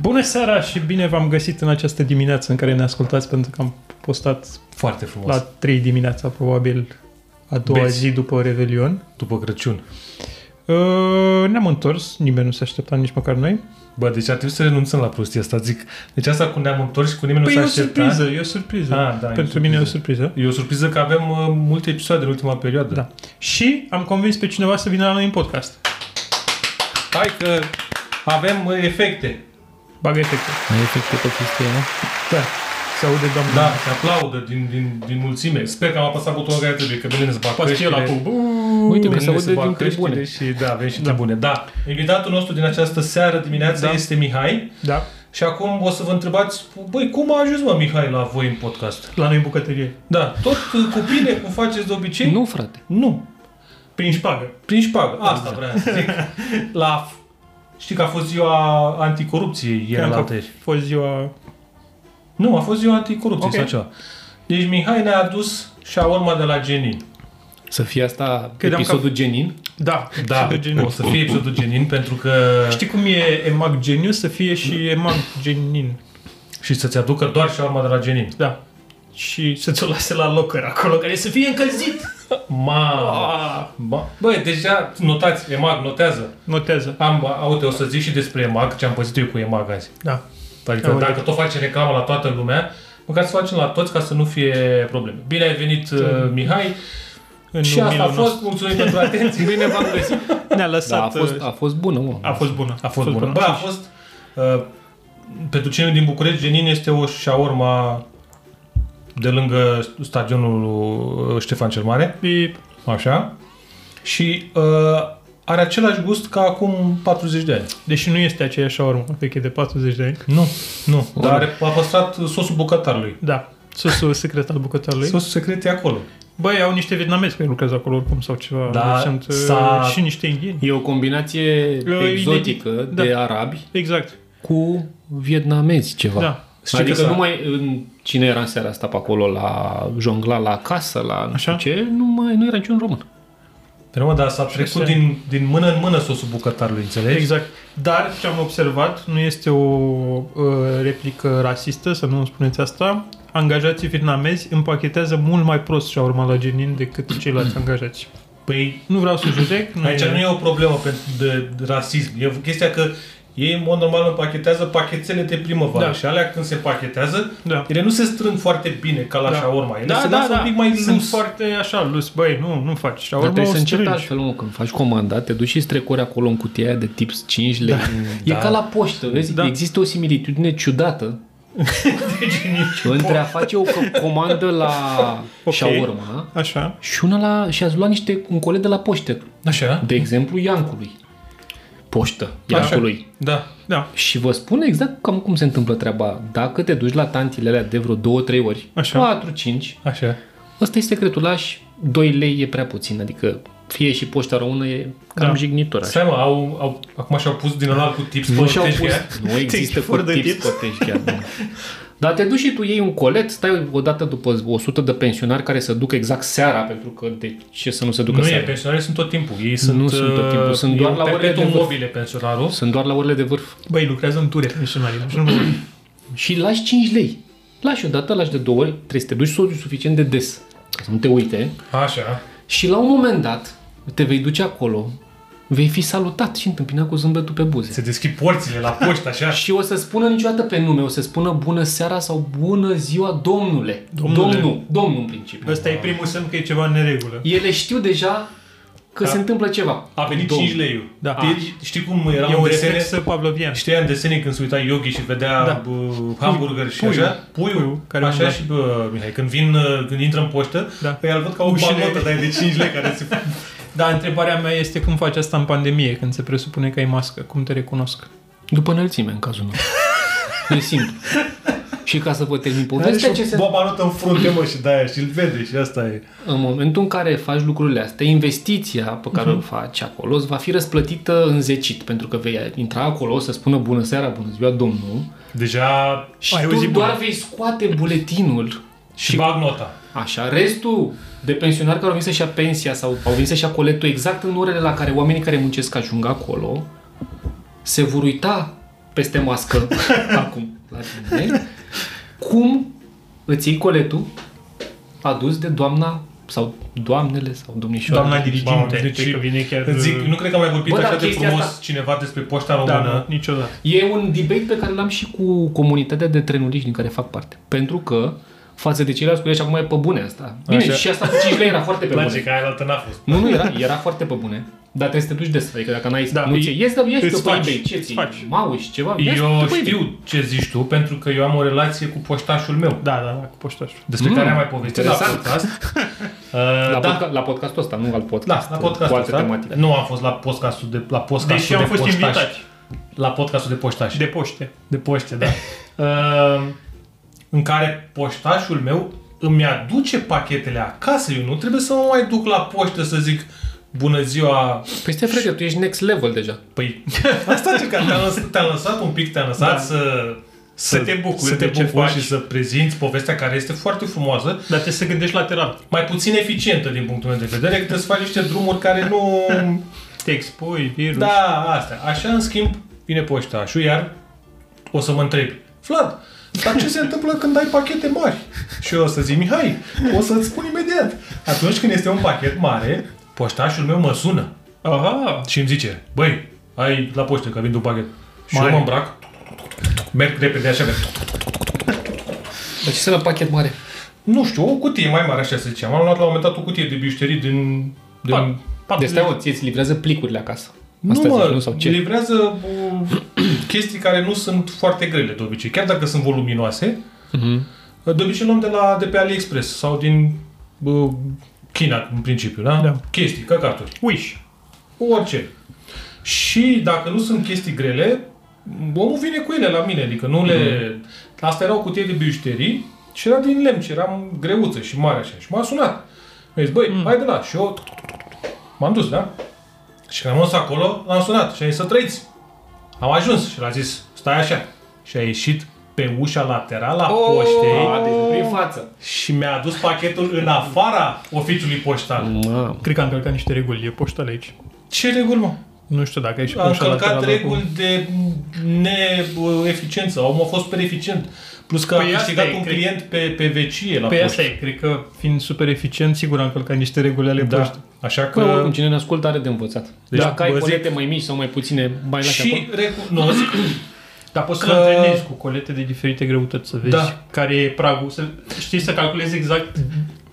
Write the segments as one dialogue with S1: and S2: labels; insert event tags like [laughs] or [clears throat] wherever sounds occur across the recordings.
S1: Bună seara și bine v-am găsit în această dimineață în care ne ascultați pentru că am postat
S2: Foarte frumos.
S1: la
S2: La...
S1: 3 dimineața, probabil a doua
S2: Beți.
S1: zi după Revelion.
S2: După Crăciun.
S1: Uh, ne-am întors, nimeni nu se aștepta, nici măcar noi.
S2: Bă, deci ar trebui să renunțăm la prostia asta. Zic, deci asta cu ne-am întors și cu nimeni
S1: Păi e
S2: nu
S1: o
S2: s-a așteptat.
S1: surpriză, e o surpriză.
S2: Ah, da, e o
S1: Pentru mine e o
S2: surpriză.
S1: surpriză.
S2: E o surpriză că avem uh, multe episoade în ultima perioadă.
S1: Da. Și am convins pe cineva să vină la noi în podcast.
S2: Hai că avem uh, efecte.
S1: Bagă efecte.
S3: Ai efecte pe chestia aia?
S1: Da. Se aude doamna.
S2: Da, se aplaudă din, din, din mulțime. Sper că am apăsat butonul care trebuie, că bine ne bat
S1: Poate și eu la
S2: creștile.
S1: pub.
S3: Uite că
S2: Bine
S3: se aude
S2: bat
S3: din
S2: creștile
S3: tribune.
S2: Și, da, avem și tribune. Da. Invitatul nostru din această seară dimineață
S1: Da.
S2: este Mihai.
S1: Da.
S2: Și acum o să vă întrebați, băi, cum a ajuns, mă, Mihai, la voi în podcast?
S1: La noi în bucătărie.
S2: Da, tot uh, cu bine, cum faceți de obicei?
S3: Nu, frate.
S2: Nu.
S1: Prin șpagă.
S2: Prin șpagă. Asta
S1: adică.
S2: vreau să zic.
S1: [laughs]
S2: La... Știi că a fost ziua anticorupției ieri
S1: Cream
S2: la
S1: că
S2: altăieri.
S1: a fost ziua...
S2: Nu, a fost ziua anticorupției
S1: Ok.
S2: okay. sau ceva. Deci Mihai ne-a adus șaorma de la Genin.
S3: Să fie asta
S1: Credeam că-
S3: episodul Genin?
S1: Da,
S2: Da,
S1: episodul Genin.
S2: o să fie episodul Genin pentru că...
S1: Știi cum e emag geniu să fie
S2: Da.
S1: și emag genin.
S2: Și să-ți aducă doar șaorma de la Genin.
S1: Da. Și să ți-o lase la locker acolo, care să fie încălzit.
S2: Ma.
S1: Ah,
S2: Ba. Băi, deja notați, EMAG, notează.
S1: notează.
S2: Am, uite, o să zic și despre EMAG, ce am păzit eu cu EMAG azi.
S1: Da.
S2: Adică
S1: Am
S2: dacă tot face reclamă la toată lumea, măcar să facem la toți ca să nu fie probleme. Bine ai venit, uh, Mihai.
S1: În
S2: și asta a
S1: umilul
S2: fost. Mulțumim pentru atenție. Bine v-am găsit.
S1: nostru. Ne-a
S3: Da, a
S1: lăsat... uh,
S3: fost, a fost bună, mă.
S1: a fost bună.
S2: A fost bună. Bă, a fost... Uh, pentru cei din București, Genin este o șaorma de lângă stadionul lui Ștefan cel Mare.
S1: Bip.
S2: Așa. Și uh, are același gust ca acum 40 de ani.
S1: Deși nu este aceeași șaormă, cred că e de 40 de ani.
S2: Nu, nu. Dar are, a păstrat sosul bucătarului. Păi?
S1: Da. Sosul secret al bucătarului.
S2: Sosul secret e acolo.
S1: Băi, au niște vietnamezi care lucrează acolo oricum sau ceva.
S2: Da,
S1: Deci sunt, uh,
S2: s-a-
S1: și niște indieni.
S3: E o combinație exotică
S1: identic- da.
S3: de arabi
S1: Exact.
S3: cu vietnamezi ceva.
S1: Da.
S2: Știi că
S3: adică
S2: s-a-
S3: nu mai în cine era în seara asta pe acolo la jongla, la casă, la nu
S1: Așa?
S3: știu ce, nu, mai, nu era niciun român.
S2: Dar Păi mă, dar s-a
S1: se-
S2: trecut din, din mână în mână sosul bucătarului, înțelegi?
S1: Exact. Dar ce am observat nu este o uh, replică rasistă, să nu spuneți asta. Angajații vietnamezi împachetează mult mai prost și urma la genin decât
S2: [clears throat]
S1: ceilalți angajați.
S2: Păi,
S1: Nu vreau să judec. Nu
S2: aici nu e o problemă pentru de de rasism. E chestia că ei, în mod normal, împachetează pachetele de primăvară.
S1: Da.
S2: Da. Și alea, când se pachetează,
S1: Da.
S2: ele nu se strâng foarte bine, ca la
S1: Da.
S2: da. șaorma. Ele
S1: Da,
S2: se
S1: da,
S2: lasă
S1: da.
S2: un pic mai
S1: Sunt
S2: lus.
S1: foarte așa, lus. Băi, nu, nu faci. Și
S3: Dar
S1: urmă
S3: trebuie să
S1: o
S3: începi
S1: strângi.
S3: altfel, mă, când faci comanda, te duci și strecori acolo în cutia aia de tips 5 lei. Da. E ca la poștă, vezi?
S1: Da.
S3: Da. Există o similitudine
S1: [laughs]
S3: ciudată
S1: Deci
S3: între a face o co- comandă la
S1: Ok.
S3: okay. shawarma da?
S1: Așa.
S3: și una la, și ați luat niște, un coleg de la poștă.
S2: Așa,
S3: De exemplu, Iancului. Poștă, Iancului.
S2: da.
S1: Da,
S3: Și vă spun exact cam cum se întâmplă treaba. Dacă te duci la tantile alea de vreo 2-3 ori,
S1: Așa.
S3: 4-5,
S2: Așa.
S3: ăsta e secretul, lași 2 lei e prea puțin, adică fie și poșta română e cam
S1: Da.
S3: da. jignitor. Așa.
S2: Stai mă, au, au, acum și-au pus din ăla cu tips pe teșghea.
S3: Nu există
S1: for
S3: cu
S1: the
S3: tips
S1: tips.
S3: cotești chiar. nu. Dar te duci și tu iei un colet, stai odată după 100 de pensionari care se duc exact seara, pentru că de ce să nu se ducă
S2: Nu e,
S3: seara?
S2: pensionarii sunt tot timpul. Ei sunt,
S3: Nu sunt tot timpul,
S2: uh,
S3: sunt
S2: e
S3: doar
S2: un
S3: la orele
S2: perpetuum
S3: de vârf.
S2: mobile pensionarul.
S3: Sunt doar la orele de vârf.
S1: Băi, lucrează în ture pensionarii. nu mă duc.
S3: și lași 5 lei. Lași o dată, lași de două ori, trebuie să te duci soțul suficient de des, ca să nu te uite.
S2: Așa.
S3: Și la un moment dat, te vei duce acolo, vei fi salutat și întâmpinat cu zâmbetul pe buze.
S2: Se deschid porțile la poștă, așa.
S3: Și o să spună niciodată pe nume, o să spună bună seara sau bună ziua, domnule.
S1: Domnule.
S3: Domnul, domnul în principiu.
S1: Ăsta e primul semn că e ceva în neregulă.
S3: Ele știu deja că
S2: Da.
S3: se întâmplă ceva.
S2: A venit
S3: Domnul.
S2: 5 lei.
S1: Da.
S2: Știi, știi cum
S1: E
S2: erau
S1: un
S2: în desene?
S1: reflex pavlovian.
S2: Știa în desene când se uita Yogi și vedea
S1: Da.
S2: da. hamburger și
S1: Puiul.
S2: așa? Puiul.
S1: Puiul, care
S2: așa
S1: umbla.
S2: și bă, Mihai, când vin, uh, când intră în poștă,
S1: Da.
S2: da. îi al văd ca o
S1: Ușile.
S2: bancotă de, aia de 5 lei care
S3: [laughs]
S2: se...
S1: Da, întrebarea mea este cum faci asta în pandemie, când se presupune că ai mască, cum te recunosc?
S3: După înălțime, în cazul nostru. e
S2: [laughs]
S3: simplu. Și ca să vă termin povestea, ce se
S2: Bă, banotă în frunte, mă, și de-aia și îl vede și asta e.
S3: În momentul în care faci lucrurile astea, investiția pe care uh-huh. o faci acolo îți va fi răsplătită în zecit, pentru că vei intra acolo, o să spună bună seara, bună ziua, domnul,
S2: Deja...
S3: și
S1: Ai
S3: Ai
S1: auzit
S3: tu doar
S1: bună.
S3: vei scoate buletinul
S2: Și bag nota.
S3: Așa, restul de pensionari care au venit să-și ia pensia sau au venit să-și ia coletul exact în orele la care oamenii care muncesc ajung acolo se vor uita peste
S2: [laughs]
S3: mască acum la tine, cum îți iei coletul adus de doamna sau doamnele sau domnișoarele.
S1: Doamna diriginte,
S2: Mamă, deci-
S1: deci, că vine chiar...
S2: Îți zic, nu cred că am mai vorbit
S3: Bă, dar
S2: așa de
S3: chestia
S2: frumos
S3: asta-
S2: cineva despre poșta
S1: da,
S2: română.
S1: nu, niciodată.
S3: E un debate pe care l-am și cu comunitatea de trenuriști din care fac parte. Pentru că față de ceilalți colegi acum e pe bune asta. Bine,
S2: Așa.
S3: și asta cu 5 lei era foarte pe
S2: Place
S3: bune.
S2: că aia la altă n-a fost.
S3: Nu, nu era, era foarte pe bune. Dar trebuie să te duci des. Adică dacă n-ai...
S1: Da,
S3: Da, nu
S1: îi-
S3: ce, ies, dar ieși
S1: îți
S3: tu pe
S1: faci,
S3: eBay. Ce
S1: îți
S3: ți
S1: faci.
S3: Mauși, ceva? păi, Ia-ți tu
S2: Eu
S3: pe eBay.
S2: știu ce zici tu, pentru că eu am o relație cu poștașul meu,
S1: Da, da, da, cu poștașul.
S2: despre
S3: Mm,
S2: care am mai povestit la
S3: interesant.
S2: podcast.
S1: [laughs]
S2: Uh,
S3: La,
S2: da,
S3: podca- la podcastul ăsta, nu al podcast.
S2: da, la podcast.
S3: Cu alte
S2: da.
S3: tematică.
S2: Nu am fost la podcastul de la podcastul
S1: Deși am
S2: de
S1: fost
S2: poștași.
S1: invitați
S2: La podcastul de poștași.
S1: de poște.
S2: de poște, da. uh, în care poștașul meu îmi aduce pachetele acasă. Eu nu trebuie să mă mai duc la poștă să zic bună ziua.
S3: Păi stai frate, tu ești next level deja.
S1: [laughs]
S2: Păi asta ce că te-am lăsat, te-am lăsat un pic, te-am lăsat
S1: Da.
S2: da. să... Să,
S1: te bucuri
S2: să te
S1: de ce
S2: bucuri
S1: faci.
S2: și să prezinți povestea care este foarte frumoasă,
S1: Dar trebuie să gândești lateral.
S2: mai puțin eficientă din punctul meu de vedere, că trebuie să faci niște drumuri care nu...
S1: Te expui, virus.
S2: Da, astea. Așa, în schimb, vine poștașul, iar o să mă întreb, Vlad, dar ce se întâmplă când ai pachete mari? Și eu o să zic, Mihai, o să-ți spun imediat. Atunci când este un pachet mare, poștașul meu mă sună
S1: Aha.
S2: și îmi zice, băi, ai la poștă că vin un pachet. Și
S1: Mare.
S2: eu mă îmbrac, merg repede așa, merg.
S3: Dar ce să la pachet mare?
S2: Nu știu, o cutie mai mare, așa să ziceam. Am luat la un moment dat o cutie de bijuterii din... din
S3: Deci stai, mă, ție ți livrează plicurile acasă.
S2: nu,
S3: Asta
S2: mă,
S3: zici, nu? Sau ce?
S2: livrează uh, [clears throat] chestii care nu sunt foarte grele de obicei. Chiar dacă sunt voluminoase,
S3: Mhm.
S2: de obicei luăm de, la, de pe AliExpress sau din uh, China, în principiu, da?
S1: Da.
S2: Chestii, căcaturi,
S1: Wish.
S2: orice. Și dacă nu sunt chestii grele, omul vine cu ele la mine, adică nu le... Asta era o cutie de bijuterii și era din lemn și era greuță și mare așa. Și m-a sunat. Mi-a zis, băi, hai de la. Și eu m-am dus, da? Și când am ajuns acolo, l-am sunat și a zis să trăiți. Am ajuns și l-a zis, stai așa. Și a ieșit pe ușa laterală a
S3: Oh,
S2: poștei
S3: a, deci nu prin față.
S2: și mi-a adus pachetul în afara oficiului poștal.
S3: Mamă.
S1: Cred că am călcat niște reguli e poștale aici.
S2: Ce reguli, mă?
S1: Nu știu dacă ai și
S2: Am
S1: ușa
S2: călcat
S1: laterală
S2: reguli de neeficiență. Omul a fost pereficient. Plus că
S1: Păi
S2: a
S1: asta
S2: câștigat
S1: e,
S2: un
S1: cred.
S2: client pe, pe vecie la
S1: Pe
S2: poștă.
S1: Păi asta e, cred că fiind super eficient, sigur am călcat niște reguli ale
S2: Da.
S1: poștei.
S2: Așa că...
S3: Că Păi, oricum, cine ne ascultă are de învățat. Deci,
S2: Deci,
S3: Dacă ai
S2: vă zic-
S3: colete mai mici sau mai puține, mai lași
S2: și
S3: acolo.
S1: [coughs]
S2: recunosc
S1: Păi- Dar poți să
S2: Că-
S1: că... antrenezi cu colete de diferite greutăți, să vezi
S2: Da.
S1: care e pragul, să știi să calculezi exact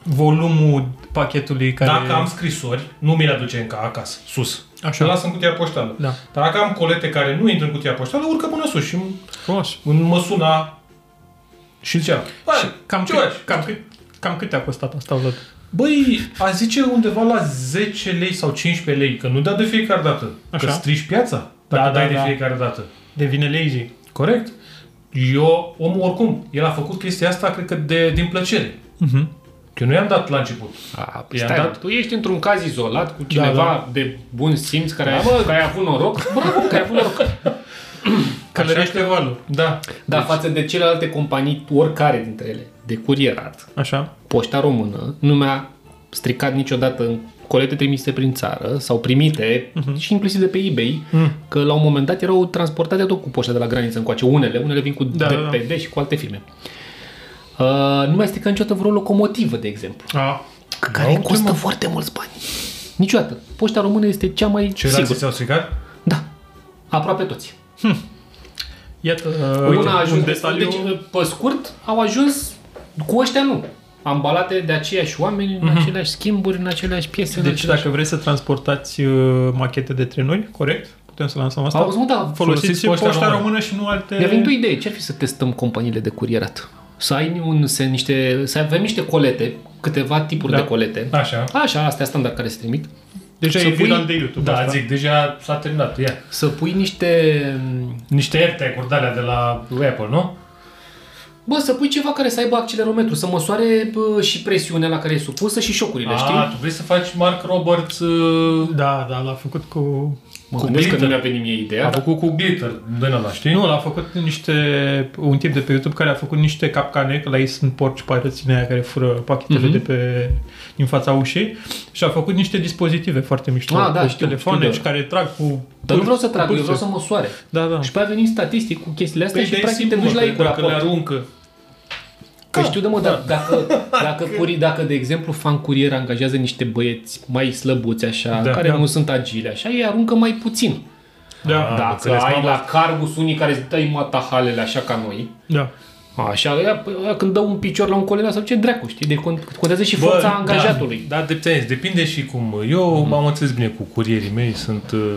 S1: volumul pachetului care...
S2: Dacă am scrisori, nu mi le aduce încă acasă, sus.
S1: Așa.
S2: Le las în cutia poștală.
S1: Da.
S2: Dar dacă am colete care nu intră în cutia poștală, urcă până sus și îmi-
S1: Frumos.
S2: îmi mă suna și zicea,
S1: Și cam,
S2: ce
S1: cât,
S2: faci?
S1: cam, cât, cam cât a costat asta, Vlad?
S2: Băi, a zice undeva la 10 lei sau 15 lei, că nu dea de fiecare dată.
S1: Așa.
S2: Că strici piața
S1: Da,
S2: dacă
S1: da,
S2: dai de
S1: da.
S2: fiecare dată.
S1: Devine lazy.
S2: Corect? Eu, omul oricum, el a făcut chestia asta, cred că de, din plăcere.
S1: Uh-huh.
S2: Mhm. Că eu nu i-am dat la început.
S3: A, păi
S2: I-am
S3: stai,
S2: dat-
S3: tu ești într-un caz izolat cu cineva
S1: da.
S3: de bun simț care,
S2: Da,
S3: ai,
S2: bă.
S3: că ai avut noroc. Bravo, că ai avut noroc.
S1: Călărește
S2: Așa că-
S1: valul.
S2: Da.
S3: Dar față de celelalte companii, oricare dintre ele, de curierat,
S1: Așa.
S3: poșta română nu mi-a stricat niciodată colete trimise prin țară sau primite uh-huh. și inclusiv de pe eBay, uh-huh. că la un moment dat erau transportate tot cu poșta de la graniță încoace. Unele, unele vin cu
S1: Da,
S3: da,
S1: da, da.
S3: DPD da. și cu alte firme. Uh, nu mi-a stricat niciodată vreo locomotivă, de exemplu,
S1: A.
S3: care costă foarte mulți bani. Niciodată. Poșta română este cea mai
S2: Ceilalți
S3: sigură.
S2: ți-au stricat?
S3: Da. Aproape toți.
S1: Iată uh,
S3: Uite, Una a ajuns
S1: un
S3: de
S1: detaliu.
S3: deci, pe scurt, au ajuns cu ăștia nu. Ambalate de aceiași oameni, în aceleași schimburi, în aceleași piese. în
S1: Mhm. Deci
S3: aceleași...
S1: dacă vreți să transportați uh, machete de trenuri, corect? Putem să lansăm asta?
S3: Auzi, mă, da,
S1: Folosiți
S2: folosiți
S1: poșta,
S2: poșta
S1: poșta română.
S2: română.
S1: și nu alte...
S3: Mi-a venit o idee, ce-ar fi să testăm companiile de curierat? Să ai un, să, niște, să avem niște colete, câteva tipuri
S1: Da.
S3: de colete.
S2: Așa.
S3: Așa, astea standard care se trimit. Deci
S1: Deja
S3: Să
S1: e
S3: pui-
S1: viral de YouTube.
S2: Da,
S1: asta.
S2: zic, deja s-a terminat, ia.
S3: Să pui niște...
S2: Niște AirTag-uri de alea de la Apple, nu?
S3: Bă, să pui ceva care să aibă accelerometru, să măsoare bă, și presiunea la care e
S1: Ah,
S3: supusă și șocurile,
S2: A,
S3: știi?
S2: tu vrei să faci Mark Roberts... uh,
S1: Da, da, l-a făcut cu
S3: Mă gândesc că nu mi-a venit mie
S2: A
S3: ideea. dar-
S2: făcut cu glitter din ăla, știi?
S1: Nu, l-a făcut niște, un tip de pe YouTube care a făcut niște capcane, că la ei sunt porci pirații aia care fură pachetele
S3: Mhm.
S1: mm-hmm. de pe, din fața ușii și a făcut niște dispozitive foarte mișto
S3: Ah, da,
S1: cu
S3: știu,
S1: telefoane
S3: știu, da.
S1: și care trag cu...
S3: Dar nu vreau să
S1: cu
S3: trag, eu
S1: pârțe.
S3: vreau să măsoare.
S1: Da, da.
S3: Și pe a venit statistic cu chestiile astea
S2: Păi
S3: și
S2: de
S3: practic te
S2: simplu,
S3: duci la
S2: că
S3: ei cu
S2: Dacă le
S3: raport.
S2: aruncă.
S3: Că știu de mă, dar dacă, [laughs] dacă, curi, dacă, de exemplu, fan curier angajează niște băieți mai slăbuți așa, da,
S1: Da,
S3: care da.
S1: da.
S3: nu sunt agile așa, ei aruncă mai puțin.
S1: Da,
S2: Ah,
S1: da.
S3: Dacă
S2: înțeles,
S3: ai
S2: m-am
S3: la Cargus unii care îți dai matahalele așa ca noi,
S1: da.
S3: așa, ăia, păi, ăia când dă un picior la un colega sau ce dracu, știi, de cont- contează și forța
S2: da,
S3: angajatului.
S2: Da, de ți-am zis, depinde și cum. Eu m-am înțeles bine cu curierii mei, sunt uh,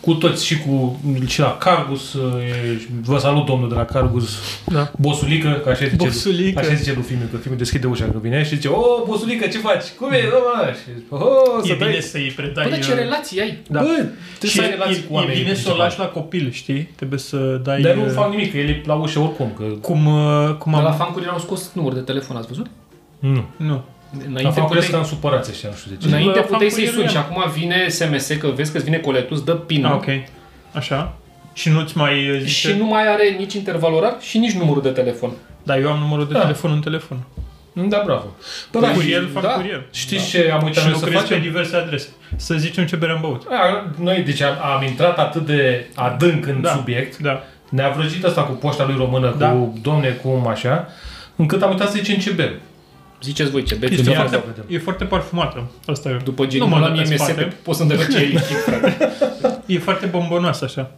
S2: cu toți și cu și la Cargus. uh, e- Vă salut domnul de la Cargus.
S1: Da.
S2: Bosulică, că așa zice,
S1: Bosulică.
S2: Așa zice lui Fimiu, că Fimiu deschide ușa când vine și zice, o, Bosulică, ce faci? Cum e? Domnul? Și zice, o, să
S1: E
S2: dai.
S1: bine să-i predai...
S3: Păi, dar ce
S1: uh,
S3: relații ai?
S2: Da. Bă, trebuie
S1: și
S2: să ai
S1: e-
S2: relații cu
S1: e,
S2: oamenii.
S1: e bine să o
S2: ceva.
S1: lași la copil, știi? Trebuie să dai...
S2: Dar nu
S1: uh,
S2: fac nimic, că el e la ușă oricum. Că...
S1: Cum, uh, cum
S3: Dar
S1: am...
S3: la fan curier au scos numărul de telefon, ați văzut?
S2: Nu.
S1: Nu.
S2: La
S3: Înainte
S2: fac
S3: puteai,
S2: crezi că am supărați ăștia, nu știu de ce.
S1: Înainte
S3: înainte
S1: la fan
S3: puteai să-i
S1: curierul
S3: suni și
S1: era.
S3: acum vine SMS că vezi că îți vine coletul, îți dă pin
S1: Ah, ok. Așa. Și nu-ți mai uh, zice...
S3: și nu mai are nici interval orar și nici numărul de telefon.
S1: Dar eu am numărul de
S2: Da.
S1: telefon în telefon.
S2: Da, bravo. Bă,
S1: Fac
S2: da, și-
S1: curier, fac
S3: da.
S1: curier.
S2: Știți ce am uitat
S1: Și
S2: noi să
S1: lucrez pe
S2: facem?
S1: diverse adrese. Să zicem ce bere am băut.
S2: A, Noi, deci, am, am intrat atât de adânc în
S1: Da.
S2: subiect,
S1: Da.
S2: ne-a vrăjit asta cu poșta lui română,
S1: Da.
S2: cu domne, cum așa, încât am uitat să zicem ce bem. Deci,
S3: Ziceți voi ce beți
S1: Este
S3: în
S2: foarte-
S3: față.
S1: foarte, e foarte parfumată. Asta e.
S3: După
S1: Nu mă
S3: genul la
S1: dă
S3: mie
S1: pe
S3: mi-e
S1: spate.
S3: sete, poți
S1: [laughs]
S3: să-mi dă ce e lichid, frate.
S1: E foarte bombonoasă așa.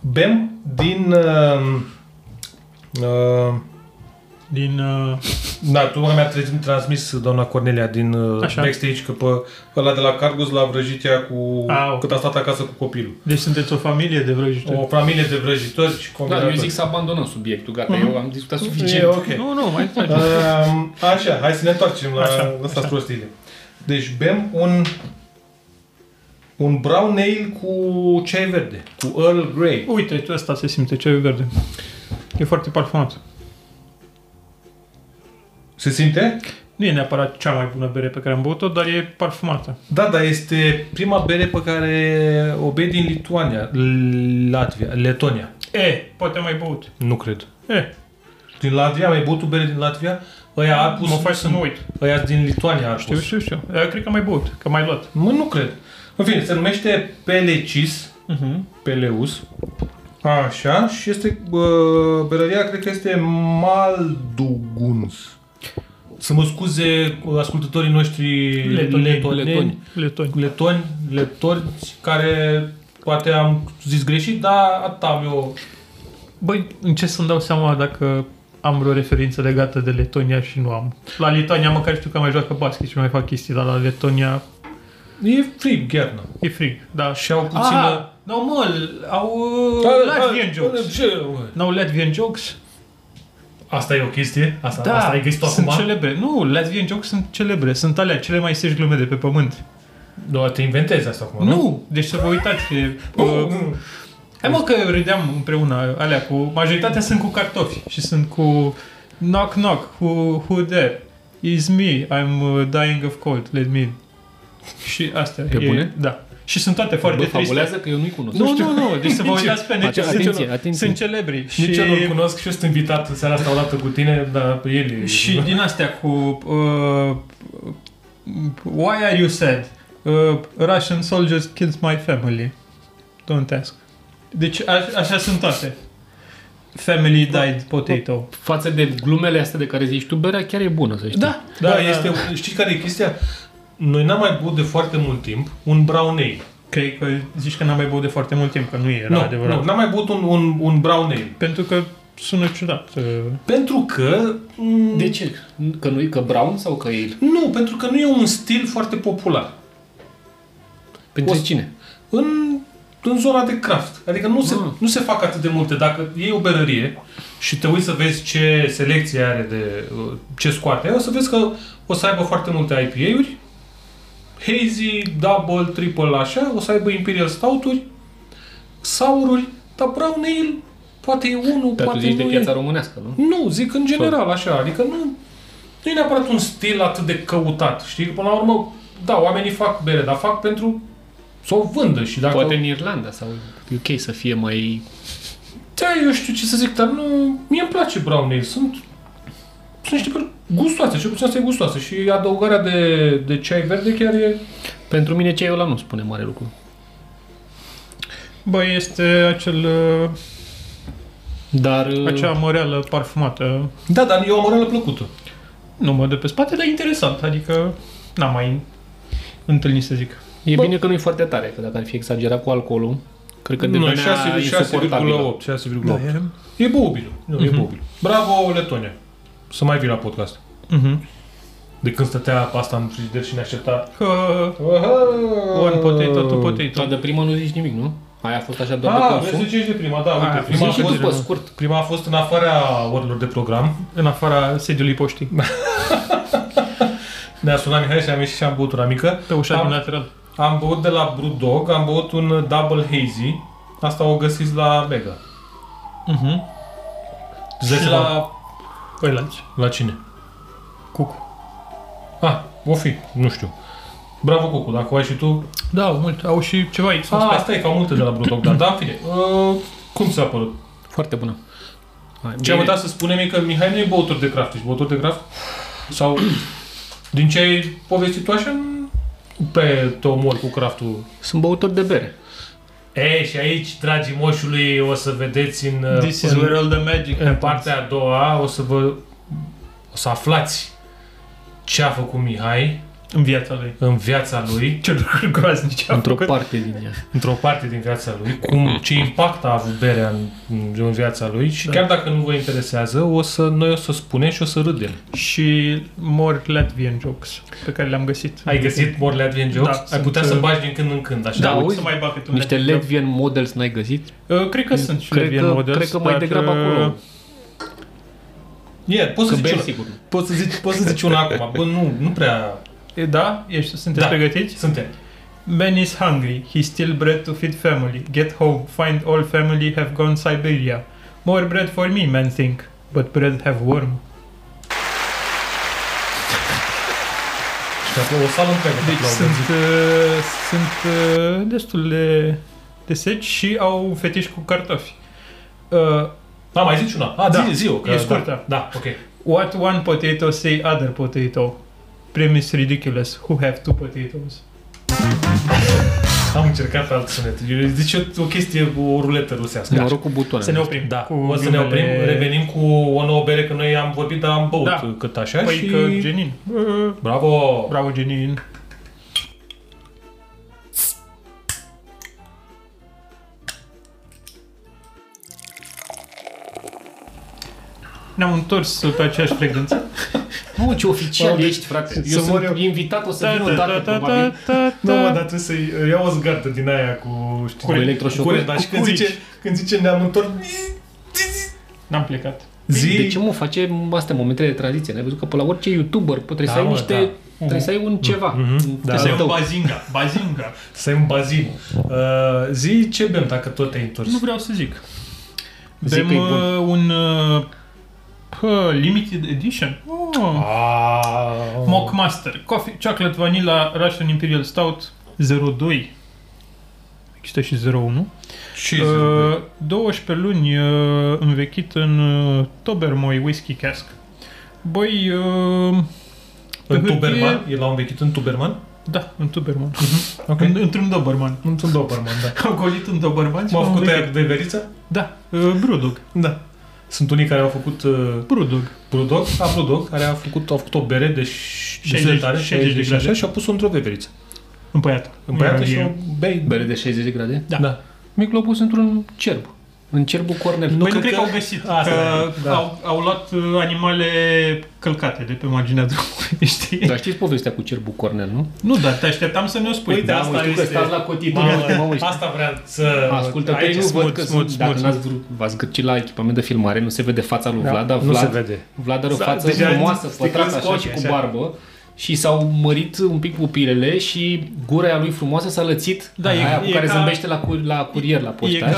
S2: Bem din... Uh, uh,
S1: Din uh,
S2: da, tu mi-a tre- transmis doamna Cornelia din uh,
S1: Așa.
S2: backstage că pe ăla de la Cargus l-a vrăjit ea cu
S1: Au.
S2: cât a stat acasă cu copilul.
S1: deci sunteți o familie de vrăjitori.
S2: O familie de vrăjitori și
S3: Da, eu
S2: combinatori.
S3: zic să abandonăm subiectul, gata,
S1: Mhm.
S3: eu am discutat
S2: E
S3: suficient.
S2: ok.
S1: Nu, nu, mai trage.
S2: Um, așa, hai să ne întoarcem la
S1: Așa,
S2: lăsați prostiile. Deci bem un un brown ale cu ceai verde, cu Earl Grey.
S1: Uite, tu asta se simte, ceaiul verde. E foarte parfumat.
S2: Se simte?
S1: Nu e neapărat cea mai bună bere pe care am băut-o, dar e parfumată.
S2: Da, dar este prima bere pe care o bei din Lituania, Latvia, Letonia.
S1: E, poate am mai băut.
S2: Nu cred.
S1: E,
S2: Din Latvia, mai băut tu bere din Latvia? Ăia a pus,
S1: mă faci să mă uit.
S2: ăia din Lituania a pus.
S1: Știu, știu, știu. E, Cred că am mai băut, că am mai luat.
S2: Mă, nu cred. În fine, se numește Pelecis.
S1: Uh-huh.
S2: Mhm. Peleus. Așa, și este bă, berăria, cred că este Malduguns. Să mă scuze ascultătorii noștri
S1: Letoni.
S2: letoni,
S1: Letoni.
S2: letoni, letorți, care poate am zis greșit, dar atât am eu.
S1: Băi, în ce să-mi dau seama dacă am vreo referință legată de Letonia și nu am. La Lituania măcar știu că mai joacă basket și mai fac chestii, dar la Letonia
S2: E frig, ghearnă.
S1: e frig, da.
S2: Și au puțină...
S1: nu no, mă, au
S2: Da,
S1: uh,
S2: da,
S1: Latvian
S2: da,
S1: jokes.
S2: ce, bă?
S1: N-au Latvian jokes?
S2: Asta e o chestie? Asta,
S1: Da,
S2: asta ai găsit
S1: sunt
S2: acum?
S1: celebre. Nu, Latvian jokes sunt celebre. Sunt alea cele mai seși glume de pe pământ.
S2: Da, te inventezi asta acum,
S1: Nu, deci să vă uitați. E, uh,
S2: Nu.
S1: hai mă că râdeam împreună alea cu... Majoritatea sunt cu cartofi și sunt cu... Knock knock, who, who there? Is me, I'm uh, dying of cold, let me in. Și astea.
S3: Pe
S1: e,
S3: bune?
S1: Da. Și sunt toate foarte
S3: Bă,
S1: triste.
S3: fabulează că eu nu-i cunosc.
S1: Nu, nu, nu, deci să vă uitați pe net.
S3: Atenție,
S1: sunt celor-
S3: atenție.
S1: Sunt celebri.
S2: Nici
S1: și...
S2: eu nu-l cunosc și eu sunt invitat în seara asta odată cu tine, dar pe el e...
S1: Și din astea cu uh, Why are you sad? Uh, Russian soldiers killed my family. Don't ask. Deci a, așa sunt toate. Family
S2: Da.
S1: died potato.
S3: [laughs] Față de glumele astea de care zici tu, berea chiar e bună, să știi.
S1: Da,
S2: Da, da, este... Știi care e chestia? Noi n-am mai băut de foarte mult timp un brown ale.
S1: Cred că zici că n-am mai băut de foarte mult timp, că nu era
S2: nu,
S1: adevărat.
S2: nu, n-am mai băut un, un, un brown ale.
S1: Pentru că sună ciudat. Uh,
S2: Pentru că... m,
S3: De ce? Că nu-i că brown sau că el?
S2: Nu, pentru că nu e un stil foarte popular.
S3: Pentru
S2: O-
S3: cine?
S2: În, în zona de craft. Adică nu se,
S3: Ah.
S2: nu se fac atât de multe. Dacă iei o berărie și te uiți să vezi ce selecție are de... uh, ce scoate, o să vezi că o să aibă foarte multe IPA-uri hazy, double, triple, așa, o să aibă Imperial Stout-uri, sour-uri, dar brown ale poate e unul,
S3: Dar Da, tu
S2: poate
S3: zici
S2: nu
S3: de piața
S2: e.
S3: românească, nu?
S2: Nu, zic în general așa, adică nu, nu e neapărat un stil atât de căutat, știi? Până la urmă, da, oamenii fac bere, dar fac pentru să o vândă și dacă...
S3: Poate în Irlanda sau UK să fie mai...
S2: Da, eu știu ce să zic, dar nu... Mie îmi place brown ale. Sunt, sunt niște păreri gustoase, cel puțin asta e gustoasă. Și adăugarea de, de ceai verde chiar e...
S3: Pentru mine ceiul ăla nu spune mare lucru.
S1: Bă, este acel, uh,
S3: Dar... uh,
S1: acea măreală parfumată.
S2: Da, dar e o morală plăcută.
S1: Nu mă dă pe spate, dar interesant. Adică n-am mai întâlnit, să zic.
S3: E
S2: Bă.
S3: bine că nu e foarte tare, că dacă ar fi exagerat cu alcoolul, cred că
S2: Nu,
S3: devenea
S2: 6,
S3: 6,8.
S2: 6,8. 6,8. Da, e... e băubilă. Nu, e băubilă. Bravo, Letonia. Să mai vii la podcast.
S1: Uh-huh.
S2: De când stătea pasta în frigider și ne aștepta.
S1: Uh, one
S2: One
S1: potato, two potato.
S3: Dar de prima nu zici nimic, nu? Aia a fost așa doar de
S2: Ah,
S3: consum.
S2: vrei să zici de prima, da, uite,
S1: Ah,
S2: prima a,
S3: Zici și tu,
S2: fost,
S3: pe scurt.
S2: prima a fost în afara orelor de program.
S1: În afara sediului poștii.
S2: Ne-a sunat Mihai și am ieșit și am băut una mică.
S1: Pe ușa
S2: Am-
S1: din lateral.
S2: Am băut de la Brewdog, am băut un Double Hazy. Asta o găsiți la Mega.
S1: Uh-huh.
S2: Și la...
S1: Păi lanci.
S2: La cine?
S1: Cucu.
S2: Ah, o fi, nu știu. Bravo, Cucu, dacă o ai și tu...
S1: Da, mult. Au și ceva aici.
S2: Ah, asta e, că au multe de la Brewdog, dar da, în fine. Uh, cum s-a părut?
S3: Foarte bună. Hai,
S2: Ce am
S3: bine.
S2: uitat să spunem e că Mihai nu e băutor de craft, ești băutor de craft? Sau din ce ai povestit tu așa, nu pe te omori cu craftul.
S3: Sunt băutor de bere.
S2: E, și aici, dragii moșului, o să vedeți în,
S1: This is where all the magic
S2: în partea a doua, o să vă o să aflați ce a făcut Mihai
S1: În viața lui.
S2: în viața lui,
S1: Ce lucruri groaznice am
S3: Într-o
S1: făcut.
S3: parte din ea.
S2: într-o parte din viața lui, cum, ce impact a avut berea în, în viața lui și
S1: Da.
S2: chiar dacă nu vă interesează, o să, noi o să spunem și o să râdem.
S1: Și more Latvian jokes pe care le-am găsit.
S2: Ai găsit Morle Advent Jokes?
S1: Da,
S2: Da, Ai putea
S1: sunt,
S2: să
S1: uh,
S2: bagi din când în când, așa?
S3: Da,
S1: Da,
S3: uite,
S1: să mai bag câte un
S3: Niște
S1: Latvian joke.
S3: Latvian models n-ai găsit?
S1: Uh, Cred că sunt și
S3: Cred
S1: Latvian
S3: că,
S1: models.
S3: cred că mai
S1: dar,
S3: degrabă
S1: uh,
S3: acolo.
S2: E, poți să
S3: Că
S2: zici
S3: beri
S2: una.
S3: sigur. nu.
S2: Poți să zici, poți să zici una acum. Bă, nu, nu prea
S1: E, Da? Ești, sunteți
S2: Da.
S1: pregătiți?
S2: suntem.
S1: Man is hungry. He steal bread to feed family. Get home. Find all family have gone Siberia. More bread for me, man think. But bread have worm.
S2: Și apoi o sală întreagă.
S1: Deci sunt, uh, sunt uh, destul de, de seci și au un fetiș cu cartofi. Uh,
S2: A, mai zici una. A,
S1: Da.
S2: da. zi, zi-o. Că,
S1: E scurtă.
S2: Da, da, ok.
S1: what one potato say other potato? Premise ridiculous. Who have two potatoes?
S2: Am încercat alt sunet. Eu zici o, o chestie cu o ruletă rusească.
S3: Mă rog cu butoane.
S1: Să ne oprim.
S2: Da,
S1: Da. cu
S2: o să ne oprim,
S1: glumele-
S2: revenim cu o nouă bere, că noi am vorbit, dar am băut
S1: Da.
S2: cât așa
S1: Păi
S2: și...
S1: că genin. Uh,
S2: Bravo!
S1: Bravo, genin. Ne-am întors pe aceeași frecvență.
S3: Mă, ce oficial
S2: Mamă,
S3: ești, frate. Eu
S2: să mor
S3: sunt
S2: eu.
S3: invitat, o
S1: Da,
S3: să vin o dată, probabil.
S2: Nu, mă, dar trebuie să-i iau o zgartă din aia cu... Știi,
S3: Cu electroșocuri.
S2: Cu, dar și
S1: Cu
S2: când zice,
S1: curici.
S2: când zice ne-am întors...
S1: N-am plecat.
S2: Zi...
S1: Deci
S3: De ce mă face astea momentele de tranziție? N-ai văzut că pe la orice YouTuber pă, trebuie
S2: Da,
S3: să ai
S2: mă,
S3: niște...
S2: da.
S3: Trebuie să ai un ceva. Mm-hmm.
S2: Da.
S3: Da.
S1: Să
S2: Să-i
S1: e
S3: Tău.
S1: un bazinga. Bazinga.
S2: Să ai un bazin. Uh, zi ce bem dacă tot te-ai întors.
S1: Nu vreau să zic.
S3: Zic
S1: Bem
S3: că e bun.
S1: uh, un uh, pă, limited edition. Oh.
S2: Ah,
S1: Mock Master. Coffee, chocolate, vanilla, Russian Imperial Stout 02. Există și 01.
S2: și
S1: Uh, 12 luni uh, învechit în uh, Tobermoy Whisky Cask. Băi, uh,
S2: în
S1: hârtie-
S2: Tuberman? E la un vechit în Tuberman?
S1: Da, în Toberman. [laughs]
S2: Ok.
S1: În, într-un Doberman.
S2: Nu sunt Doberman, da.
S1: Am golit un Doberman și
S2: M-au
S1: m-am
S2: făcut
S1: învechit.
S2: aia de veriță?
S1: Da, uh, Brudog.
S2: Da. Sunt unii care au făcut uh,
S1: Brudog.
S2: Brudog, a Brudog, care a făcut, au făcut o bere de 60 de tare,
S1: 60 de
S2: 60 de
S1: grade.
S2: așa, și a pus-o într-o veveriță.
S1: Împăiat.
S2: Împăiată
S1: E-
S2: și o bei.
S3: Bere de 60 de grade?
S1: Da.
S2: da.
S3: Mic l-a pus într-un cerb. În cerbul Cornel.
S1: Nu, păi nu cred că, au găsit.
S2: Asta
S1: că
S2: e, da.
S1: au, au luat uh, animale călcate de pe marginea [laughs] drumului,
S2: Păi-
S1: știi?
S3: Dar știți povestea cu cerbul Cornel, nu?
S1: Nu, dar te așteptam să ne-o spui.
S2: Uite,
S1: Da,
S2: asta
S3: mă, știu că
S2: este-
S3: stați la cotit.
S2: Mamă,
S3: Mamă, știu.
S2: asta vreau să...
S3: Ascultătorii nu
S2: Da, Aici-
S3: văd
S1: smut,
S3: că
S1: smut,
S3: sunt, dacă
S1: smut,
S3: n-ați vrut, v-ați gârcit la echipament de filmare, nu se vede fața lui
S2: Da,
S3: Vlad, dar
S2: nu
S3: Vlad,
S2: se vede.
S3: Vlad are o
S2: Da,
S3: față
S2: deja
S3: frumoasă,
S2: sticlând
S3: pătrată așa
S2: ochii,
S3: și cu
S2: așa.
S3: barbă și s-au mărit un pic pupilele și gura aia lui frumoasă s-a lățit,
S1: Da,
S3: da,
S1: e-
S3: aia cu
S1: e
S3: care
S1: ca-
S3: zâmbește la, cur, la curier, la
S1: E
S3: poștaș,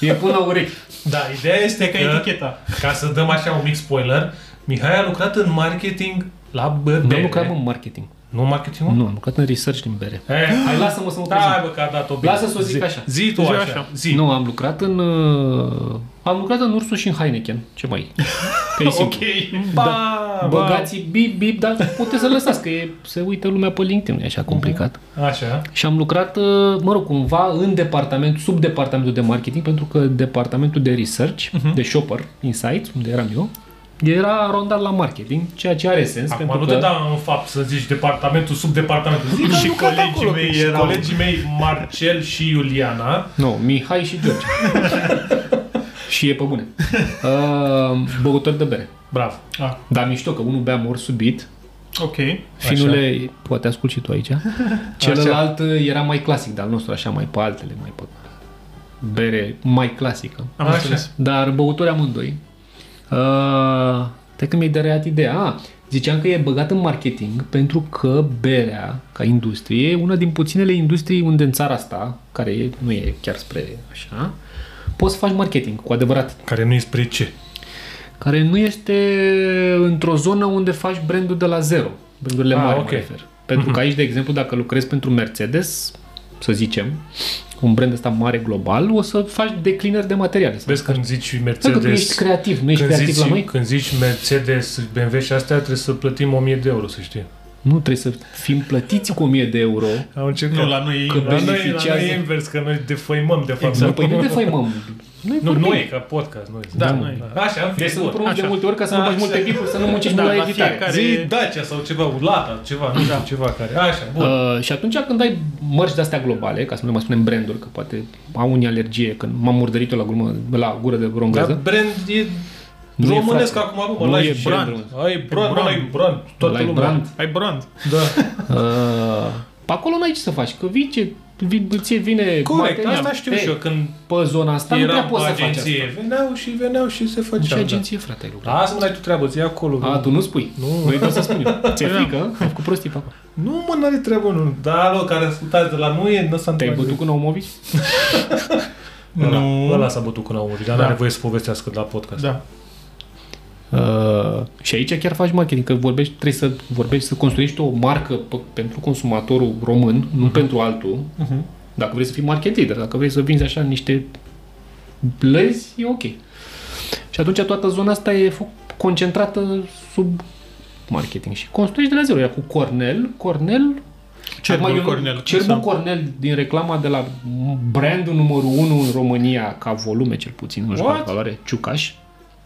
S3: e,
S1: ca,
S3: până la urechi.
S2: Da, ideea este
S1: e
S2: că,
S1: ca eticheta.
S2: ca să dăm așa un mic spoiler, Mihai a lucrat în marketing la bă-
S3: Nu am
S2: bere.
S3: lucrat în marketing.
S2: Nu marketing
S3: Nu, am lucrat în research din bere.
S2: Eh,
S3: Hai, lasă-mă să mă
S2: da, hai
S3: prezint.
S2: bă, că a dat-o bine.
S3: Lasă să o zic
S2: Zi-
S3: așa.
S2: Zi tu
S1: Zi
S2: așa.
S1: așa.
S2: Zi.
S3: Nu, am lucrat în... uh, Am lucrat în Ursus și în Heineken. Ce mai? [laughs] Că e simplu.
S2: Ok.
S3: da,
S2: Ba, ba.
S3: Băgați bip, bip, dar puteți să lăsați, că e, se uită lumea pe LinkedIn, nu e așa complicat.
S2: Așa.
S3: Și am lucrat, uh, mă rog, cumva în departament, sub departamentul de marketing, pentru că departamentul de research, uh-huh. de shopper, insights, unde eram eu, era rondat la marketing, ceea ce are sens.
S2: Acum
S3: pentru
S2: nu
S3: că...
S2: te da în fapt să zici departamentul, subdepartamentul. Zic,
S1: Și
S2: am lucrat
S1: colegii
S2: acolo,
S1: mei
S2: că
S3: Păi
S2: și
S1: erau.
S2: colegii mei Marcel și Iuliana.
S3: Nu, Mihai și George. și e pe bune. Uh, băutori de bere.
S2: Bravo.
S1: Ah,
S3: Dar mișto că unul bea mor subit,
S1: ok.
S3: Finule, poate ascult și tu aici. Celălalt așa. era mai clasic de-al nostru, așa, mai pe altele, mai pe bere mai clasică.
S1: Am
S2: Așa.
S1: înțeles.
S3: Dar băuturi amândoi. Uh, te că mi-ai dăreat ideea. Ah, ziceam că e băgat în marketing pentru că berea, ca industrie, e una din puținele industrii unde în țara asta, care e, nu e chiar spre așa, poți să faci marketing cu adevărat
S2: Care nu e spre ce?
S3: care nu este într-o zonă unde faci brandul de la zero. Brandurile
S2: Ah,
S3: mari,
S2: ok. Mhm.
S3: mă refer. Pentru că aici, de exemplu, dacă lucrezi pentru Mercedes, să zicem, un brand ăsta mare global, o să faci declinări de materiale. Să
S2: Vezi când zici
S3: Pentru că tu ești
S2: Mercedes...
S3: creativ, nu ești
S2: Când
S3: creativ
S2: zici,
S3: la noi?
S2: când zici Mercedes, BMW și astea, trebuie să plătim 1000 de euro, să știi.
S3: Nu, trebuie să fim plătiți cu 1000 de euro.
S2: Am încercat.
S1: Nu, la noi
S3: Că
S2: la noi, la
S3: beneficiază.
S2: noi e invers, că noi defăimăm, de fapt.
S3: Exact. Păi nu te faimăm. Noi
S2: Nu,
S3: vorbim.
S2: noi, ca podcast, noi.
S1: Da,
S3: Da,
S1: noi.
S2: Așa, am
S3: Trebuie
S2: fi
S3: să
S2: bun.
S3: împrumuți de multe ori ca să nu
S2: Așa.
S3: faci multe clipuri, să nu muncești
S1: Da,
S3: mult
S1: la
S3: la editare.
S1: fiecare-
S2: Zi Dacia sau ceva, Ulata, ceva, nu știu, ceva care. Așa, bun.
S3: Da. Uh, și atunci când ai mărci de-astea globale, ca să nu le mai spunem brandul, că poate au unii alergie, când m-am murdărit eu la, glumă, la gură de
S2: Dar
S3: romgăză.
S2: brand e
S3: Nu e,
S2: românesc
S3: frate.
S2: acum, bă,
S3: Nu
S2: ăla
S3: e
S2: și
S3: brand.
S2: Ai brand,
S1: brand.
S2: ăla e brand. Toată
S3: Ăla e
S2: lumea.
S3: brand.
S1: Ai brand.
S2: Da.
S3: Uh, pe acolo n-ai ce să faci, că vii ce, vii, ție vine
S2: Corect,
S3: material.
S2: asta știu
S3: Ei,
S2: și eu. Când
S3: Pe zona asta nu prea
S2: eram pe
S3: poți să faci asta.
S2: agenție, veneau și veneau și se
S3: În ce
S2: făceau. da.
S3: agenție, frate, ai lucrat?
S2: Lasă-mă, dai tu treabă, zi acolo.
S3: A, tu nu spui.
S2: Nu.
S3: Nu e doar să spun eu. Ți-e frică? Ai făcut prostii pe acolo.
S2: Nu, mă, n-are treabă, nu. Da, alo, care ascultați de la nu e, nu s-a
S3: Te-ai
S2: întâmplat
S3: bătut cu Naumovici?
S2: nimic. Ăla-
S1: Nu.
S2: Ăla s-a bătut cu Naomi, dar
S1: Da.
S2: n-are voie să povestească la podcast.
S1: Da.
S3: Uh, și aici chiar faci marketing, că vorbești, trebuie să vorbești, să construiești o marcă pe, pentru consumatorul român, nu pentru altul.
S1: Mhm.
S3: Dacă vrei să fii marketer, dacă vrei să vinzi așa niște blăzi, e ok. Și atunci toată zona asta e fo- concentrată sub marketing și construiești de la zero. Ia cu Cornell, Cornell
S1: Cerbul
S3: Acum eu-
S1: Cornell. exact.
S3: Cerbul
S1: Sau-
S3: Cornell din reclama de la brandul numărul 1 în România, ca volume cel puțin, nu știu
S2: What?
S3: ca valoare, Ciucaș.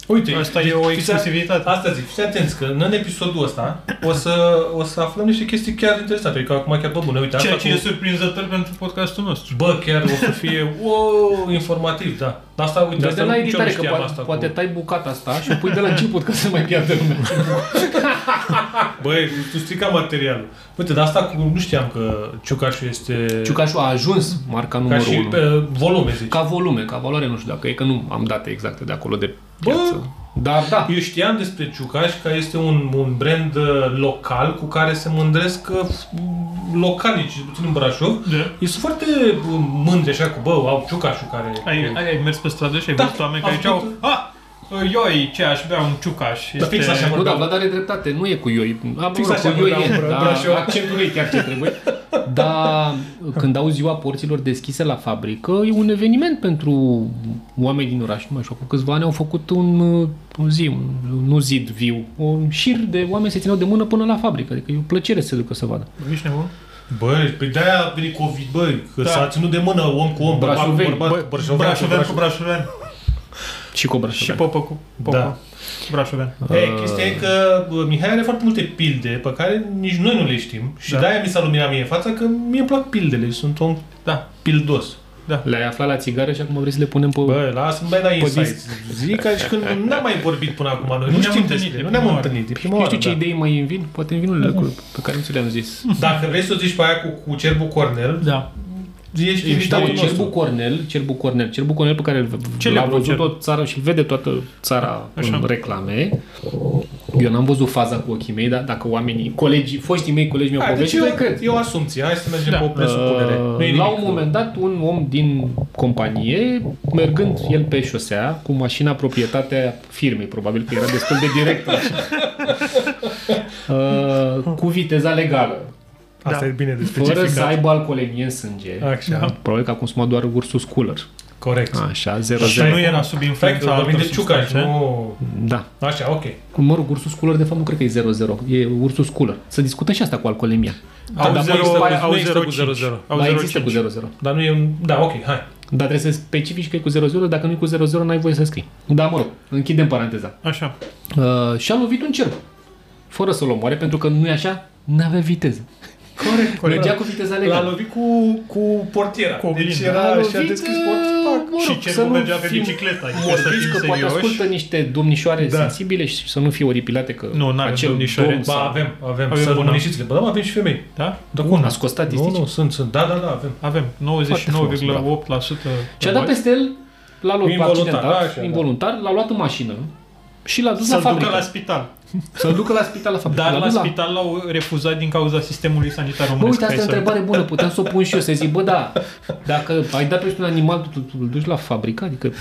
S2: Uite, deci
S1: Asta e o
S2: fiți atent-
S1: exclusivitate.
S2: Asta zic, fiți atenți că în episodul ăsta o să, o să aflăm niște chestii chiar interesante. Adică acum chiar pe bune, uite,
S1: Ceea
S2: asta
S1: ce e
S2: cu...
S1: surprinzător pentru podcastul nostru.
S2: Bă, chiar o să fie wow, informativ, da. Asta, uite,
S3: Dă de
S2: asta
S3: la
S2: nici eu nu
S3: editare, că
S2: știam asta
S3: poate, poate
S2: cu...
S3: tai bucata asta și o pui de la început ca să mai piardă lumea.
S2: Băi, tu strica materialul. Uite, dar asta cu... Nu știam că Ciucașul este...
S3: Ciucașul a ajuns marca
S2: Ca
S3: numărul
S2: și
S3: 1.
S2: pe volume, zici.
S3: Ca volume, ca valoare, nu știu dacă e, că nu am date exacte de acolo de
S2: Bă!
S3: piață. Dar da,
S2: Eu știam despre Ciucaș că este un, un brand uh, local cu care se mândresc uh, localii, cel puțin în Brașov.
S1: Da.
S2: Ei sunt foarte uh, mândri așa cu, bă, au Ciucașul care...
S1: Ai, ai, ai mers pe stradă și ai
S2: Mm. Da,
S1: văzut oameni care
S2: am
S1: ziceau
S2: făcut-
S1: Ah, ioi, ce aș bea un ciucaș.
S2: Da, fix așa, mă.
S3: nu,
S2: vorbeam.
S3: dar Vlad are dreptate, nu e cu ioi. A,
S2: Fix
S3: mă rog,
S2: așa
S3: cu ioi
S2: vorbeam,
S3: e,
S2: bra-
S3: dar
S2: Brașov.
S3: accentul nu e chiar ce trebuie. Dar când au ziua porților deschise la fabrică, e un eveniment pentru oameni din oraș. Nu mai știu, acum câțiva ani au făcut un, uh, un zi, un, nu zid viu, un șir de oameni se țineau de mână până la fabrică. Adică e o plăcere să se ducă să vadă.
S1: Ești nebun?
S2: Bă, pe de-aia a venit COVID, bă, că
S1: Da.
S2: s-a ținut de mână om cu om, bărbat cu
S3: Brașoveni.
S2: bărbat, cu brașovean cu
S1: Brașovean cu
S2: brașovean.
S1: brașovean.
S3: Și cu Brașov.
S1: Și popă cu popă.
S2: Da.
S1: Brașovean.
S2: Ei, chestia e că bă, Mihai are foarte multe pilde pe care nici noi nu le știm și
S1: Da.
S2: de-aia mi s-a luminat mie fața că mie îmi plac pildele, sunt un
S1: Da.
S2: pildos.
S3: Le-ai aflat la țigară și acum vrei să le punem pe...
S2: Bă, lasă-mi dai la insights.
S3: dis-
S2: Zic că și când n-am mai vorbit până acum noi, nu,
S1: Ne-am
S2: știm
S1: întâlnit
S2: despre,
S1: de
S2: nu ne-am
S1: prima oară.
S2: întâlnit, de prima
S3: nu
S2: oară,
S3: știu ce
S2: da.
S3: idei mai îmi vin, poate îmi vin unele lucruri pe care nu ți le-am zis.
S2: Dacă vrei să o zici pe aia cu, cu cerbul Cornel,
S1: Da.
S2: ești
S3: Da,
S2: invitatul
S3: mă,
S2: nostru.
S3: Cerbu Cornel, Cerbu Cornel, Cerbu Cornel pe care l a
S1: Celebrul
S3: văzut
S1: Cerbu.
S3: tot țara și îl vede toată țara
S1: Așa.
S3: Așa. în reclame. Eu n-am văzut faza cu ochii mei, dar dacă oamenii, colegii, foștii mei colegi mi-au
S2: Hai, deci
S3: povestit,
S2: eu,
S3: le cred.
S2: e o asumție, hai să mergem
S1: Da.
S2: pe o presupunere.
S3: Uh,
S2: Nu e
S3: La
S2: nimic.
S3: un moment dat, un om din companie, mergând el pe șosea, cu mașina proprietatea firmei, probabil că era destul de direct, așa, uh, cu viteza legală,
S2: Asta
S1: Da.
S2: e bine de
S3: Fără să
S2: specificat.
S3: aibă alcolemie în sânge.
S2: Așa.
S1: Da.
S3: Probabil că a consumat doar Ursus Cooler.
S2: Corect.
S3: Așa,
S1: Și
S3: 00.
S1: nu era sub
S2: Fact,
S1: influența
S2: vorbim
S1: altor
S2: de ciucaș,
S1: substanțe.
S2: nu...
S3: Da.
S2: Așa, ok.
S3: Cu mă rog, Ursus Cooler, de fapt, nu cred că e 00. E Ursus Cooler. Să discutăm și asta cu alcolemia.
S2: Au
S1: dar
S2: zero-
S1: există
S2: Da, nu
S1: cu-
S2: există
S1: au
S2: cu
S1: 0,5.
S2: 0,0.
S1: Au
S3: Dar există
S1: 0,5.
S3: cu 00.
S2: Dar nu e... un- Da, ok, hai.
S3: Dar trebuie să specifici că e cu 00, dacă nu e cu 00, n-ai voie să scrii. Dar mă rog, închidem paranteza.
S1: Așa.
S3: Uh, și-a lovit un cerb. Fără să-l omoare, pentru că nu e așa, n-avea viteză.
S1: Corect,
S3: Mergea cu viteza
S2: L-a
S3: legală.
S2: lovit cu, cu portiera.
S1: Cu
S2: deci
S1: oglindă.
S3: L-a
S2: era
S3: lovit,
S2: și a deschis portiera.
S3: uh,
S2: Pac.
S3: mă rog,
S1: și
S3: să
S1: cercul
S3: nu
S1: mergea pe
S3: fim
S1: bicicletă. Adică să
S3: Morbiși
S1: fim
S3: că poate
S1: serioși.
S3: ascultă niște domnișoare
S2: Da.
S3: sensibile și să nu fie oripilate că
S1: Nu, n-avem
S3: acel
S1: domnișoare.
S3: domn
S2: Ba,
S3: sau-
S2: avem, avem.
S1: Avem
S2: Să
S1: una.
S2: rămânișiți-le. Ba, da, mă, avem și femei.
S1: Da?
S2: Da, cum?
S3: A scos
S2: Nu,
S3: statistici.
S2: nu, sunt, sunt. Da, da, da, avem.
S1: Avem 99,8%
S3: Și a dat peste el, l-a luat
S2: Involuntar,
S3: involuntar,
S2: așa, da.
S3: accidentat, involuntar, l-a luat în mașină și l-a dus la
S1: Să-l ducă
S3: fabrică.
S1: la spital.
S3: Să-l ducă la spital la fabrică.
S1: Dar
S3: L-a
S1: la
S3: dus
S1: spital l-au refuzat din cauza sistemului sanitar
S3: Bă,
S1: românesc.
S3: uite, asta e
S1: hai
S3: o
S1: să-
S3: întrebare bună, puteam să o pun și eu, să zic, bă, da, dacă ai dat peste un animal, tu, tu îl duci la fabrică? Adică,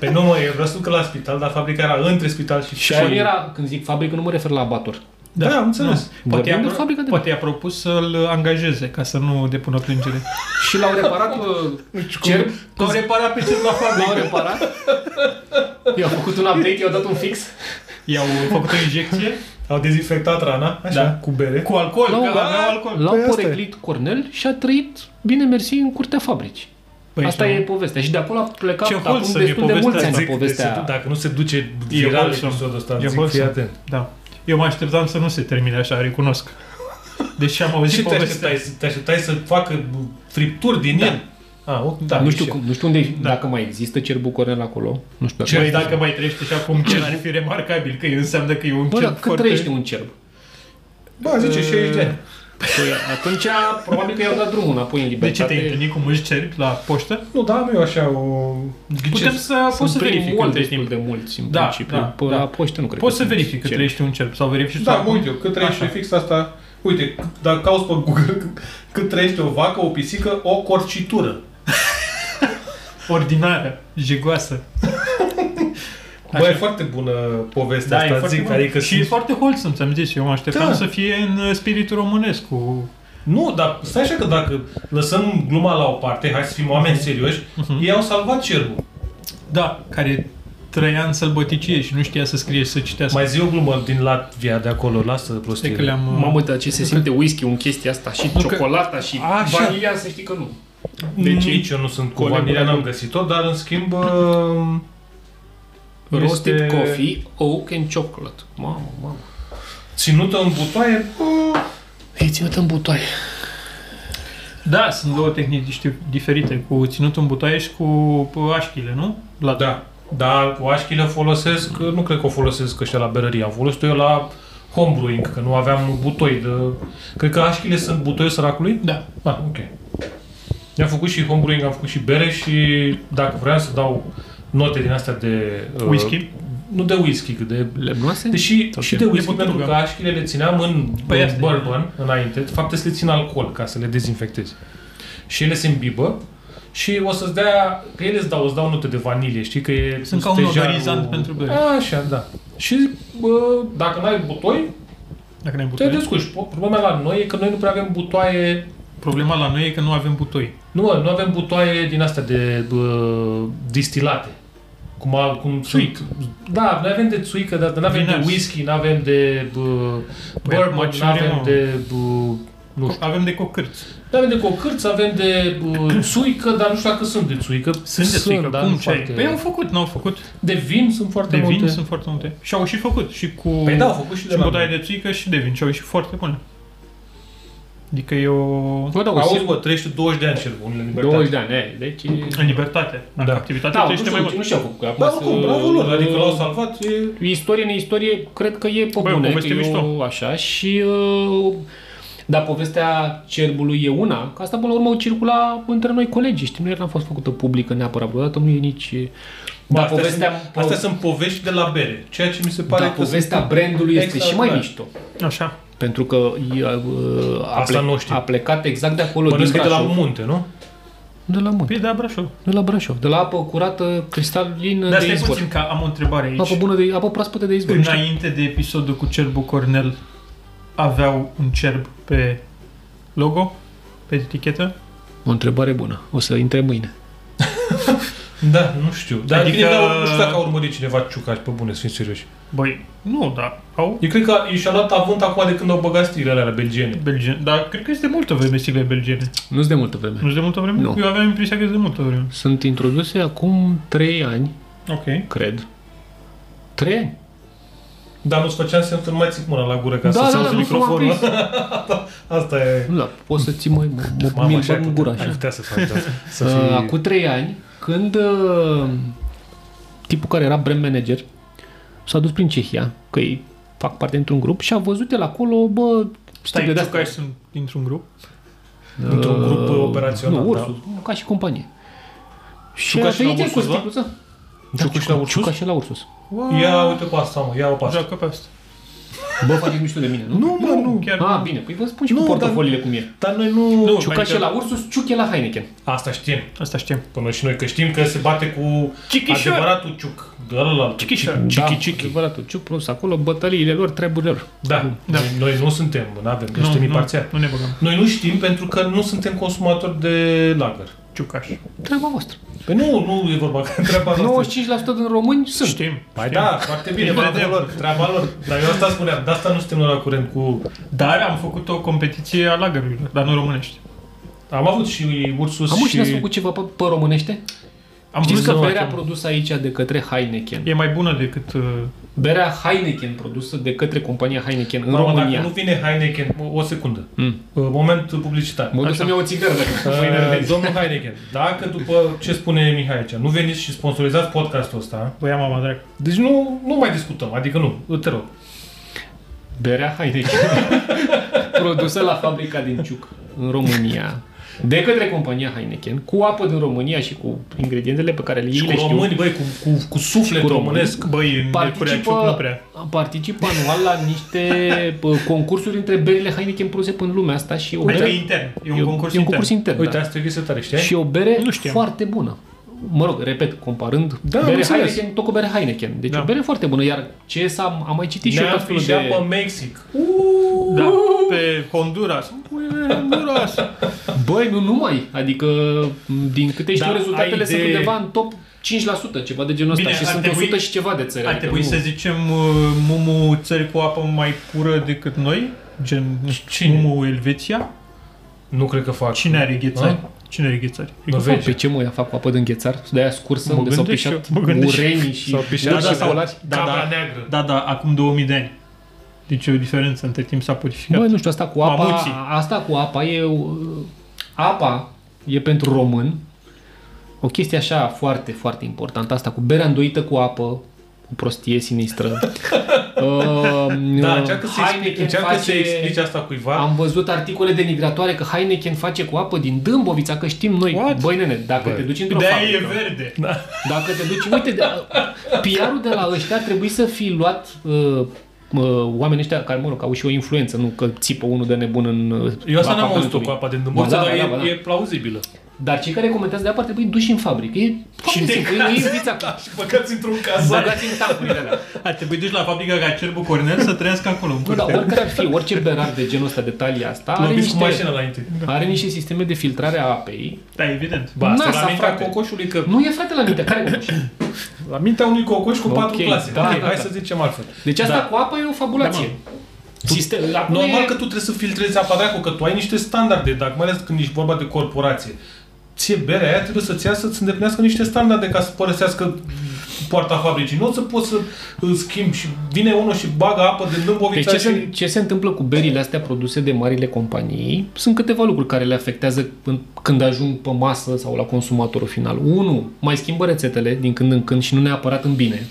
S2: Pe nu, mă, eu vreau să duc la spital, dar fabrica era între spital și...
S3: și nu era, când zic fabrică, nu mă refer la abator.
S2: Da, am înțeles.
S1: Poate
S3: Vorbim
S1: i-a,
S3: de
S1: pro-
S3: fabrică de-
S1: poate i-a propus să-l angajeze ca să nu depună plângere.
S3: Și l-au reparat bă,
S2: Deci
S3: cerb,
S1: Că au reparat pe cer la
S3: l-au
S1: fabrică.
S3: reparat, i-au făcut un update, i-au dat un fix.
S1: I-au făcut o injecție
S2: Au dezinfectat rana, așa,
S1: Da.
S2: cu bere.
S1: [laughs] cu alcool, că
S3: L-au,
S1: aveau alcool.
S3: l-au
S2: Păi asta e.
S3: poreclit Cornel și a trăit, bine mersi, în curtea fabricii.
S1: Păi,
S3: asta
S1: și-
S3: e povestea. Și de acolo a plecat
S1: Ce
S3: acum
S1: wholesome e
S3: destul de mulți
S1: povestea
S3: ani
S1: asta.
S2: Zic,
S3: povestea. Da,
S2: deci, dacă nu se duce
S1: E
S2: viral
S1: wholesome.
S2: episodul ăsta,
S1: E
S2: zic, fii
S1: wholesome.
S2: atent.
S1: Da. Eu mă așteptam să nu se termine așa, recunosc. Deci am auzit
S2: Și te
S1: povestea.
S2: așteptai, să- te așteptai să facă fripturi din
S3: Da.
S2: el? Ah, ok, da,
S3: nu, știu,
S2: mișe.
S3: cum- nu știu unde, dacă mai există cerbul Cornel acolo. Nu știu dacă
S1: Băi, dacă mai trăiește și acum, chiar ar fi remarcabil, că înseamnă că e un
S3: Bă,
S1: cer
S3: dar cât trăiește un cerb?
S2: Ba, zice 60 de ani.
S3: Păi, atunci, probabil că i-au dat drumul înapoi în
S1: De ce
S3: libertate.
S1: te-ai întâlnit cu mulți ceri la poștă?
S2: Nu, da, am eu așa o...
S1: Putem să,
S3: Sunt
S1: poți să verific
S3: mult,
S1: între
S3: destul
S1: timp.
S3: de mulți, în
S1: Da,
S3: principiu.
S1: da,
S3: Pă,
S1: da.
S3: La poștă nu cred
S1: Poți
S3: că
S1: să
S3: sunt
S1: verifici că
S3: cerbi.
S1: trăiești un cer sau verifici tu
S2: Da, mă
S1: acum.
S2: uite eu, cât trăiește
S1: Așa.
S2: fix asta... Uite, dacă cauți pe Google [laughs] cât- cât trăiește o vacă, o pisică, o corcitură.
S1: Ordinară, jegoasă.
S2: Bă, e foarte bună povestea
S1: Da, e
S2: asta,
S1: foarte
S2: zic,
S1: bun.
S2: adică
S1: și e
S2: sunt-
S1: foarte wholesome, ți-am zis. Eu mă așteptam
S2: Da.
S1: să fie în uh, spiritul românesc cu...
S2: Nu, dar stai așa că dacă lăsăm gluma la o parte, hai să fim oameni serioși,
S1: Mhm.
S2: ei au salvat cerbul.
S1: Da, care trăia în sălbăticie și nu știa să scrie și să citească.
S2: Mai zi o glumă din Latvia de acolo, lasă
S1: Știi că
S2: prostiile.
S1: le-am... uh,
S3: Mamă, dar ce se simte whisky în chestia asta și
S1: că-
S3: ciocolata și
S1: Așa.
S3: vanilia, să știi că nu.
S2: Deci nici eu nu sunt cu
S3: Colegul
S2: vanilia,
S3: meu.
S2: n-am găsit-o, dar în schimb... uh,
S3: Roasted
S2: este
S3: coffee, oak and chocolate. Mamă, mamă.
S2: Ținută în butoaie, uh,
S3: E ținut în butoaie.
S1: Da, sunt două tehnici știu, diferite, cu ținutul în butoaie și cu uh, așchile, nu? La
S2: Da, dar cu așchile folosesc, nu cred că o folosesc ăștia la berărie, am folosit-o eu la homebrewing, că nu aveam butoi de... Cred că așchile sunt butoiul săracului?
S1: Da.
S2: Ah, ok. I-am făcut și homebrewing, am făcut și bere și dacă vreau să dau note din astea de... uh,
S1: Whisky?
S2: Nu de whisky, cât de...
S3: Lemnoase?
S2: Deși
S3: Ok.
S2: și de whisky, pentru
S1: băutură.
S2: că așchile le țineam în
S1: Păi
S2: în
S1: asta e.
S2: bourbon înainte, de fapt să le țin alcool ca să le dezinfectezi. Și ele se imbibă și o să-ți dea, că ele îți dau, îți dau note de vanilie, știi că e
S1: Sunt ca un
S2: stejarul-
S1: odorizant pentru bere.
S2: Așa, da. Și bă, dacă n-ai butoi,
S1: Dacă ne-ai
S2: te
S1: butoaie.
S2: descurci. Po- Problema la noi e că noi nu prea avem butoaie
S1: Problema la noi e că nu avem butoi.
S2: nu, mă, nu avem butoaie din astea de bă, distilate. Cum, a, cum
S1: Țuic.
S2: Da, noi avem de țuică, dar nu avem de
S1: Vinaj.
S2: whisky, nu avem de bă,
S1: Păi
S2: bourbon,
S1: acum
S2: nu
S1: ce vrem,
S2: avem
S1: mă?
S2: de... Bă, nu știu.
S1: Avem de cocârți.
S2: Nu avem de cocârți, avem de bă, țuică, dar nu știu dacă sunt de țuică.
S1: Sunt de țuică,
S2: dar
S1: cum
S2: nu
S1: ce ai?
S2: foarte-
S1: Păi au făcut, n-au făcut.
S2: De vin sunt foarte
S1: De
S2: multe.
S1: vin sunt foarte multe. Și au și făcut. Și cu
S2: Păi da, au făcut și de
S1: și
S2: la
S1: bătaie
S2: noi.
S1: de țuică și de vin. Și au ieșit foarte bune. Adică e o...
S3: Bă, da, o
S2: Auzi,
S3: sim-
S2: bă, trăiește 20 de ani cel bun în libertate.
S3: 20 de ani, e, deci... e-
S1: În libertate. Dacă
S2: Da.
S1: activitatea
S3: Da, nu
S1: trăiește Deci mai
S3: știu,
S1: mult.
S3: nu știu acum. că acum
S2: Bă,
S3: să-
S2: Da, oricum, bravo lor, adică l-au salvat, e...
S3: Istorie neistorie, cred că e pe
S1: Băi, o
S3: bune,
S1: poveste
S3: că e o-
S1: mișto.
S3: așa și... uh, Dar povestea cerbului e una, că asta până la urmă o circula între noi colegi, știi, nu era n-a fost făcută publică neapărat vreodată, nu e nici...
S2: Bă,
S3: Dar
S2: astea
S3: povestea,
S2: sunt, astea sunt povești de la bere, ceea ce mi se pare Exact.
S3: dar
S2: că sunt
S3: povestea brandului este și mai
S2: extraordinar.
S3: mișto.
S1: Așa.
S3: Pentru că i- a, a,
S2: Asta
S3: plec-
S2: nu știu.
S3: a plecat exact de acolo,
S2: Bănuiesc
S3: din
S2: că de la
S3: Brașov.
S2: munte, nu?
S3: De la munte,
S1: Păi da, Brașov.
S3: de la Brașov, de la apă curată,
S1: Dar
S3: cristalină de
S1: Da, stai
S3: izvor.
S1: puțin că am o întrebare aici.
S3: Apă bună de apă proaspătă de izvor.
S1: Înainte de episodul cu cerbul Cornel, aveau un cerb pe logo pe etichetă?
S3: O întrebare bună. O să intre mâine.
S2: Da, nu știu. Dar
S1: Adică-
S2: adică... bine, dar nu știu dacă a urmărit cineva Ciucaș, pe bune, să fim serioși.
S1: Băi, nu, dar au
S2: Eu cred că i și-a luat avânt acum de când au băgat stilele alea belgiene.
S1: belgeni. Dar cred că este de multă vreme stilele belgene.
S3: Nu-s de multă vreme.
S1: Nu de multă vreme?
S3: Nu.
S1: Eu aveam impresia că este de multă vreme.
S3: Sunt introduse acum 3 ani,
S1: Ok.
S3: cred. 3 ani.
S2: Dar nu-ți făceam semn să nu mai țic mâna la gură ca
S3: Da,
S2: să
S3: da,
S2: se
S3: da,
S2: auzi
S3: nu că m-am
S2: microfonul. Asta e...
S3: Nu, da, poți să
S2: [laughs]
S3: ții mai
S2: Mamă,
S3: mi-l
S2: așa ai
S3: bag în gura
S2: putea- Ai
S3: așa.
S2: putea să faci asta. Să
S3: Uh,
S2: fii...
S3: Acum 3 ani, când uh, tipul care era brand manager s-a dus prin Cehia, că ei fac parte dintr-un grup și a văzut el acolo, bă,
S1: Stai,
S3: stilele de-astea.
S1: Ciucași sunt dintr-un grup?
S2: Într-un grup
S3: Uh,
S2: operațional,
S3: Nu,
S2: da.
S3: ursul, da. ca și companie. Și
S2: Ciuca
S3: a
S2: și la
S3: venit el cu
S2: Ursus, va?
S3: sticluța. Da,
S2: Ciuca și la Ursus?
S3: Ciuca și la Ursus.
S1: Wow.
S2: Ia uite pe asta, mă, ia o pe asta.
S1: Joacă pe asta.
S3: Bă, faceți mișto de mine, nu?
S2: Nu, mă, nu.
S1: Chiar
S3: Ah, bine, păi vă spun și
S2: Nu,
S3: cu
S2: dar-
S3: portofoliile cum e.
S2: Dar noi nu...
S1: Nu.
S3: Ciuca
S1: adică-
S3: și la Ursus, Ciuche la Heineken.
S2: Asta știm.
S1: Asta știm.
S2: Până și noi, că știm că se bate cu
S1: Chichișor.
S2: adevăratul ciuc. De ăla
S1: Chichișor.
S2: Cichi,
S3: da,
S2: cichi.
S3: Adevăratul, ciuc plus acolo, bătăliile lor, treburile lor.
S2: Da,
S1: Da.
S2: da. Noi nu suntem, nu avem, că suntem imparțiali.
S1: nu ne băgăm.
S2: Noi nu știm pentru că nu suntem consumatori de lager.
S1: Ciucaș.
S3: Treaba voastră.
S2: Păi nu, nu e vorba că treaba asta.
S3: 95% din români sunt.
S1: Știm.
S2: Păi da, foarte bine,
S1: Știm.
S2: treaba lor, treaba lor. Dar eu asta spuneam, de asta nu suntem noi la curent cu...
S1: Dar am făcut o competiție a lagărilor, dar nu românești.
S2: Am avut și Ursus
S3: Am și
S2: și...
S3: n-ați făcut ceva pe, pe românește?
S1: Am
S3: Știți
S1: vrut
S3: că
S1: să
S3: berea
S1: facem.
S3: produsă aici de către Heineken.
S1: E mai bună decât... uh,
S3: Berea Heineken produsă de către compania Heineken în
S2: Mamă, dacă
S3: România.
S2: nu vine Heineken, o, o secundă,
S3: Mm.
S2: Uh, moment publicitar.
S3: Mă duc să-mi iau o [laughs] țigară
S2: Uh,
S3: dacă mâine vezi.
S2: Domnul Heineken, dacă după ce spune Mihai aici, nu veniți și sponsorizați podcastul ăsta,
S1: Băi, ia mama drag.
S2: deci nu, nu mai discutăm, adică nu, te rog.
S3: Berea Heineken. [laughs] produsă la fabrica din Ciuc, în România. De către compania Heineken, cu apă din România și cu ingredientele pe care ei
S2: Și
S3: le
S2: cu
S3: știu.
S2: români, băi, cu, cu, cu suflet
S3: Cu români.
S2: românesc.
S1: Băi, în Mercurea Ciuc nu
S3: Participă,
S1: prea.
S3: participă anual la niște bă, concursuri între berile Heineken produse până în lumea asta și o
S1: Uite,
S3: bere...
S1: e intern. E un concurs
S3: e un concurs
S1: intern.
S3: intern.
S2: Uite,
S3: da.
S2: asta e o chestie tare, știi?
S3: Și o bere
S1: Nu știam.
S3: foarte bună. Mă rog, repet, comparând
S2: Da, am
S3: bere
S2: înțeles.
S3: Heineken, tot cu bere Heineken. Deci
S1: Da.
S3: da. o bere foarte bună. Iar ce s am, am mai citit și eu
S2: Ne-am
S3: tot felul
S2: fișat
S3: de...
S2: pe Mexic.
S1: Da, pe Honduras. Uite, Honduras.
S3: Băi, nu numai. Adică, m, din câte știu,
S2: Da,
S3: rezultatele
S2: ai
S3: sunt
S2: de-
S3: undeva în top 5%, ceva de genul ăsta.
S1: Bine,
S3: și
S1: ar
S3: sunt
S1: trebui-
S3: 100 și ceva de țări.
S1: Ar
S3: adică
S1: trebui
S3: nu-
S1: să zicem uh, mumu țări cu apă mai pură decât noi? Gen
S2: Cine?
S1: mumu Elveția?
S2: Nu cred că fac.
S1: Cine are ghețari?
S2: A?
S1: Cine are ghețari?
S2: Norvegia.
S3: Pe ce mă ia fac cu apă de înghețar? De aia scursă,
S1: Mă
S3: unde s-au
S1: gândesc și
S3: pișat
S1: eu, mă gândesc și eu.
S3: urenii și
S2: S-au pișat
S3: urși
S1: și
S3: și colați.
S1: Da,
S2: Cabra
S1: da.
S2: neagră.
S1: Da, da, acum 2000 de ani. Deci e o diferență între timp s-a purificat.
S3: Băi, nu știu, asta cu apa,
S1: Mamuții.
S3: asta cu apa e... uh, Apa e pentru român o chestie așa foarte, foarte importantă. Asta cu berea îndoită cu apă, o prostie
S1: [laughs]
S3: sinistră. uh,
S2: Da, încearcă să explici,
S3: Heineken
S2: încearcă să
S3: face-
S2: explici asta cuiva.
S3: Am văzut articole denigratoare că Heineken face cu apă din Dâmbovița, că știm noi.
S1: What?
S3: Băi, nene, dacă
S2: Băi.
S3: te duci într-o
S1: de
S3: fabrică...
S1: e verde.
S2: Da.
S3: Dacă te duci, uite, de, PR-ul de la ăștia trebuie să fi luat uh, uh, oamenii ăștia care, mă rog, au și o influență, nu că țipă unul de nebun în uh,
S2: Eu asta n-am auzit-o
S3: apartamentului.
S2: cu apa din Dâmbovița,
S3: Ba
S2: dar
S3: da,
S2: e,
S3: ba da, ba da.
S2: e
S3: [laughs]
S2: plauzibilă.
S3: Dar cei care comentează de apă trebuie duși în fabrică. E
S1: Și
S3: și
S1: de
S3: de simplu, îi inviți acolo.
S2: Și băgați într-un cazar.
S3: Băgați în tancurile alea.
S1: A trebuit duci la fabrica ca cerbul Cornel să trăiască acolo. în
S2: da,
S3: Nu, dar
S1: curte.
S3: oricare ar fi, orice berar de genul ăsta de talia asta are
S2: Loviți cu
S3: niște,
S2: mașina înainte.
S3: are niște sisteme de filtrare a apei.
S1: Da, evident.
S2: Ba, asta
S3: Nasa,
S2: la mintea
S3: frate.
S2: cocoșului că...
S3: Nu e frate la minte, care coș?
S2: La mintea unui cocoș cu
S3: Ok,
S2: patru clase.
S3: da,
S2: Ok,
S3: da,
S2: hai
S3: da.
S2: să zicem altfel.
S3: Deci asta
S2: Da.
S3: cu apa e o fabulație. Sistem, acum
S2: Normal
S3: e-
S2: că tu trebuie să filtrezi apa dracu, că tu ai niște standarde, dacă mai ales când ești vorba de corporație. Ție berea aia trebuie să-ți ia să-ți îndeplinească niște standarde ca să părăsească poarta fabricii. Nu o să poți să îl schimbi și vine unul și bagă apă din
S3: Deci
S2: Dâmbovița
S3: ce,
S2: și...
S3: se, ce se întâmplă cu berile astea produse de marile companii? Sunt câteva lucruri care le afectează în- când ajung pe masă sau la consumatorul final. Unu, mai schimbă rețetele din când în când și nu neapărat în bine.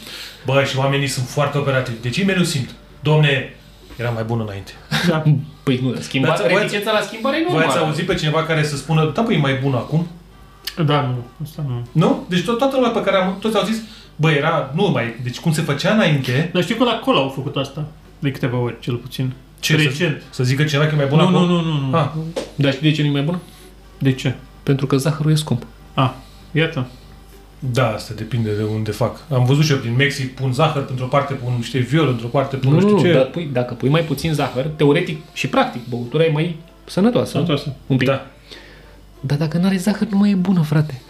S2: Bă, și oamenii sunt foarte operativi. Deci ei mereu simt. Domne, era mai bun înainte.
S1: Da.
S3: Păi nu, schimba,
S2: Dați- voi ați-
S3: reticența la schimbare e
S2: Voi ați
S3: normală.
S2: auzit pe cineva care să spună, da, păi e mai bun acum?
S1: Da, nu, asta nu.
S2: Nu? Deci tot, toată lumea pe care am... Toți au zis, bă, era... Nu mai... Deci cum se făcea înainte...
S1: Dar știu că la Cola au făcut asta. De câteva ori, cel puțin.
S2: să,
S1: Recent.
S2: să zică cineva că e mai bun
S1: Păi Nu,
S2: acum?
S1: nu, nu, nu, nu.
S2: Ah,
S3: Dar știi de ce nu e mai bună?
S1: De ce?
S3: Pentru că zahărul e scump.
S1: Ah, iată.
S2: Da, asta depinde de unde fac. Am văzut și eu prin Mexic, pun zahăr într-o parte, pun niște viol într-o parte, pun nu, da.
S3: Nu,
S2: știu
S3: nu,
S2: ce.
S3: dar pui, dacă pui mai puțin zahăr, teoretic și practic, băutura e mai Sănătoasă.
S1: Sănătoasă.
S3: Un pic.
S2: Da.
S3: Dar dacă n-are zahăr, nu mai e bună, frate.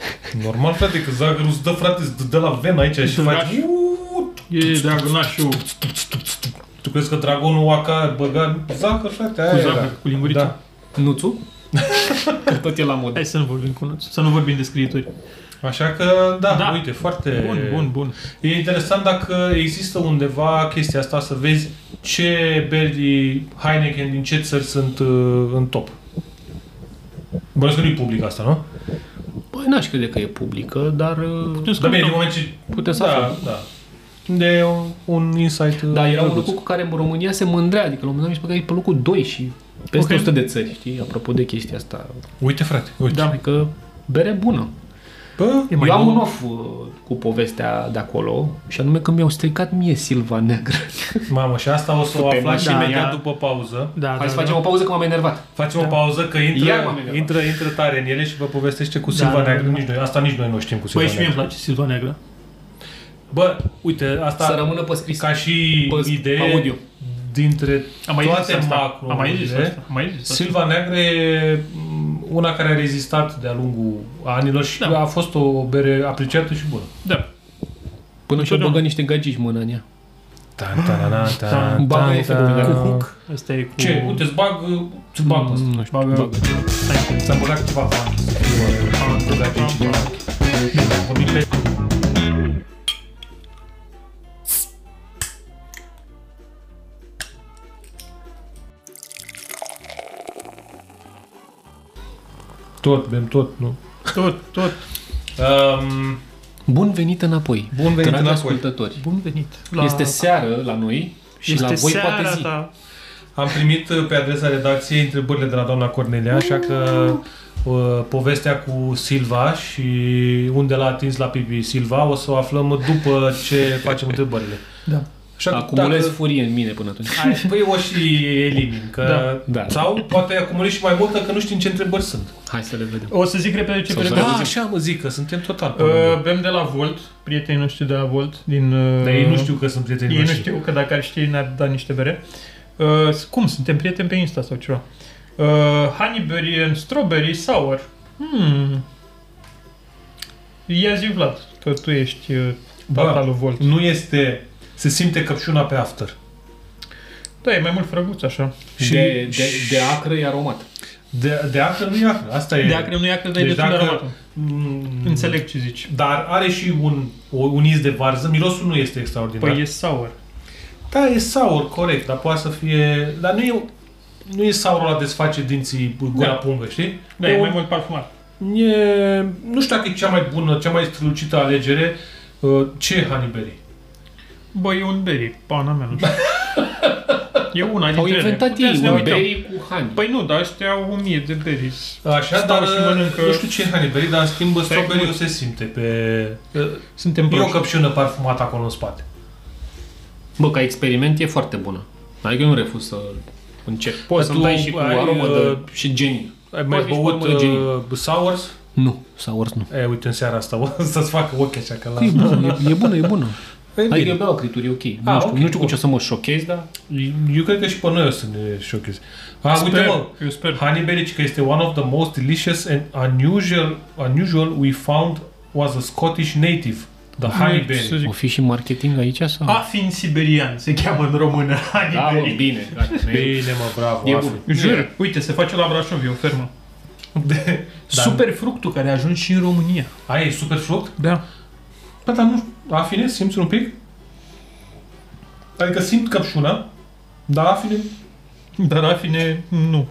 S2: Normal, frate, că zahărul îți dă, frate, îți dă la ven aici și
S1: Drag.
S2: faci... Uuu,
S1: E dragonașul
S2: Tu crezi că dragonul Waka băga zahăr,
S1: cu
S2: frate? Aia era.
S1: zahăr, cu lingurița.
S2: Da.
S3: Nuțu? [laughs] Că tot e la mod.
S1: Hai să nu vorbim cu nuți, să nu vorbim de scriitori.
S2: Așa că, da,
S1: Da.
S2: da. uite, foarte...
S1: Bun, bun, bun.
S2: E interesant dacă există undeva chestia asta să vezi ce beri Heineken din ce țări sunt uh, în top. Bănesc că nu-i public asta, nu?
S3: Băi, Păi n-aș crede că e publică, dar... uh,
S1: Putem să
S2: Dar bine,
S1: căutăm.
S2: din moment ce...
S3: Putem să
S2: Da,
S3: aflăm.
S2: da. De un insight uh,
S3: Da, era un
S2: drăguț.
S3: lucru cu care România se mândrea, adică la un moment dat mi se pare că e pe locul 2 și peste
S1: Ok.
S3: 100 de țări, știi? Apropo de chestia asta.
S2: Uite, frate, uite.
S3: Da. Adică bere bună.
S2: Bă,
S1: E mai
S3: Eu am
S1: nou.
S3: un of uh, cu povestea de acolo și anume că mi-au stricat mie silva neagră.
S2: mamă, și asta o să o
S3: Putem,
S2: afla și
S3: da,
S2: imediat
S3: ia.
S2: după pauză.
S1: Da,
S3: Hai
S1: da,
S3: să
S1: da.
S3: facem o pauză că m-am enervat.
S2: Facem o pauză că
S3: Ia,
S2: intră,
S3: mă, mine,
S2: intră, intră tare în ele și vă povestește cu Silva
S1: da, da.
S2: Neagră. Nici noi, asta nici noi nu știm cu Silva
S1: Băi, Păi și mie îmi
S2: Neagră.
S1: place Silva Neagră.
S2: Bă, uite, asta...
S3: Să rămână pe scris.
S2: Da. ca și
S3: Pe
S2: idee
S3: audio.
S2: dintre
S1: Am mai zis
S2: toate
S1: asta.
S2: macro
S1: Am mai zis asta. Am mai zis asta.
S2: Silva Neagră e m, una care a rezistat de-a lungul anilor și
S1: Da.
S2: a fost o bere apreciată și bună.
S1: Da.
S3: Până și-o
S1: Totdeauna.
S3: băgă niște gagici mână în ea.
S2: Tan, tan, tan, tan,
S3: Bagă
S2: tan,
S3: efectul
S2: tan.
S3: de
S2: Cu
S3: la-
S2: hook.
S1: Asta e cu...
S2: Ce? Uite, îți bag, uh, îți bag pe ăsta.
S3: Mm, Nu știu.
S1: Bagă...
S3: Bagă.
S1: Stai
S2: S-a băgat ceva pe ăsta. Am băgat aici ceva. Am vorbit pe- Tot, bem tot, nu?
S1: Tot, tot.
S2: Um,
S3: Bun venit înapoi.
S2: bun venit
S3: Dragi
S2: înapoi.
S3: ascultători.
S1: Bun venit.
S3: La... Este seară la noi și
S1: este
S3: la voi
S1: seara da.
S3: poate zi.
S1: Ta.
S2: Am primit uh, pe adresa redacției întrebările de la doamna Cornelia, așa că uh, povestea cu Silva și unde l-a atins la Pipi Silva o să o aflăm după ce facem întrebările.
S1: Da.
S2: Așa că
S3: Acumulez
S2: dacă-
S3: furie în mine până atunci.
S2: Ai, păi o și elimin, că...
S3: Da. Da.
S2: Sau poate acumulezi și mai multă, că nu știm ce întrebări sunt.
S3: Hai să le vedem.
S1: O să zic repede ce
S3: Sau
S1: părere
S3: să-
S1: am.
S2: Da, așa mă zic, că suntem total pe
S1: Uh,
S2: uh,
S1: Bem de la Volt, prietenii noștri de la Volt din... uh,
S2: Dar ei nu știu că sunt prietenii
S1: Ei nu
S2: noștri.
S1: știu, că dacă ar ști ne-ar da niște bere. Uh, cum, suntem prieteni pe Insta sau ceva? Uh, honeyberry and strawberry sour. Hmm. Ia zi, Vlad, că tu ești uh,
S2: Bă.
S1: tata lui Volt.
S2: Nu este... Se simte căpșuna pe after.
S1: Da, e mai mult frăguț, așa.
S2: Și
S3: de, de, de acră e aromat.
S2: de, de after nu e after. Asta e...
S1: De acre nu e acre, dar e
S2: Deci
S1: destul de
S2: dacă-
S1: aromată.
S2: Mm,
S1: Înțeleg ce zici.
S2: Dar are și un, o- un iz de varză. Mirosul nu este extraordinar.
S1: Păi e sour.
S2: Da, e sour, corect, dar poate să fie... Dar nu e, nu e sourul ăla de face dinții gura
S1: Da.
S2: da. pungă, știi?
S1: Da, e, mai mult parfumat.
S2: e, nu știu dacă e cea mai bună, cea mai strălucită alegere. Uh, Ce e honeyberry?
S1: Bă, e un berry, pana mea, nu [laughs] știu. E una
S3: Au
S1: dintre ele.
S3: inventat
S1: Putem
S3: ei
S1: să ne
S3: un
S1: uităm.
S3: berry cu hani.
S1: Păi nu, dar ăștia au o mie de berries.
S2: Așa,
S1: Stau
S2: dar
S1: și
S2: uh,
S1: mănâncă-
S2: nu știu ce e honeyberry, dar în schimb strawberry
S1: mult.
S2: se simte pe... uh,
S1: Suntem
S2: E o
S1: proști.
S2: căpșună parfumată acolo în spate.
S3: Bă, ca experiment e foarte bună. Adică eu nu refuz să încerc. Poți
S2: Dar
S3: să-mi
S2: tu
S3: dai și cu
S2: ai,
S3: aromă
S2: uh,
S3: de... și geni.
S2: Ai
S3: mai
S2: mai băut
S3: băut, uh,
S2: uh, sours?
S3: Nu, sau ors nu.
S2: E, uite, în seara asta o [laughs] să-ți facă ochi așa că la... Păi,
S3: E bună, e, e bună, e bună.
S2: E
S3: Adică
S2: bine.
S3: eu beau acrituri, e ok.
S2: Ah,
S3: nu, știu,
S2: ok,
S3: nu știu cu
S2: bun.
S3: ce o să mă șochez, dar...
S2: Eu cred că și pe noi o să ne șocheze. A,
S1: Sper,
S2: uite mă,
S1: eu sper.
S2: honey berry, că este one of the most delicious and unusual, unusual we found was a Scottish native, the honey
S1: Mm, Să
S2: berry.
S1: zic.
S3: O fi și marketing aici sau?
S1: Afin siberian se cheamă în română.
S3: Ah,
S1: [laughs]
S3: da, bă,
S1: Haniberi.
S3: bine. [laughs] gata, ne-
S2: Bine mă, bravo,
S3: E
S2: Afi.
S3: bun.
S1: Jur. Uite, se face la Brașov, e o fermă.
S2: De, dar-
S1: Super fructul care a ajuns și în România.
S2: Aia e super fruct?
S1: Da.
S2: Bă, dar nu, afine, simți un pic? Adică simt căpșuna, dar afine,
S1: Dar afine, nu.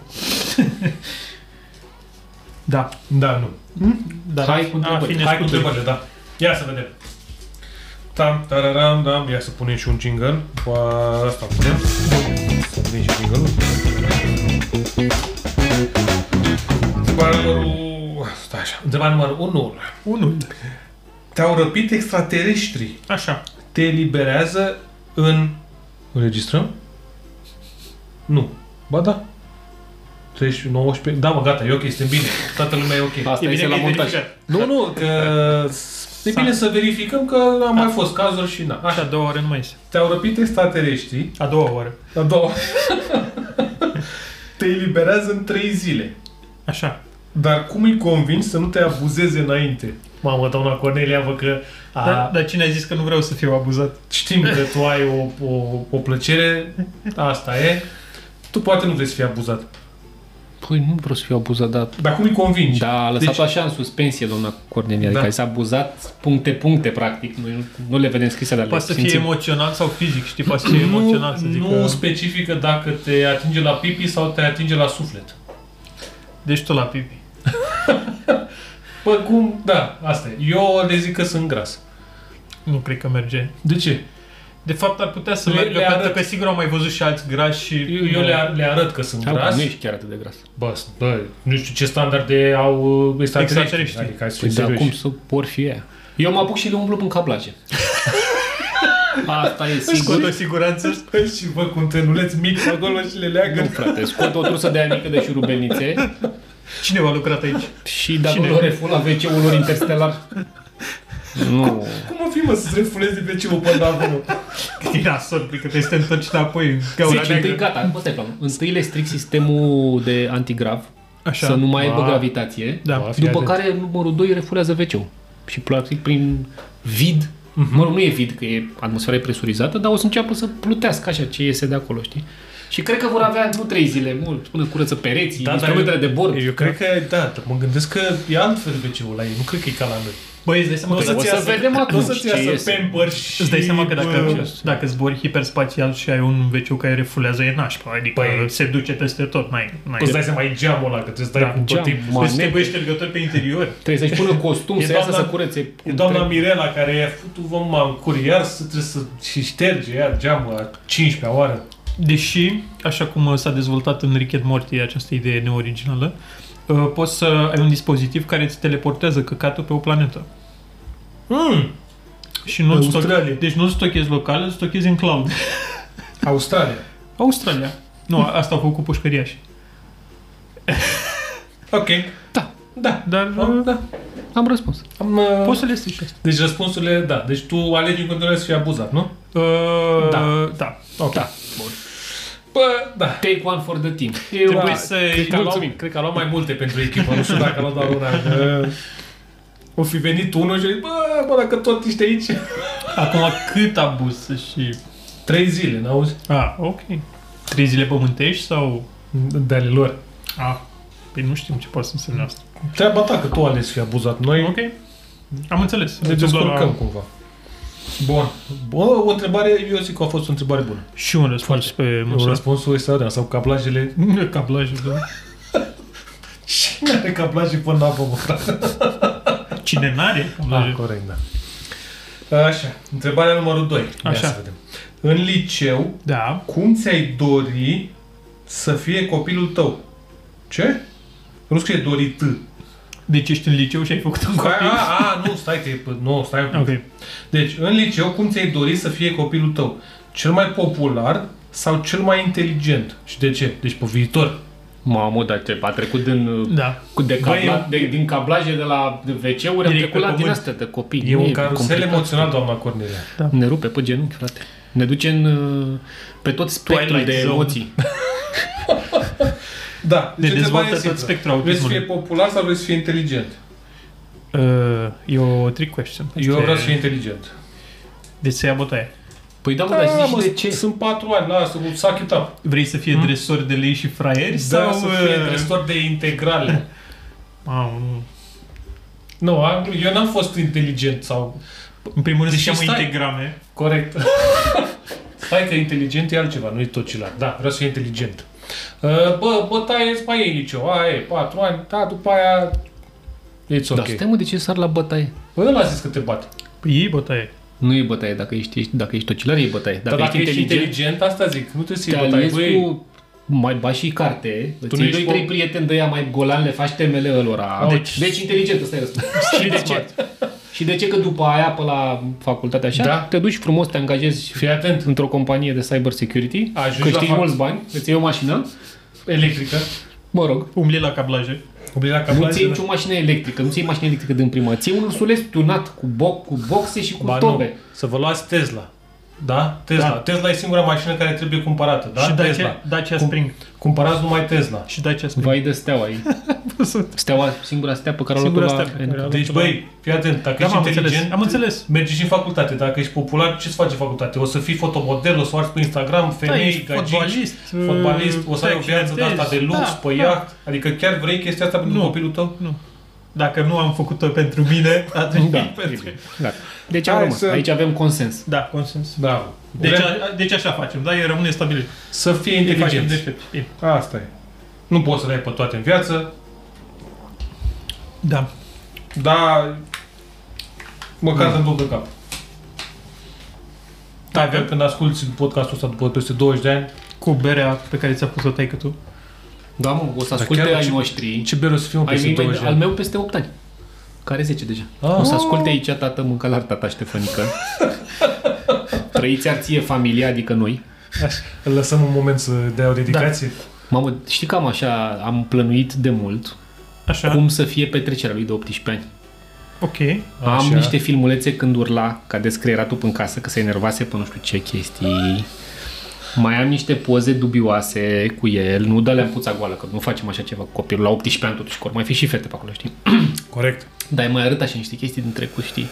S1: [laughs] da.
S2: da, nu.
S1: Dar
S3: Hai cu întrebări.
S1: afine
S2: Hai cu
S1: scuze.
S2: întrebările, da. Ia să vedem. Tam, tararam, dam. Ia să punem și un jingle. Cu asta punem. Să punem și jingle-ul. Întrebarea numărul... Stai așa. Întrebarea numărul 1.
S1: Unul.
S2: Te-au răpit extraterestri.
S1: Așa.
S2: Te eliberează în... Înregistrăm? Nu. Ba da. 13, 19... Da, mă, gata, e ok, suntem bine. Toată lumea e ok.
S3: Asta este la
S1: că e
S3: montaj.
S1: verificat.
S2: Nu, nu, că e bine să verificăm că am mai fost cazuri și na.
S1: Așa,
S2: Așa,
S1: a doua oară nu mai este.
S2: te-au răpit extraterestrii,
S1: A doua oară.
S2: a doua, te eliberează în 3 zile.
S1: Așa.
S2: Dar cum îi convingi să nu te abuzeze înainte? Da.
S4: Mamă, doamna Cornelia, vă că... A,
S1: Dar, dar cine a zis că nu vreau să fiu abuzat?
S2: Știm că tu ai o, o, o plăcere, asta e. Tu poate nu vrei să fii abuzat.
S3: Păi nu vreau să fiu abuzat, dar...
S2: Dar cum îi convingi?
S3: Da, a lăsat
S2: Deci-
S3: deci... așa în suspensie, doamna Cornelia. Adică
S2: Da.
S3: da. s-a abuzat puncte, puncte, practic. Noi nu, nu le vedem scrise, dar le
S1: Poate să fie
S3: simțim.
S1: emoțional sau fizic, știi? Poate să fie emoțional, să zic
S2: nu
S1: că...
S2: specifică dacă te atinge la pipi sau te atinge la suflet.
S1: Deci tu la pipi.
S2: Bă, cum? Da, asta e. Eu le zic că sunt gras.
S1: Nu cred că merge.
S2: De ce?
S1: De fapt, ar putea să
S2: Le-
S1: meargă,
S2: le
S1: pentru
S2: arăt.
S1: că sigur am mai văzut și alți grași și...
S2: Eu, eu
S1: Nu.
S2: le, ar- le arăt că sunt
S3: Hai, bă,
S2: gras.
S3: nu ești chiar atât de gras.
S2: Bă, s- bă, nu știu ce standarde au uh, extraterestri.
S1: Extraterestri.
S2: Adică, hai să
S3: Păi
S2: fim
S3: da,
S2: serioși.
S3: cum să por fi aia? Eu mă apuc și le umplu în caplace. [laughs] Asta e
S1: Scot o
S3: sigur.
S1: siguranță.
S2: Păi și vă cu un tănuleț mic acolo și le
S3: Nu,
S2: leagă.
S3: frate, scot o trusă de aia mică de șurubelnițe
S1: Cine v-a lucrat aici?
S3: și dacă
S1: Cine?
S3: lor reful la WC-ul lor interstelar. Nu.
S2: Cum o fi, mă, să-ți refulezi de pe ce mă până la bună?
S1: Din asol, cred că te este întorci înapoi în gaura
S3: Zici, întâi,
S1: neagră.
S3: gata, ăsta e planul. Întâi le stric sistemul de antigrav,
S1: Așa.
S3: să nu mai aibă
S2: Ah.
S3: gravitație.
S1: Da.
S2: Ba, fii
S3: După
S2: atent.
S3: care numărul 2 refulează WC-ul. Și practic prin vid,
S2: Mhm.
S3: mă rog, nu e vid, că e atmosfera e presurizată, dar o să înceapă să plutească așa ce iese de acolo, știi? Și cred că vor avea nu trei zile, mult, până curăță pereții, da, instrumentele de bord.
S2: Eu cred că, da, dar mă gândesc că e altfel wc ăla, e, nu cred că e ca la noi.
S1: Băi, îți dai seama
S3: O
S1: că...
S3: să vedem atunci
S2: o să-ți
S3: ce
S2: iasă
S3: iese.
S2: Pampers și...
S1: Îți dai seama că dacă,
S2: bă,
S1: dacă zbori hiperspațial și ai un veciu care refulează, e nașpa. Adică
S2: Păi-
S1: se duce peste tot. N-ai, n-ai.
S2: Îți dai seama, e geamul ăla, că trebuie să dai
S3: Da,
S2: cu tot
S3: geam,
S2: timpul.
S3: mă.
S1: Deci trebuie ștergători pe interior.
S3: Trebuie să-și pună costum,
S2: E
S3: să iasă
S2: doamna-
S3: să curețe.
S2: E doamna Mirela care i-a făcut vă mă în cur, iar să trebuie să și șterge iar geamul la 15 oară.
S1: Deși, așa cum uh, s-a dezvoltat în Rick and Morty această idee neoriginală, uh, poți să ai un dispozitiv care îți teleportează căcatul pe o planetă.
S2: Mm,
S1: Și nu
S2: Australia.
S1: stoc, deci nu stochezi local, îl stochezi în cloud.
S2: Australia.
S1: Australia. Nu, a- asta au făcut pușcăriași.
S2: Ok.
S3: Da.
S2: Da.
S1: Dar uh,
S2: Am, da.
S3: Am răspuns.
S2: Am, uh,
S1: poți să le strici asta.
S2: Deci răspunsurile, da. Deci tu alegi în continuare să fii abuzat, nu?
S1: Uh,
S2: Da.
S1: da.
S2: Ok.
S3: Da.
S2: Bă, da.
S3: Take one for the team.
S2: Eu,
S1: Trebuie
S2: da,
S1: să-
S2: cred, că a luat,
S3: Mulțumim.
S2: cred că a luat mai multe pentru echipă, nu știu dacă a luat doar una. că O fi venit unul și a zis, bă, bă, dacă tot ești aici.
S1: Acum cât abuz și...
S2: Trei zile, n-auzi?
S1: Ah, ok. Trei zile pământești sau...
S2: De ale lor.
S1: Ah, păi nu știm ce poate să însemne asta.
S2: Treaba ta că tu ales să fii abuzat. Noi
S1: Ok. Am înțeles.
S2: ne
S1: Deci
S2: descurcăm cumva. Bun. Bă, o întrebare, eu zic că a fost o întrebare bună.
S1: Și un răspuns pe
S2: Eu
S1: măsură.
S2: răspunsul este Adrian, sau cablajele.
S1: Cablajul, da.
S2: [laughs] Cine are cablaje până la apă, bă?
S1: Cine n-are
S2: Ah,
S1: cablaje?
S2: corect, da. Așa, întrebarea numărul 2.
S1: Așa.
S2: Să vedem. În liceu,
S1: Da.
S2: cum ți-ai dori să fie copilul tău? Ce? Nu scrie dorit.
S1: Deci ești în liceu și ai făcut un
S2: Stai,
S1: copil?
S2: Păi, a, a, nu, stai, te, nu, stai. un pic.
S1: Ok.
S2: Deci, în liceu, cum ți-ai dori să fie copilul tău? Cel mai popular sau cel mai inteligent? Și de ce? Deci pe viitor.
S3: Mamă, dar ce, a trecut din...
S1: Da.
S3: Cu de
S2: Băi,
S3: cabla, de, din cablaje de la WC-uri am
S1: Direct pe
S3: trecut la din
S1: pământ.
S3: astea de copii.
S2: E
S3: Nu
S2: un carusel
S3: complicat.
S2: emoțional, doamna Cornelia.
S3: Ne rupe pe genunchi, frate. Ne duce în, uh, pe tot spectrul
S1: Twilight
S3: de
S1: Zone.
S3: emoții.
S2: Da,
S1: Ne
S2: deci
S1: dezvoltă
S2: întrebarea e
S1: tot
S2: simplă.
S1: spectrul
S2: Vrei să fie
S1: autismului.
S2: popular sau vrei să fie inteligent?
S1: Uh, e o trick question.
S2: Eu
S1: Este-
S2: vreau să fiu inteligent.
S1: Deci să ia bătaie.
S3: Păi da, mă, dar zici
S2: mă,
S3: de ce?
S2: Sunt patru ani, lasă, s-a chitat.
S1: Vrei să fie dresori de lei și fraieri?
S2: Hmm? Da,
S1: sau,
S2: să fie
S1: uh,
S2: trestor de
S1: [laughs]
S2: integrale.
S1: Mamă, nu.
S2: Nu, am- eu n-am fost inteligent sau...
S1: În primul rând
S2: Deși
S1: se cheamă
S2: Deci stai.
S1: integrame.
S2: Corect. [laughs] Stai că inteligent e altceva, nu e tot cilat. Da, vreau să fiu inteligent. Uh, Bă, bătaie, îți mai e liceu. Aia e, patru ani, da, după aia... It's ok.
S3: Dar stai mă, de ce sar la bătaie?
S2: Bă, ăla a zis că te bate.
S1: Păi ei bătaie.
S3: Nu e bătaie, dacă ești, ești dacă ești tocilar, e bătaie. Dacă,
S2: Dar dacă
S3: ești inteligent,
S2: inteligent, asta zic, nu te
S3: te
S2: simți bătaie.
S3: aliezi
S2: Băi,
S3: cu mai bași și carte, îți
S2: nu
S3: iei
S2: ești
S3: doi, trei
S2: om.
S3: prieteni de ea mai golan, le faci temele ălora.
S1: Deci-
S3: Deci, deci inteligent, ăsta
S2: [laughs]
S3: e răspunsul. și de ce? Și de ce că după aia, pe la facultate așa,
S2: Da.
S3: te duci frumos, te angajezi
S2: fii atent.
S3: într-o companie de cyber security,
S2: Ajungi la
S3: câștigi
S2: fac-
S3: mulți bani, îți iei o mașină,
S2: Electrică.
S3: mă rog,
S1: Umbli la cablaje.
S2: Obligat
S3: nu ți iei
S2: ca
S3: nicio mașină electrică, nu ți iei mașină electrică din prima, ți iei un ursuleț tunat cu, boc, cu boxe și cu
S2: Ba nu,
S3: tobe.
S2: să vă luați Tesla. Da? Tesla.
S1: Da.
S2: Da. Tesla e singura mașină care trebuie cumpărată, da?
S1: și
S2: Tesla.
S1: Dacia, Dacia Spring.
S2: Cumpărați numai Tesla.
S1: Și Dacia Spring.
S3: Vai de steaua
S2: [laughs]
S3: ei.
S1: Sunt.
S3: Steaua, singura stea pe care o
S1: Singura
S3: luat la...
S1: stea pe care o-
S2: Deci, băi, fii atent, dacă
S1: Da,
S2: ești
S1: m-am înțeles.
S2: inteligent,
S1: Am înțeles.
S2: mergi și în facultate. Dacă ești popular, ce-ți face facultate? O să fii fotomodel, o să o arzi pe Instagram,
S1: Da,
S2: femei,
S1: ești
S2: gagici,
S1: fotbalist. uh, da,
S2: fotbalist, o să ai o
S1: te
S2: viață de asta de lux,
S1: accidentezi.
S2: pe iaht. Adică chiar vrei chestia asta pentru
S1: da. Nu.
S2: copilul tău?
S1: Dacă nu am făcut-o pentru
S2: [laughs]
S1: mine, atunci...
S3: Da,
S1: Da, pentru...
S3: Da. Deci am
S2: Hai
S3: rămas.
S2: să-
S3: Aici avem consens.
S1: da consens.
S2: Da.
S1: Deci,
S2: Vrem
S1: a, deci așa facem, da? Eu rămâne stabilit.
S2: să fie
S1: Ei facem
S2: inteligent.
S1: deștept. Bine.
S2: Asta e. Nu poți să le ai pe toate în viață,
S1: Da.
S2: dar măcar să-mi duc de cap. Da, avem când asculti podcastul ăsta după peste 20 de ani,
S1: Cu berea pe care ți-a pus-o taică tu.
S3: Da, mă, o să asculte
S2: chiar
S3: ai
S2: ce-
S3: noștri.
S2: ce bere o să fie un
S3: Ai
S2: peste
S3: mei,
S2: 20 de
S3: al
S2: ani?
S3: meu peste 8 ani. Care 10 deja.
S2: Ah.
S3: O să asculte aici tată mâncălar, tata
S2: [laughs]
S3: Ștefănică. Trăiți arție familia, adică noi.
S2: Îl lăsăm un moment să dea o dedicație.
S1: Da.
S3: Mamă, știi că am așa, am plănuit de mult
S1: Așa,
S3: cum să fie petrecerea lui de 18 ani.
S1: ok.
S3: Așa. Am
S2: Așa.
S3: niște filmulețe când urla, ca des că era tu în casă, că se enervase pe nu știu ce chestii. Mai am niște poze dubioase cu el, nu dă le-am puța goală, că nu facem așa ceva cu copilul la 18 ani totuși, că or mai fi și fete pe acolo, știi?
S2: Corect.
S3: Dar îi mai arăt așa niște chestii din trecut, știi?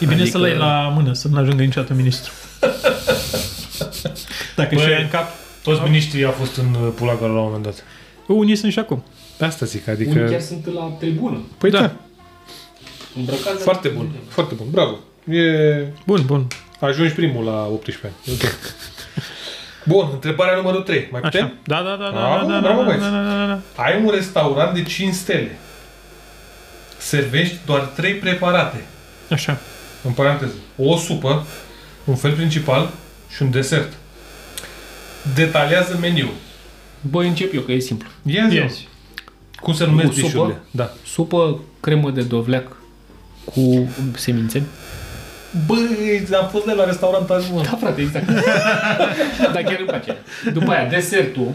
S1: E bine
S3: Adică-
S1: să-l ai la mână, să nu ajungă niciodată ministru. Dacă
S2: Băi.
S1: și ai în cap...
S2: Păi, Toți miniștrii au fost în uh, pula gol la un moment dat.
S1: Unii sunt și acum.
S2: De asta zic,
S3: Unii
S2: adică...
S3: chiar sunt la tribună,
S2: Păi da,
S3: îmbrăcați. la
S2: foarte
S3: tribună.
S2: bun, foarte bun, bravo. E...
S1: Bun, bun.
S2: Ajungi primul la 18 ani. Okay. [laughs] Bun, întrebarea numărul 3. Mai putem?
S1: Așa. Da, da, da, da,
S2: Bravo,
S1: da, da,
S2: bravo,
S1: da, da,
S2: băieți.
S1: da, da, da, da.
S2: Ai un restaurant de 5 stele. Servești doar 3 preparate.
S1: Așa.
S2: În paranteză. O supă, un fel principal și un desert. Detaliază meniul.
S3: Băi, încep eu, că e simplu.
S2: Ia zi
S1: Yes.
S2: Cum se numesc
S3: O supă?
S2: dișurile? Da.
S3: Supă, cremă de dovleac cu semințe.
S2: Băi, am fost la restaurant azi, mă.
S3: Da, frate, exact. [laughs] Dar chiar îmi place. După aia, desertul.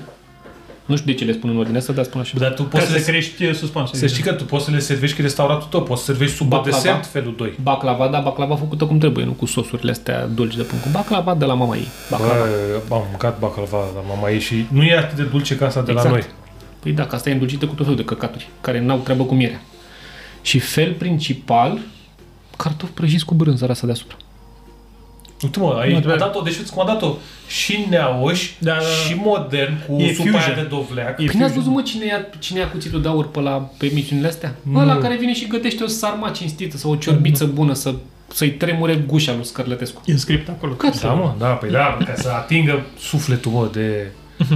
S3: Nu știu de ce le spun în ordine asta, dar spun așa.
S2: Dar tu
S1: Ca
S2: poți să,
S1: să
S2: le...
S1: crești eh, suspansul.
S2: Să știi că tu poți să le servești că e restaurantul tău, poți să servești sub
S3: Baklava.
S2: desert felul 2.
S3: Baclava, da, baclava făcută cum trebuie, nu cu sosurile astea dolci de pun. Cu baclava de la mama ei. Baclava.
S2: Bă, am mâncat bacalava la mama ei și nu e atât de dulce ca asta de la
S3: Exact.
S2: noi.
S3: Păi da, că asta e îndulcită cu tot felul de căcaturi, care n-au treabă cu mierea. Și fel principal, cartofi prăjiți cu brânză asta deasupra.
S2: Uite mă, ai
S1: da.
S2: a dat-o, deci uite cum a dat-o și neaoși,
S1: Da, da, da.
S2: și modern, cu
S1: E
S2: supa aia
S1: fusion.
S2: de dovleac.
S1: E
S3: Păi n-ați
S1: fusion.
S3: văzut, mă, cine ia, cine ia cuțitul de aur pe, la, pe emisiunile astea? Bă, la care vine și gătește o sarma cinstită sau o ciorbiță bună să, să-i tremure gușa lui Scărlătescu.
S1: E în script acolo.
S3: Gata.
S2: Da, mă, da, păi da, ca să atingă sufletul, mă, de...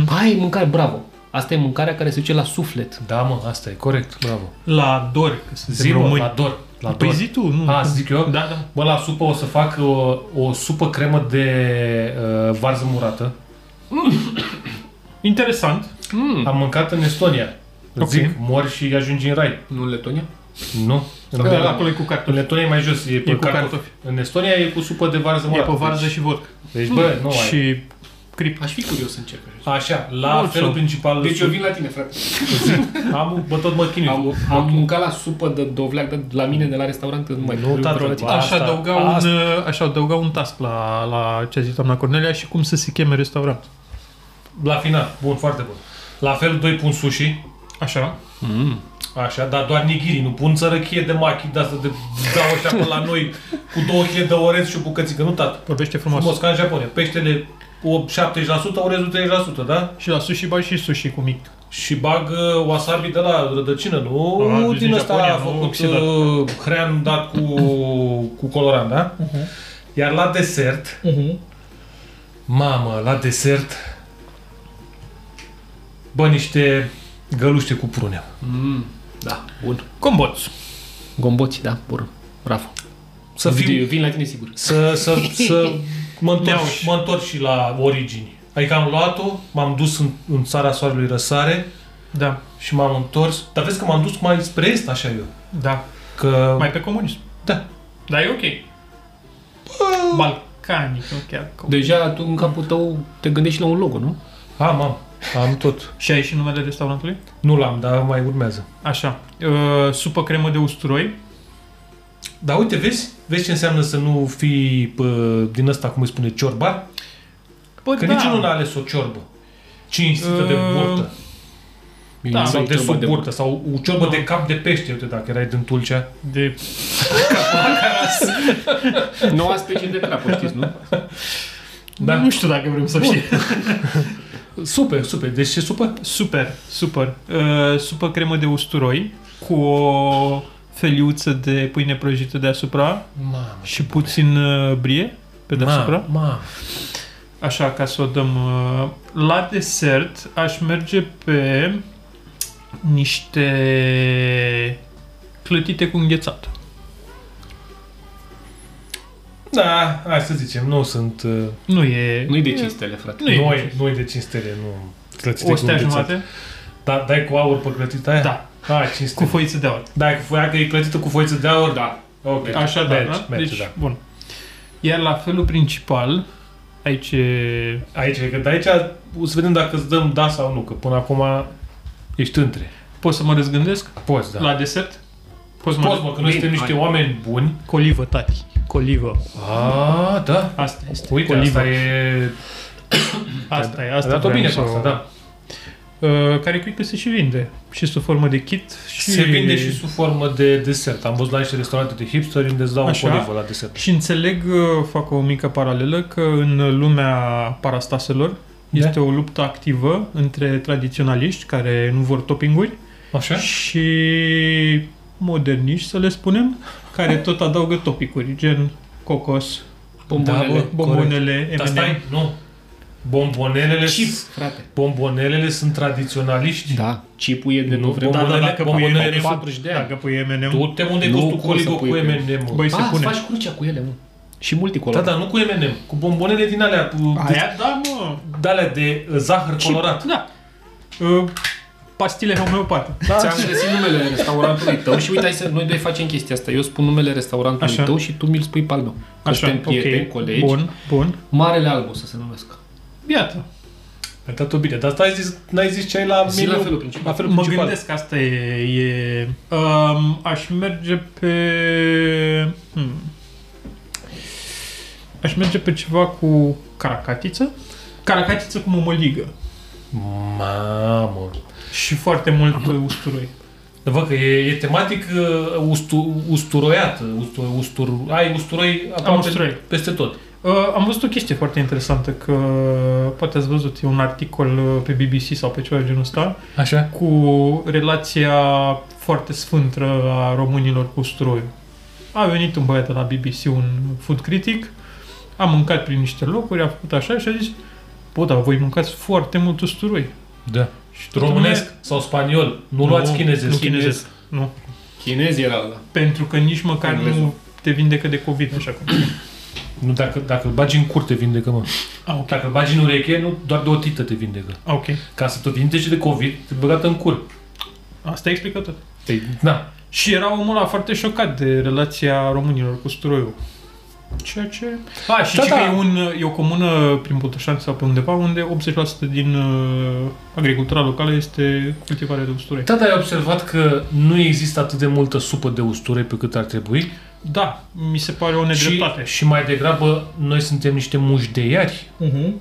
S3: Hai, mâncare, bravo! Asta e mâncarea care se duce la suflet.
S2: Da, mă, asta e corect, bravo.
S1: Păi La dor, că suntem
S2: Zi, mă,
S1: români.
S2: la dor, la
S1: Păi
S2: dor.
S1: zi tu, nu.
S2: A, zic eu?
S1: Da, da.
S2: Bă, la supă o să fac o, o supă cremă de uh, varză murată.
S1: Interesant.
S3: Mm.
S2: Am mâncat în Estonia.
S1: Ok.
S2: Okay. Zic, mori și ajungi în rai.
S3: Nu în Letonia?
S2: Nu. În,
S1: Da,
S2: Letonia-
S1: acolo e cu
S2: în
S1: cartofi.
S2: Letonia e mai jos, e pe
S1: cu
S2: cartofi.
S1: cartofi.
S2: În Estonia e cu supă de varză
S1: E
S2: murată.
S1: pe varză
S2: deci,
S1: și vodka.
S2: deci, bă, nu ai.
S1: Și crip.
S3: Aș fi curios să încep. așa.
S2: Așa, la
S1: Mult
S2: felul
S1: sau-
S2: principal.
S3: Deci eu vin la tine, frate.
S2: Am, bă, tot mă chinui.
S3: Am, am mâncat la supă de dovleac de la mine de la restaurant în mai
S2: Nu, tată,
S3: Probabil.
S2: ba.
S1: Aș
S2: Asta-
S1: adăuga,
S2: asta-
S1: un, uh, aș adăuga un task la, la ce a zis doamna Cornelia și cum să se cheme restaurant.
S2: La final, bun, foarte bun. La fel, doi pun sushi.
S1: Așa.
S2: Așa, dar doar nigiri, nu pun țărăchie de machi, de asta de dau așa pe la noi cu două kg de orez și o bucățică. Nu, tată.
S1: Vorbește frumos.
S2: Frumos, ca în Japonia. Peștele o- 70%, orezul 30%, da?
S1: Și la sushi bagi și sushi cu mic.
S2: Și bag uh, wasabi de la rădăcină, nu?
S1: Ah, deci
S2: din
S1: din
S2: ăsta
S1: Japonia,
S2: a
S1: nu
S2: făcut
S1: oxidat.
S2: uh, hrean dat cu, cu colorant, da?
S1: Mhm.
S2: Iar la desert,
S1: Uh-huh.
S2: Mamă, la desert Bă, niște găluște cu prune.
S3: Mm. Da, bun.
S1: Comboț.
S3: Gomboți, da, bun. Bravo.
S2: Să
S3: Eu
S2: fiu,
S3: vin la tine sigur.
S2: să, să, să
S1: [laughs]
S2: mă, întorc,
S1: Neauș.
S2: mă întorc și la origini. Adică am luat-o, m-am dus în, în țara soarelui răsare
S1: Da,
S2: și m-am întors. Dar vezi că m-am dus mai spre est, așa eu.
S1: da.
S2: Că...
S1: Mai pe comunism.
S2: Da.
S1: Dar e ok. Balcanic, nu chiar. Comunism.
S3: Deja tu în capul tău te gândești și la un logo, nu?
S2: Am, am. Am tot.
S1: Și ai și numele restaurantului?
S2: Nu l-am, dar mai urmează.
S1: Așa. Uh, supă cremă de usturoi.
S2: Dar uite, vezi? Vezi ce înseamnă să nu fii pă, din ăsta, cum îi spune, ciorbar?
S1: Bă,
S2: Că da. nici nu n-a ales o ciorbă cinstită de
S1: Uh,
S2: burtă.
S3: Eu
S2: Da,
S3: nu
S2: sau
S3: zic
S2: de
S3: ciorbă
S2: sub
S3: burtă.
S2: burtă, sau o ciorbă de cap de pește, uite, dacă erai din Tulcea.
S1: De...
S3: Noua specie de crapă, știți, nu?
S1: Da. Nu știu dacă vrem să știm.
S2: Super, super. Deci ce supă?
S1: Super, super. Uh, supă cremă de usturoi cu o feliuță de pâine prăjită deasupra
S2: Mamă.
S1: și puțin uh, brie pe deasupra.
S2: Mamă, mamă.
S1: Așa, ca să o dăm... uh, La desert aș merge pe niște clătite cu înghețat.
S2: Da, hai să zicem, nu sunt... Uh,
S1: Nu e...
S3: Nu-i de cinstele, frate.
S1: Nu e
S2: noi, noi de cinstele, nu... Clătite
S1: o stea
S2: înghețat. [laughs]
S1: jumate?
S2: Da, dai cu aur pe clătita aia?
S1: Da.
S2: Da, cinste.
S1: Cu foiță de aur.
S2: Da, cu foia, că e clătită cu foiță de aur, da. Ok.
S1: Așa, da,
S2: merge,
S1: da?
S2: merge,
S1: deci,
S2: da.
S1: bun. Iar la felul principal, aici e...
S2: Aici, că de aici o să vedem dacă îți dăm da sau nu, că până acum ești între.
S1: Pot să mă răzgândesc?
S2: Poți, da.
S1: La desert? Poți să mă
S2: Poți, mă, că noi
S3: Bine,
S2: suntem niște
S3: hai.
S2: oameni buni.
S1: Colivă, tati. Colivă.
S2: A, da.
S1: Asta este.
S2: Uite,
S1: colivă.
S2: asta e...
S1: Asta e,
S2: A
S1: asta
S2: dat-o
S1: vreau
S2: bine
S1: să
S2: pe asta,
S1: o-
S2: da.
S1: Uh, care cred că se și vinde. Și sub formă de kit și...
S2: Se vinde și sub formă de desert. Am văzut la niște restaurante de hipsteri unde îți dau
S1: Așa.
S2: un colivă la desert.
S1: Și înțeleg, uh, fac o mică paralelă, că în lumea parastaselor
S2: Da.
S1: este o luptă activă între tradiționaliști care nu vor toppinguri
S2: Așa?
S1: și moderniști, să le spunem, care tot adaugă topicuri, gen cocos, da,
S3: Bombonele.
S1: bombonele,
S2: Dar
S1: M&M.
S2: stai, nu. Bombonelele,
S3: Chip, frate.
S2: bombonelele sunt tradiționaliști.
S3: Da, chipul e de
S2: Nu,
S3: vreme.
S2: bombonele-
S1: Da, da, dacă pui
S2: bombonele
S1: M&M,
S3: 40 de ani.
S1: Dacă pui M&M,
S2: Tu te unde ai
S3: Nu,
S2: pus tu
S3: cum să
S2: colibă cu
S3: pui pe-
S2: M&M? mă?
S1: băi, se
S3: A,
S1: pune.
S3: îți faci crucea cu ele, mă. Și
S2: Da,
S3: multicolor.
S2: da, nu cu M&M, cu bombonele din alea, cu de,
S1: Aia, da, mă.
S2: de alea de uh, zahăr colorat.
S1: Da. Uh, pastile homeopate.
S3: Ți-am găsit numele restaurantului tău și uite, hai să noi doi facem chestia asta. Eu spun numele restaurantului
S1: Așa.
S3: tău și tu mi-l spui pe al meu. Că Suntem prieteni, colegi.
S1: Bun, bun.
S3: Marele Albu să se numesc.
S1: Iată.
S2: Ai dat-o bine, dar asta ai zis, n-ai zis ce ai la
S3: Zi la
S2: meniu-
S3: felul principal.
S2: La felul
S1: Mă
S2: principal.
S1: gândesc că asta e... e um, aș merge pe... Hmm. Aș merge pe ceva cu caracatiță. Caracatiță cu mămăligă.
S2: Mamă.
S1: Și foarte mult usturoi.
S2: Dar văd că e, e tematic uh, ustu, usturoiat. uh, Ustu, ustur, ai usturoi aproape
S1: usturoi.
S2: peste tot.
S1: Uh, am văzut o chestie foarte interesantă, că uh, poate ați văzut, e un articol uh, pe BBC sau pe ceva de genul ăsta,
S2: Așa?
S1: cu relația foarte sfântă a românilor cu usturoiul. A venit un băiat de la BBC, un food critic, a mâncat prin niște locuri, a făcut așa și a zis Bă, dar voi mâncați foarte mult usturoi.
S2: Da.
S1: Și toată
S2: Românesc
S1: lumea-
S2: sau spaniol. Nu, luați chinezesc.
S1: Nu chinezesc. Nu.
S3: Chinez era ăla.
S1: Pentru că nici măcar
S3: Engleză.
S1: nu te vindecă de COVID, așa cum.
S2: Nu, dacă, dacă îl bagi în curte, vindecă, mă.
S1: Ah, ok.
S2: Dacă îl bagi în ureche, nu, doar de o tită te vindecă.
S1: Ah, ok.
S2: Ca să te vindeci de COVID, te băgat în cur.
S1: Asta explică tot.
S2: Te, na,
S1: Și era omul ăla foarte șocat de relația românilor cu usturoiul. Ceea ce... A, și
S2: Da,
S1: da, da.
S2: da.
S1: că e, un, e o comună prin Botoșani sau pe undeva unde 80% din uh, agricultura locală este cultivare de usturoi.
S2: Da, dar ai observat că nu există atât de multă supă de usturoi pe cât ar trebui
S1: Da, mi se pare o
S2: și,
S1: nedreptate. Și...
S2: și mai degrabă noi suntem niște mușdeiari
S1: Uh-huh.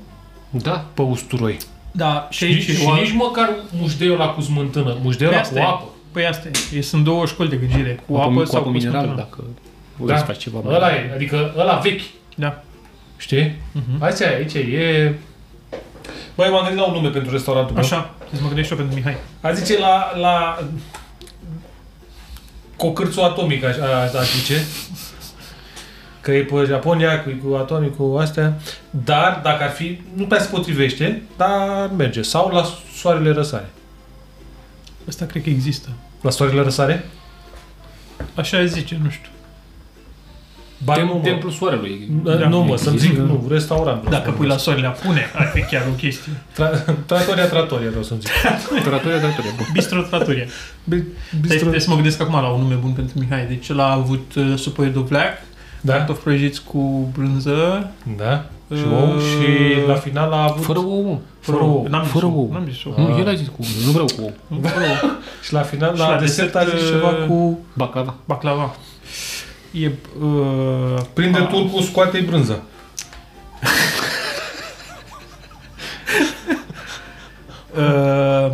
S3: Da.
S2: pe usturoi.
S1: Da, și
S2: Și,
S1: aici...
S2: și
S1: o-
S2: nici măcar mușdeiul ăla cu smântână, mușdeiul ăla cu
S1: Asta e.
S2: apă.
S1: Păi asta e. e. Sunt două școli de gândire. Cu apă,
S3: cu
S1: sau
S3: apă
S1: cu
S3: minerală,
S1: da.
S3: dacă vreți să faci ceva mai
S2: ăla e, adică ăla vechi,
S1: da.
S2: știi?
S1: Mhm.
S2: Asta e, aici e... Băi, m-am gândit la un nume pentru restaurantul meu.
S1: Așa, să mă gândesc și eu pentru Mihai.
S2: A zice la... la... Cocârțul atomic, aș, a- aș zice. Că e pe Japonia, cu, cu atomicul, astea. Dar, dacă ar fi, nu prea se potrivește, dar merge. Sau la soarele răsare.
S1: Asta cred că există.
S2: La soarele răsare?
S1: Așa zice, nu știu.
S2: Ba,
S3: Tem-
S2: nu, mă.
S3: Templul Soarelui.
S2: Da, nu, mă, să-mi zic,
S3: Există.
S2: nu, restaurant. vreau
S1: Dacă
S2: să-mi
S1: pui la
S2: zic.
S1: soarele apune, ar fi chiar o chestie.
S2: Tra- Tratoria, tratoria, vreau să-mi zic.
S3: Tratoria, tratoria, bun.
S1: Bistro Trattoria. Bistro...
S2: Bistro-
S1: Trebuie să mă gândesc acum la un nume bun pentru Mihai. Deci el a avut uh, supă de black,
S2: Da?
S1: cartofi prăjiți cu brânză,
S2: Da? Și ou și la final a avut...
S3: Fără ouă.
S2: Fără ou.
S1: N-am
S3: Fără
S1: zis ou.
S3: ou.
S1: N-am zis ou.
S3: Nu, el a zis cu ouă. Nu vreau cu ouă.
S1: Fără ou.
S2: Și la final,
S1: Și
S2: la,
S1: la
S2: desert, a
S1: desert,
S2: zis
S1: uh,
S2: ceva cu...
S3: Baclava.
S1: Baclava. e... Uh,
S2: Prinde turcul, scoate-i brânza.
S1: uh,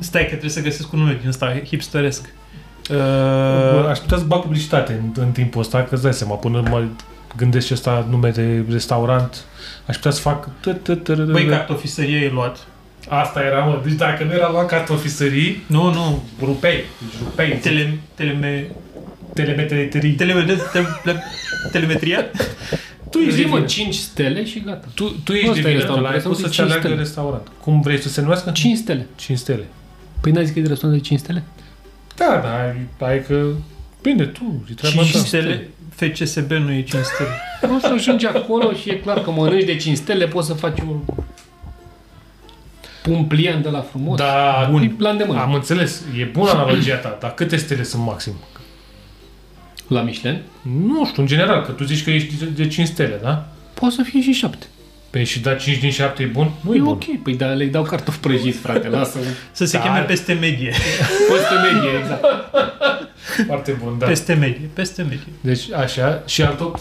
S1: stai că trebuie să găsesc un nume din ăsta hipsteresc.
S2: Uh,
S1: Uh,
S2: Aș putea să bag publicitate în, în timpul ăsta, că îți dai seama, până mă gândesc ce ăsta nume de restaurant, aș putea să fac...
S1: băi, cartofiserie e luat.
S2: Asta era, mă. Deci dacă nu era luat cartofisării,
S1: Nu, nu.
S2: rupei. Deci rupei.
S1: Tele, teleme,
S2: telemeterii.
S1: teleme, tele, telemetria?
S2: tu ești
S3: Zi,
S2: din
S3: mă,
S2: vină.
S3: 5 stele și gata.
S2: Tu, tu ești
S3: Ăsta
S2: din
S3: e
S2: vină,
S3: restaurant,
S2: ăla ai
S3: trebuie
S2: pus
S3: să
S2: să-ți
S3: fie cinci
S2: aleagă
S3: stele.
S2: restaurant. Cum vrei să se numească?
S3: 5 stele.
S2: 5 stele.
S3: Păi n-ai zis că e de restaurant de 5 stele?
S2: Da, da, ai, ai că... Bine, tu, e treaba
S1: 5
S2: ta.
S1: stele, FCSB nu e 5 stele.
S3: Nu știu, ajungi acolo și e clar că mănânci de 5 stele, poți să faci un un pliant de la frumos.
S2: Da,
S3: Bun.
S2: bun.
S3: E la îndemână.
S2: Am înțeles, e bună analogia ta, dar câte stele sunt maxim?
S3: La Michelin
S2: Nu știu, în general, că tu zici că ești de 5 stele, da?
S3: poate să fie și 7.
S2: Păi și da 5 din 7 e bun? Nu
S3: E
S2: e bun.
S3: ok, păi da, le dau cartofi prăjiți, frate, lasă
S1: Să se
S2: Da.
S1: cheme peste medie.
S3: Peste medie, exact.
S2: [laughs] Foarte bun, da.
S1: Peste medie, peste medie.
S2: Deci așa, și al tot...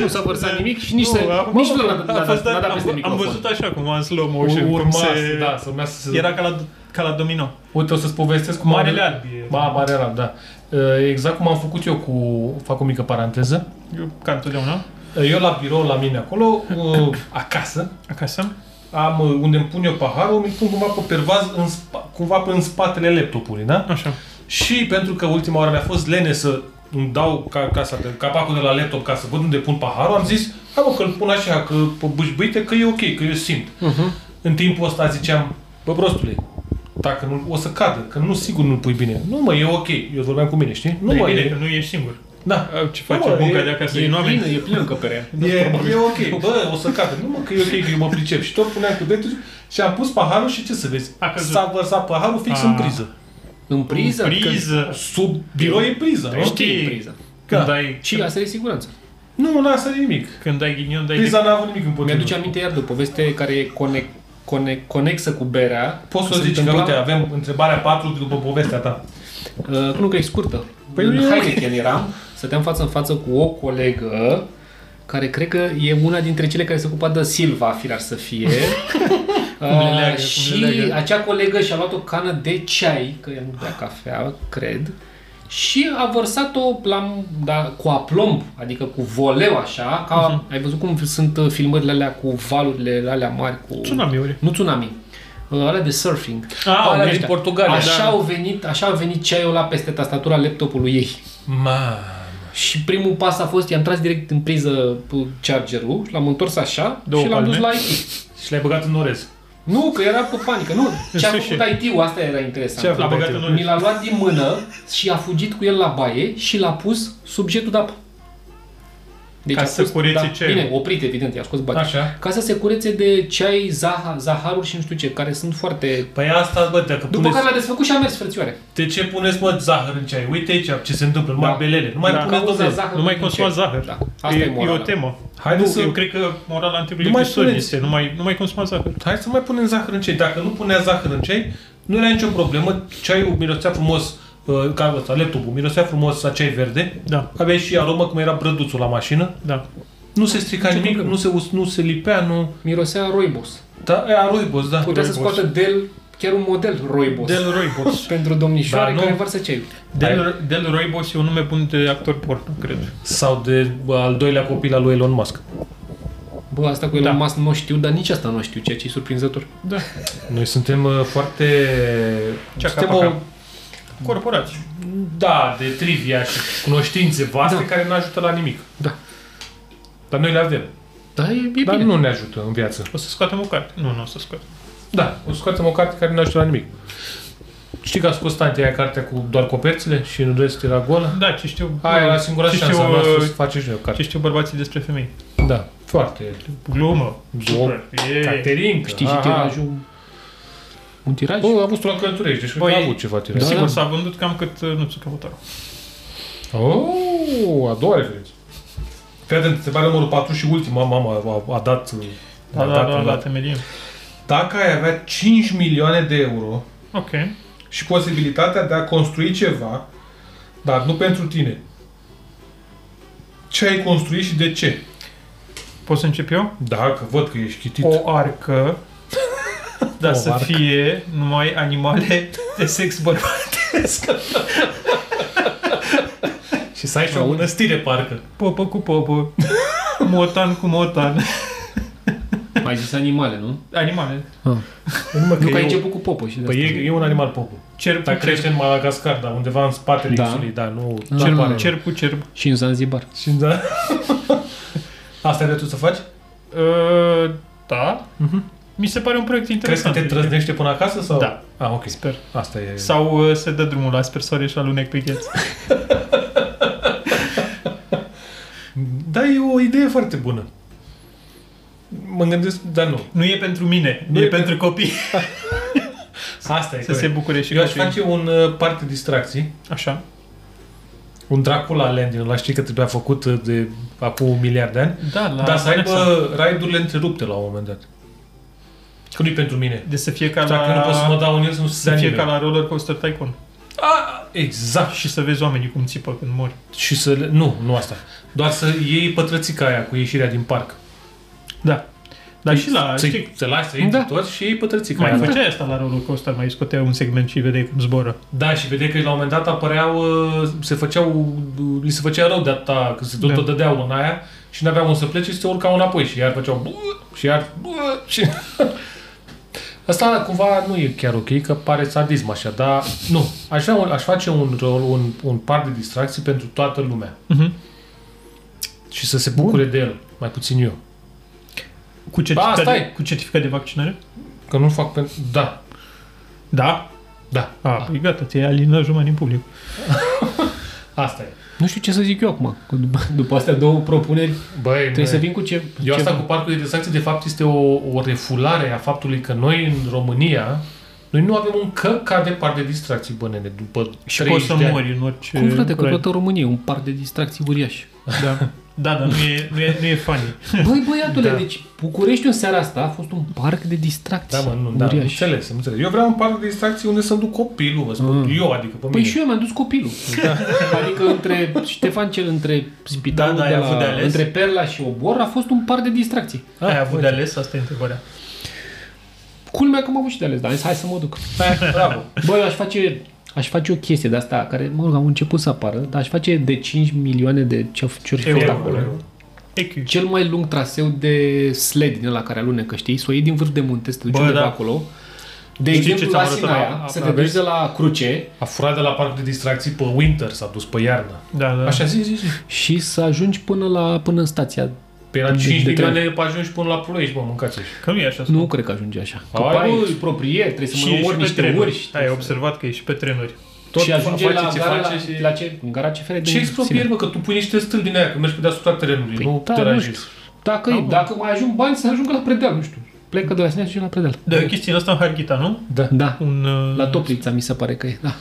S3: Nu s-a vărsat nimic și nici, nu, se, nici nu l-a
S1: A
S3: dat,
S1: fost, da-
S3: n-a dat da, peste
S1: am, am
S3: microfon.
S1: văzut așa cum în slow motion,
S2: Urma
S1: cum
S2: Păi se...
S1: se...
S2: da, să meargă să se...
S1: Era ca la, ca la domino.
S2: Uite, o să-ți povestesc cum
S1: Marele
S2: am...
S1: alb e
S2: Ma, mare arab, da. Uh, Exact cum am făcut eu cu... Fac o mică paranteză.
S1: eu, ca întotdeauna,
S2: Uh, Eu la birou, la mine acolo, uh, acasă,
S1: acasă.
S2: am uh, unde îmi pun eu paharul, îmi pun cumva pe pervaz, în spa, cumva pe în spatele laptopului, da?
S1: Așa.
S2: Și pentru că ultima oară mi-a fost lene să îmi dau ca, casa de, capacul de la laptop ca să văd unde pun paharul, am zis, hai mă că-l pun așa, că pe bâșbâite, că e ok, că eu simt. Uh-huh. În timpul ăsta ziceam, bă prostule, dacă nu, o să cadă, că nu, sigur nu-l pui bine. Nu mă, e ok, eu vorbeam cu mine, știi?
S1: Nu
S2: Nu
S1: e
S2: mă,
S1: Păi bine că nu
S2: e,
S1: ești singur.
S2: da,
S1: Ce
S2: face
S1: face
S2: munca
S1: bunca
S2: de
S1: de acasă?
S3: E
S1: E oameni.
S3: plină, e plină încăperea.
S2: E, e ok, bă, o să cadă. Nu mă, că e ok, că eu mă pricep. Și tot puneam cubetul și am pus paharul și ce să vezi?
S1: A căzut.
S2: S-a vărsat paharul fix
S1: A.
S2: în priză.
S3: În priză?
S1: Priză.
S2: Sub birou e priză,
S1: Deci-
S2: nu?
S3: Știi.
S1: Știi.
S3: În priză.
S1: Când
S2: Da.
S1: ai,
S3: Și asta e siguranță.
S2: Nu, lasă nimic.
S1: când ai ghinion, dai
S2: Priza n-a avut nimic împotriva.
S3: Mi-aduce aminte iar de o poveste care e conec, conec, conexă cu berea.
S2: Poți să
S3: Se
S2: zici că,
S3: întâmpla-
S2: uite, avem întrebarea 4 după povestea ta.
S3: Uh, nu că e scurtă.
S2: Păi
S3: Păi în
S2: nu e-
S3: Heineken eram, stăteam față în față cu o colegă care cred că e una dintre cele care se ocupa de Silva, firar să
S1: [laughs]
S3: fie.
S1: Cum le leagă,
S3: Uh,
S1: cum
S3: și
S1: le leagă.
S3: acea colegă și-a luat o cană de ceai, că ea nu bea cafea, cred, și a vărsat-o la, da, cu aplomb, adică cu voleu așa, ca,
S1: Mhm.
S3: uh-huh. ai văzut cum sunt uh, filmările alea cu valurile alea mari, cu...
S1: Tsunamiuri.
S3: Nu tsunami. Uh, alea de surfing.
S1: Ah,
S3: Alea
S1: au venit
S3: de ăștia.
S1: Portugalia,
S3: Așa
S1: da.
S3: au venit, așa a venit ceaiul la peste tastatura laptopului ei.
S2: Ma.
S3: Și primul pas a fost, i-am tras direct în priză pu- chargerul, și l-am întors așa
S1: Două
S3: și l-am dus
S1: palme.
S3: la IT.
S2: Și l-ai băgat în orez.
S3: Nu, că era pe panică,
S1: [laughs]
S3: nu. Ce a
S1: Sushi.
S3: făcut IT-ul, asta era
S2: Ce a
S3: interesant.
S2: făcut?
S1: L-a băgat
S2: Băiatul.
S1: în
S3: Mi
S1: orizont.
S3: l-a luat din mână și a fugit cu el la baie și l-a pus sub jetul de apă. Deci da,
S1: Ca să curețe ceaiul.
S3: Bine, oprit, evident, i-a scos bani.
S2: Așa.
S3: Ca să se curețe de ceai, zaha, zaharuri și nu știu ce, care sunt foarte...
S2: Păi asta, bă, dacă
S3: După
S2: puneți...
S3: care l-a desfăcut și a mers, frățioare.
S2: De ce puneți, mă, zahăr în ceai? Uite aici ce se întâmplă, numai
S3: Da.
S2: belele. Nu mai
S1: Da.
S2: puneți,
S3: Cauza
S2: domnule.
S3: zahărului
S1: Nu mai
S3: în
S1: consuma
S3: ceai.
S1: zahăr.
S3: Da. Asta e,
S1: e, e
S3: morala.
S1: o temă.
S2: Haide
S1: nu,
S2: să-
S1: Eu cred că morala antiului
S2: Nu mai
S1: episod
S2: spuneți.
S1: este nu mai, nu mai consuma zahăr.
S2: Hai să mai punem zahăr în ceai. Dacă nu punea zahăr în ceai, nu era nicio problemă. Ceaiul mirosea frumos, uh, ca ăsta, laptopul, mirosea frumos a ceai verde.
S1: Da,
S2: Avea și aromă cum era brăduțul la mașină.
S1: da.
S2: Nu se strica
S3: Ce
S2: nimic,
S3: problemă?
S2: nu se, us- nu se lipea, nu...
S3: Mirosea roibos.
S2: Da, e a roibos, da.
S3: Putea să
S2: Roibos.
S3: scoată Del, chiar un model roibos. Del...
S1: Del
S3: [laughs]
S1: Roibos.
S3: Pentru domnișoare
S2: Dar nu-
S3: care varsă ceaiul.
S1: Del, Del Roibos e un nume bun de actor porno, cred.
S2: Sau de bă, al doilea copil al lui Elon Musk.
S3: Bă, asta cu Elon da. Musk nu o știu, dar nici asta nu o știu, ceea ce e surprinzător.
S1: Da.
S2: Noi suntem uh, foarte...
S1: Cea
S2: suntem
S1: capaca.
S2: o...
S1: Corporații.
S2: Da, de trivia și cunoștințe vaste
S3: Da.
S2: care nu ajută la nimic.
S3: Da.
S2: Dar noi le avem.
S3: Da, e, e
S2: Dar
S3: bine.
S2: nu ne ajută în viață.
S1: O să scoatem o carte. Nu, nu o să scoatem.
S2: Da, o să scoatem o carte care nu ajută la nimic. Știi că a scos tantea aia cartea cu doar coperțile și în rest era goală?
S1: Da, ce știu...
S2: Aia era singura
S1: ce
S2: șansă
S1: știu,
S2: a noastră să
S1: uh,
S2: faci și noi o
S1: ce
S2: carte.
S1: știu bărbații despre femei.
S2: Da, foarte.
S1: Glumă.
S2: Super.
S1: E...
S2: Caterinca.
S3: Știi și
S2: aha.
S3: tirajul? Un tiraj?
S2: Bă, a avut la călătorești, deci
S1: Băi,
S2: Băi, a avut ceva tiraj.
S3: Da.
S1: Sigur s-a vândut cam cât uh, nu ți căutarea. da.
S2: Oh, a doua referință. Fii atent, se pare numărul 4 și ultima, mama a, a dat...
S1: Da, da, da, da, temelie.
S2: Dacă ai avea 5 milioane de euro
S1: Ok.
S2: și posibilitatea de a construi ceva, Dar nu pentru tine. Ce ai construit și de ce?
S1: Pot să încep eu?
S2: Dacă văd că ești chitit.
S1: O arcă, dar
S2: O
S1: să
S2: arcă.
S1: fie numai animale de sex bărbat.
S2: [laughs]
S4: Și să ai și o
S2: Da,
S3: Aud.
S4: mănăstire, parcă.
S1: Popă cu popă, motan cu motan.
S3: Mai zis animale, nu?
S1: Animale.
S2: Mă,
S3: nu că ai
S2: Ah. e,
S3: început cu popă și de
S2: păi
S3: asta.
S2: e, e, un animal popul.
S1: Cerb
S2: Dar
S1: cu cerb.
S2: crește în Madagascar, dar undeva în spatele
S3: Da.
S2: da. insulei, da, nu...
S3: Da.
S2: nu apare.
S1: Cerb, cerb cu cerb.
S3: Și în Zanzibar.
S2: Și da. [laughs] Asta ai de tu să faci?
S1: Uh, da. Mi se pare un proiect
S2: Crezi Mhm. că
S1: interesant.
S2: te trăznește până acasă? Sau?
S1: Da.
S2: Ah, ok.
S1: Sper.
S2: Asta e...
S1: Sau uh, se dă drumul la spersoare și alunec pe gheț.
S2: Da, e o idee foarte bună. Mă gândesc, dar nu.
S1: Nu e pentru mine,
S2: Nu
S1: e,
S2: e
S1: pentru copii. [laughs]
S2: Asta e
S1: Să se
S2: corect.
S1: bucure și
S2: Eu aș
S1: copiii.
S2: face un uh, parc de distracții.
S1: Așa.
S2: Un Dracula Land, din ăla știi că trebuia făcut uh, de acum un miliard de ani.
S1: Da, la
S2: Dar să
S1: Renaissance.
S2: aibă raidurile întrerupte la un moment dat. Că nu-i pentru mine.
S1: De să fie ca
S2: Dacă nu pot să mă
S1: la...
S2: dau în el, să nu se
S1: Să
S2: dea
S1: fie ca
S2: nimeni.
S1: la Roller Coaster Tycoon.
S2: A, exact.
S1: Și să vezi oamenii cum țipă când mori.
S2: Și să... le- Nu, nu asta. Doar să iei pătrățica aia cu ieșirea din parc.
S1: Da. Dar și la...
S2: Să-i-
S1: Știi,
S2: Să lași să intri
S3: Da.
S2: toți și iei pătrățica
S1: mai
S2: aia.
S1: făceai asta la Roller Coaster, mai scoteai un segment și vedeai cum zboară.
S2: Da, și vedeai că la un moment dat apăreau, uh, se făceau, uh, li se făcea rău de atâta, că se tot,
S1: Da.
S2: tot dădeau în aia și n-aveau unde să plece și se urcau înapoi și iar făceau "Bă", și iar "Bă", și... [laughs] Asta cumva nu e chiar ok, că pare sadism așa, dar nu. Aș, vrea un, aș face un rol, un, un par de distracții pentru toată lumea
S1: Mhm.
S2: și să se bucure de el, mai puțin eu.
S1: Cu certificat,
S2: stai!
S1: de, cu certificat de vaccinare?
S2: Că nu fac pentru... Da,
S1: Da.
S2: da,
S1: A, păi gata, ți-ai alinat jumătate din public.
S2: asta e.
S3: Nu știu ce să zic eu acum. că După, [laughs] după astea două propuneri,
S2: Băi,
S3: trebuie
S2: măi.
S3: să vin cu Păi ce...
S2: Eu asta
S3: ceva.
S2: cu parcul de distracție, de fapt, este o, o refulare a faptului că noi, în România, noi nu avem un căcat de parc de distracții, bă, nene, după
S1: Și
S2: 30
S1: poți să
S2: de ani.
S1: mori în orice...
S3: Cum, frate, că
S1: curaj.
S3: toată România e un parc de distracții
S2: [laughs]
S3: uriaș.
S1: Da. Da, dar nu e, nu e, nu e funny.
S3: Băi, băiatule,
S2: Da.
S3: deci Bucureștiul în seara asta a fost un parc de
S2: Da,
S3: distracții
S2: mă, nu, da, am
S3: uriaș.
S2: înțeles, am înțeles. Eu vreau un parc de distracții unde să-mi duc copilul, vă spun,
S3: Mm.
S2: eu, adică pe
S3: Păi
S2: mine.
S3: și eu mi-am dus copilul. Adică între Ștefan cel, între spitalul
S1: Da, da,
S3: de
S1: ai avut de
S3: la,
S1: ales.
S3: între Perla și Obor a fost un par de distracții.
S1: Ai avut de
S2: uite.
S1: ales? Asta e întrebarea.
S3: Culmea că m-am avut și de ales, dar am zis, hai să mă duc. [laughs]
S2: Bravo.
S3: Bă, eu aș face, aș face o chestie de asta, care, mă rog, am început să apară, dar aș face de 5 milioane de ce ce
S1: Euro.
S3: făcut acolo.
S1: EQ.
S3: Cel mai lung traseu de sled din la care alunecă, știi? Să o iei din vârf de munte, să te duci
S1: Bă,
S3: undeva
S1: da.
S3: acolo. De
S1: Știi
S3: exemplu,
S1: ce
S3: la
S1: ți-am arătat?
S3: Sinaia,
S2: A-
S3: să
S2: a-
S3: te duci
S2: aveți?
S3: de la Cruce
S2: A furat de la parcul de distracții pe winter, s-a dus pe iarnă.
S1: Da, da.
S2: Așa, zi, zi, zi.
S3: și să ajungi până la până în stația.
S2: Pe la
S3: De-
S2: 5
S3: de
S2: milioane pe ajungi până la Ploiești, mă, mâncați
S1: Că nu e așa.
S3: Nu cred că ajungi așa. Că
S2: Ai,
S3: pai
S2: bă,
S3: propriet, trebuie să
S1: și e
S3: mă
S1: și
S3: ori
S1: pe
S3: niște
S1: trenuri.
S3: urși.
S1: Ai observat că e și pe trenuri.
S2: Tot
S3: și ajunge la
S2: ce
S3: gara, la,
S2: face și...
S3: la ce? În gara CFR din
S2: Ce expropieri, mă, că tu pui niște stâlpi din aia, că mergi pe deasupra terenului,
S3: Păi
S2: nu
S3: da,
S2: te
S3: nu
S2: ranjezi.
S3: Dacă,
S1: Da, mă.
S3: dacă mai ajung bani, să ajungă la predeal, nu știu. Plecă de la Sinea și ajunge la predeal.
S1: Da, chestiile asta în Harghita, nu?
S2: Da.
S3: Da.
S1: Un, uh,
S3: La Toplița mi se pare că e, da.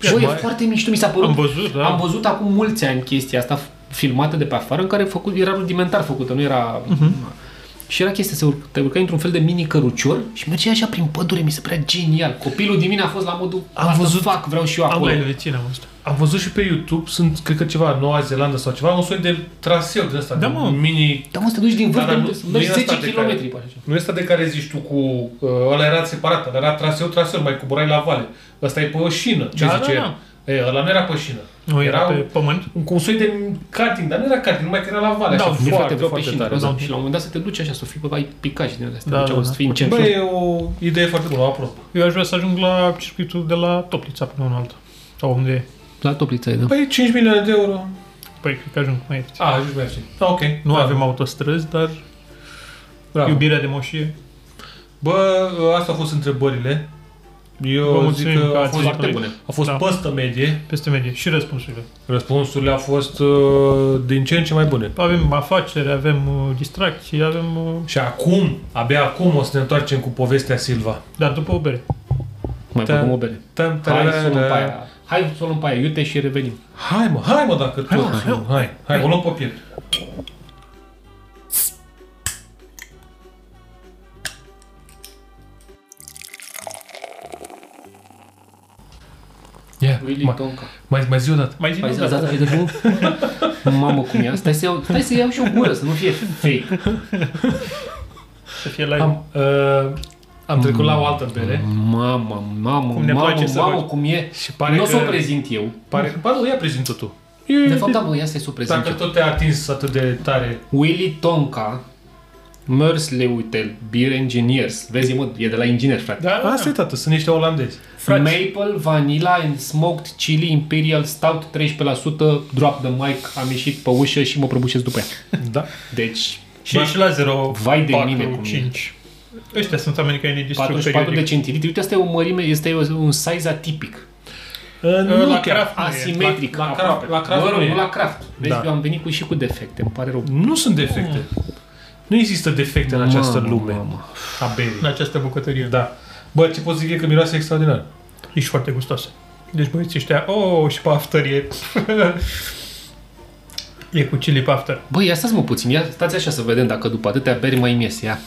S2: Și
S3: Băi, e
S2: mai-
S3: foarte mișto, mi s-a părut.
S1: Am văzut, da.
S3: Am văzut acum mulți ani chestia asta f- filmată de pe afară, în care făcut, era rudimentar făcută, nu era...
S1: Mhm.
S3: Și era chestia, se urc, te urcai într-un fel de mini cărucior și mergeai așa prin pădure, mi se părea genial. Copilul din mine a fost la modul,
S2: Am
S3: am văzut,
S2: văzut-
S3: fac, vreau și eu
S1: Am
S3: acolo.
S1: la Elvețina, am asta.
S2: Am văzut și pe YouTube, sunt, cred că ceva, Noua Zeelandă sau ceva, un soi de traseu din ăsta,
S1: Da,
S2: de
S1: mă.
S2: mini...
S3: Dar mă, să te duci din vârf,
S2: Da, dar nu-
S3: da, mergi
S2: nu e
S3: 10
S2: asta de care-
S3: km. pe așa.
S2: Nu este de care zici tu cu... Uh, ăla era separat, ăla era traseu, traseu, mai coborai la vale. Ăsta e pe șină, ce
S1: Da,
S2: zice
S1: da,
S2: el? E, ăla nu era pe șină.
S1: Nu, era
S2: Erau-
S1: pe pământ.
S2: Un, cu un soi de karting, dar nu era karting, numai că era la vale,
S1: Da,
S2: așa,
S1: foarte,
S2: foarte,
S3: Vreau pe
S2: foarte
S3: șină,
S2: tare.
S3: vreau
S1: da.
S3: Și la un moment dat să te duci așa, să fii pe ai picat și din astea.
S1: Da,
S3: Da,
S1: da,
S3: da,
S1: da.
S3: să fii în cer.
S2: Bă, e o idee foarte bună, apropo.
S1: Eu aș vrea să ajung la circuitul de la Toplița până în altă. Sau unde e.
S3: La toplița e, da.
S2: Păi 5 milioane de euro.
S1: Păi, cred că ajung mai ieftin.
S2: A, ajungi mai ieftin. Da, ok.
S1: Nu
S2: da,
S1: avem autostrăzi, dar
S2: bravo.
S1: iubirea de moșie.
S2: Bă, ă, astea au fost întrebările.
S1: Vă
S2: Eu zic
S1: mulțumim
S2: că
S1: că
S2: a
S1: ați
S2: fost
S1: venit.
S3: Foarte bune.
S2: A fost
S1: Da.
S2: da. păstă medie.
S1: Peste medie. Și răspunsurile.
S2: Răspunsurile au fost uh, din ce în ce mai bune.
S1: Avem afaceri, avem uh, distracții, avem... Uh,
S2: Și acum, abia acum o să ne întoarcem cu povestea Silva.
S1: dar după o bere.
S3: Mai
S2: Da.
S3: făcut o bere.
S2: Tam, tam,
S3: Hai să o luăm
S1: da.
S2: tam.
S3: pe aia. Hai să o luăm pe aia, iute și revenim.
S2: Hai mă, hai mă dacă tot.
S1: mă, hai mă.
S2: hai, hai, o luăm pe piept. Ia, aia.
S3: Willy
S2: Mai,
S3: Tonka.
S2: mai, mai zi o dată.
S1: Mai zi
S3: Hai
S1: o
S3: zi, da,
S1: dată.
S3: da, hai [laughs] de tu. Mamă cum e. Stai să iau, stai să iau și o gură, să nu fie fake.
S1: Să fie live.
S2: Am, uh, am trecut la o altă
S1: Mm.
S2: bere.
S3: Mamă, mamă,
S1: Cum ne
S3: mamă,
S1: place să
S3: mamă,
S1: faci.
S3: cum e.
S2: Și pare
S3: nu o să o
S2: că-
S3: prezint eu.
S2: Pare că, ba nu, ia prezintă tu.
S3: De fapt, da, bă, ia să-i suprezint
S2: Dacă
S3: eu.
S2: tot te-ai atins atât de tare.
S3: Willy Tonka, Mers Leutel, Beer Engineers. Vezi, mă, e de la inginer, frate.
S1: Da, da,
S2: Asta e,
S1: da.
S2: tată, sunt niște olandezi.
S1: Frați.
S3: Maple, Vanilla and Smoked Chili Imperial Stout 13%, Drop the mic, am ieșit pe ușă și mă prăbușesc după ea.
S2: Da.
S3: Deci,
S1: Și ești la 0,
S3: Vai de mine cum e.
S1: 5. Ăștia sunt americanii distrug
S3: 44 de
S1: periodic.
S3: centilitri. Uite, asta e o mărime, este o- un size atipic.
S2: Uh,
S1: Uh,
S2: nu
S1: La
S2: chiar.
S1: craft nu e.
S3: Asimetric.
S2: La- la
S3: aproape.
S2: craft- la craft
S3: Mă
S2: nu
S3: rog,
S2: e.
S3: nu la craft. Vezi,
S2: Da.
S3: eu am venit cu și cu defecte, îmi pare rău.
S2: Nu sunt defecte.
S1: Mm.
S2: Nu există defecte în această
S3: Mamă,
S2: lume
S3: mamă.
S2: a berii.
S1: În această bucătărie.
S2: deci- Da. Bă, ce pot zic e că miroase extraordinar.
S1: Ești foarte gustoasă. Deci băieții ăștia, oh, și pe after e... [laughs] e cu chili pe after.
S3: Băi, ia stați mă puțin, ia stați așa să vedem dacă după atâtea beri mai ies, ia.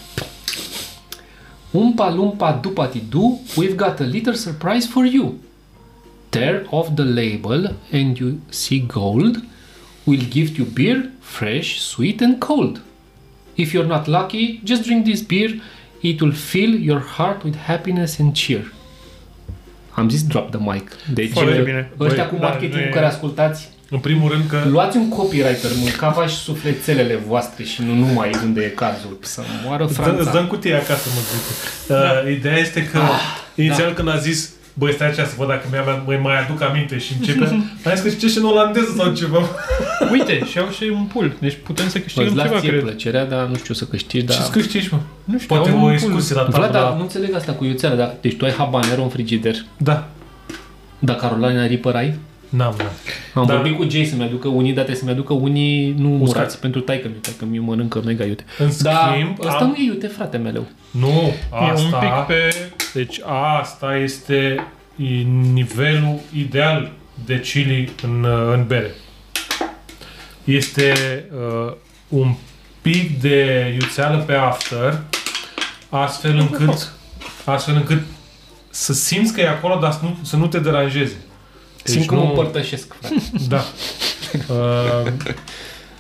S3: Umpa lumpa dupa tidu, we've got a little surprise for you. Tear off the label and you see gold. We'll give you beer, fresh, sweet and cold. If you're not lucky, just drink this beer. It will fill your heart with happiness and cheer. Am zis drop the mic. Deci,
S1: Foarte bine.
S3: ăștia
S1: Băi,
S3: cu
S1: da,
S3: marketing
S1: nu e-
S3: care ascultați,
S2: În primul rând că
S3: Luați un copywriter, mâncava și sufletelele voastre și nu numai unde e cazul. Să moară
S2: Dă- Îți
S3: Franța.
S2: dăm cutia acasă, mă zic. Uh,
S1: Da.
S2: Ideea este
S1: Ah,
S2: că inițial când a zis Băi, stai așa să văd dacă mi-a, mă mai aduc aminte și
S1: [laughs]
S2: începe. Ai zis că știe și în olandeză sau ceva.
S1: Uite, și au și un pul. Deci putem să
S3: Îți
S1: câștigăm
S3: las
S1: ceva,
S3: ție
S1: cred.
S3: plăcerea, dar nu știu să câștigi,
S2: Da.
S3: dar...
S2: Ce câștigi, mă?
S1: Nu știu,
S2: Poate
S1: au
S2: o
S1: un da. pul.
S2: excursie la
S3: Vlad, dar
S2: tabla.
S3: nu înțeleg asta cu iuțeala. Dar, deci tu ai habanero în frigider,
S2: Da.
S3: dar Carolina Reaper ai?
S2: N-am, n-am.
S3: Am
S2: Da.
S3: vorbit cu Jay să-mi aducă unii, dar trebuie să-mi aducă unii nu
S2: Uscați.
S3: murați pentru taică mi taică mi mănâncă mega iute.
S2: În
S1: Da,
S3: Dar
S2: schimb,
S3: Da, ăsta
S2: am-
S3: nu e iute, frate meu. Deci
S2: Nu,
S1: E
S2: asta...
S1: un pic pe...
S2: Deci asta este i- nivelul ideal de chili în, uh, în bere. Este uh, un pic de iuțeală pe after, astfel încât, astfel încât să simți că e acolo, dar să nu, să nu te deranjeze. Deci
S3: Simt că mă
S2: nu-
S3: împărtășesc, frate.
S2: Da. Uh,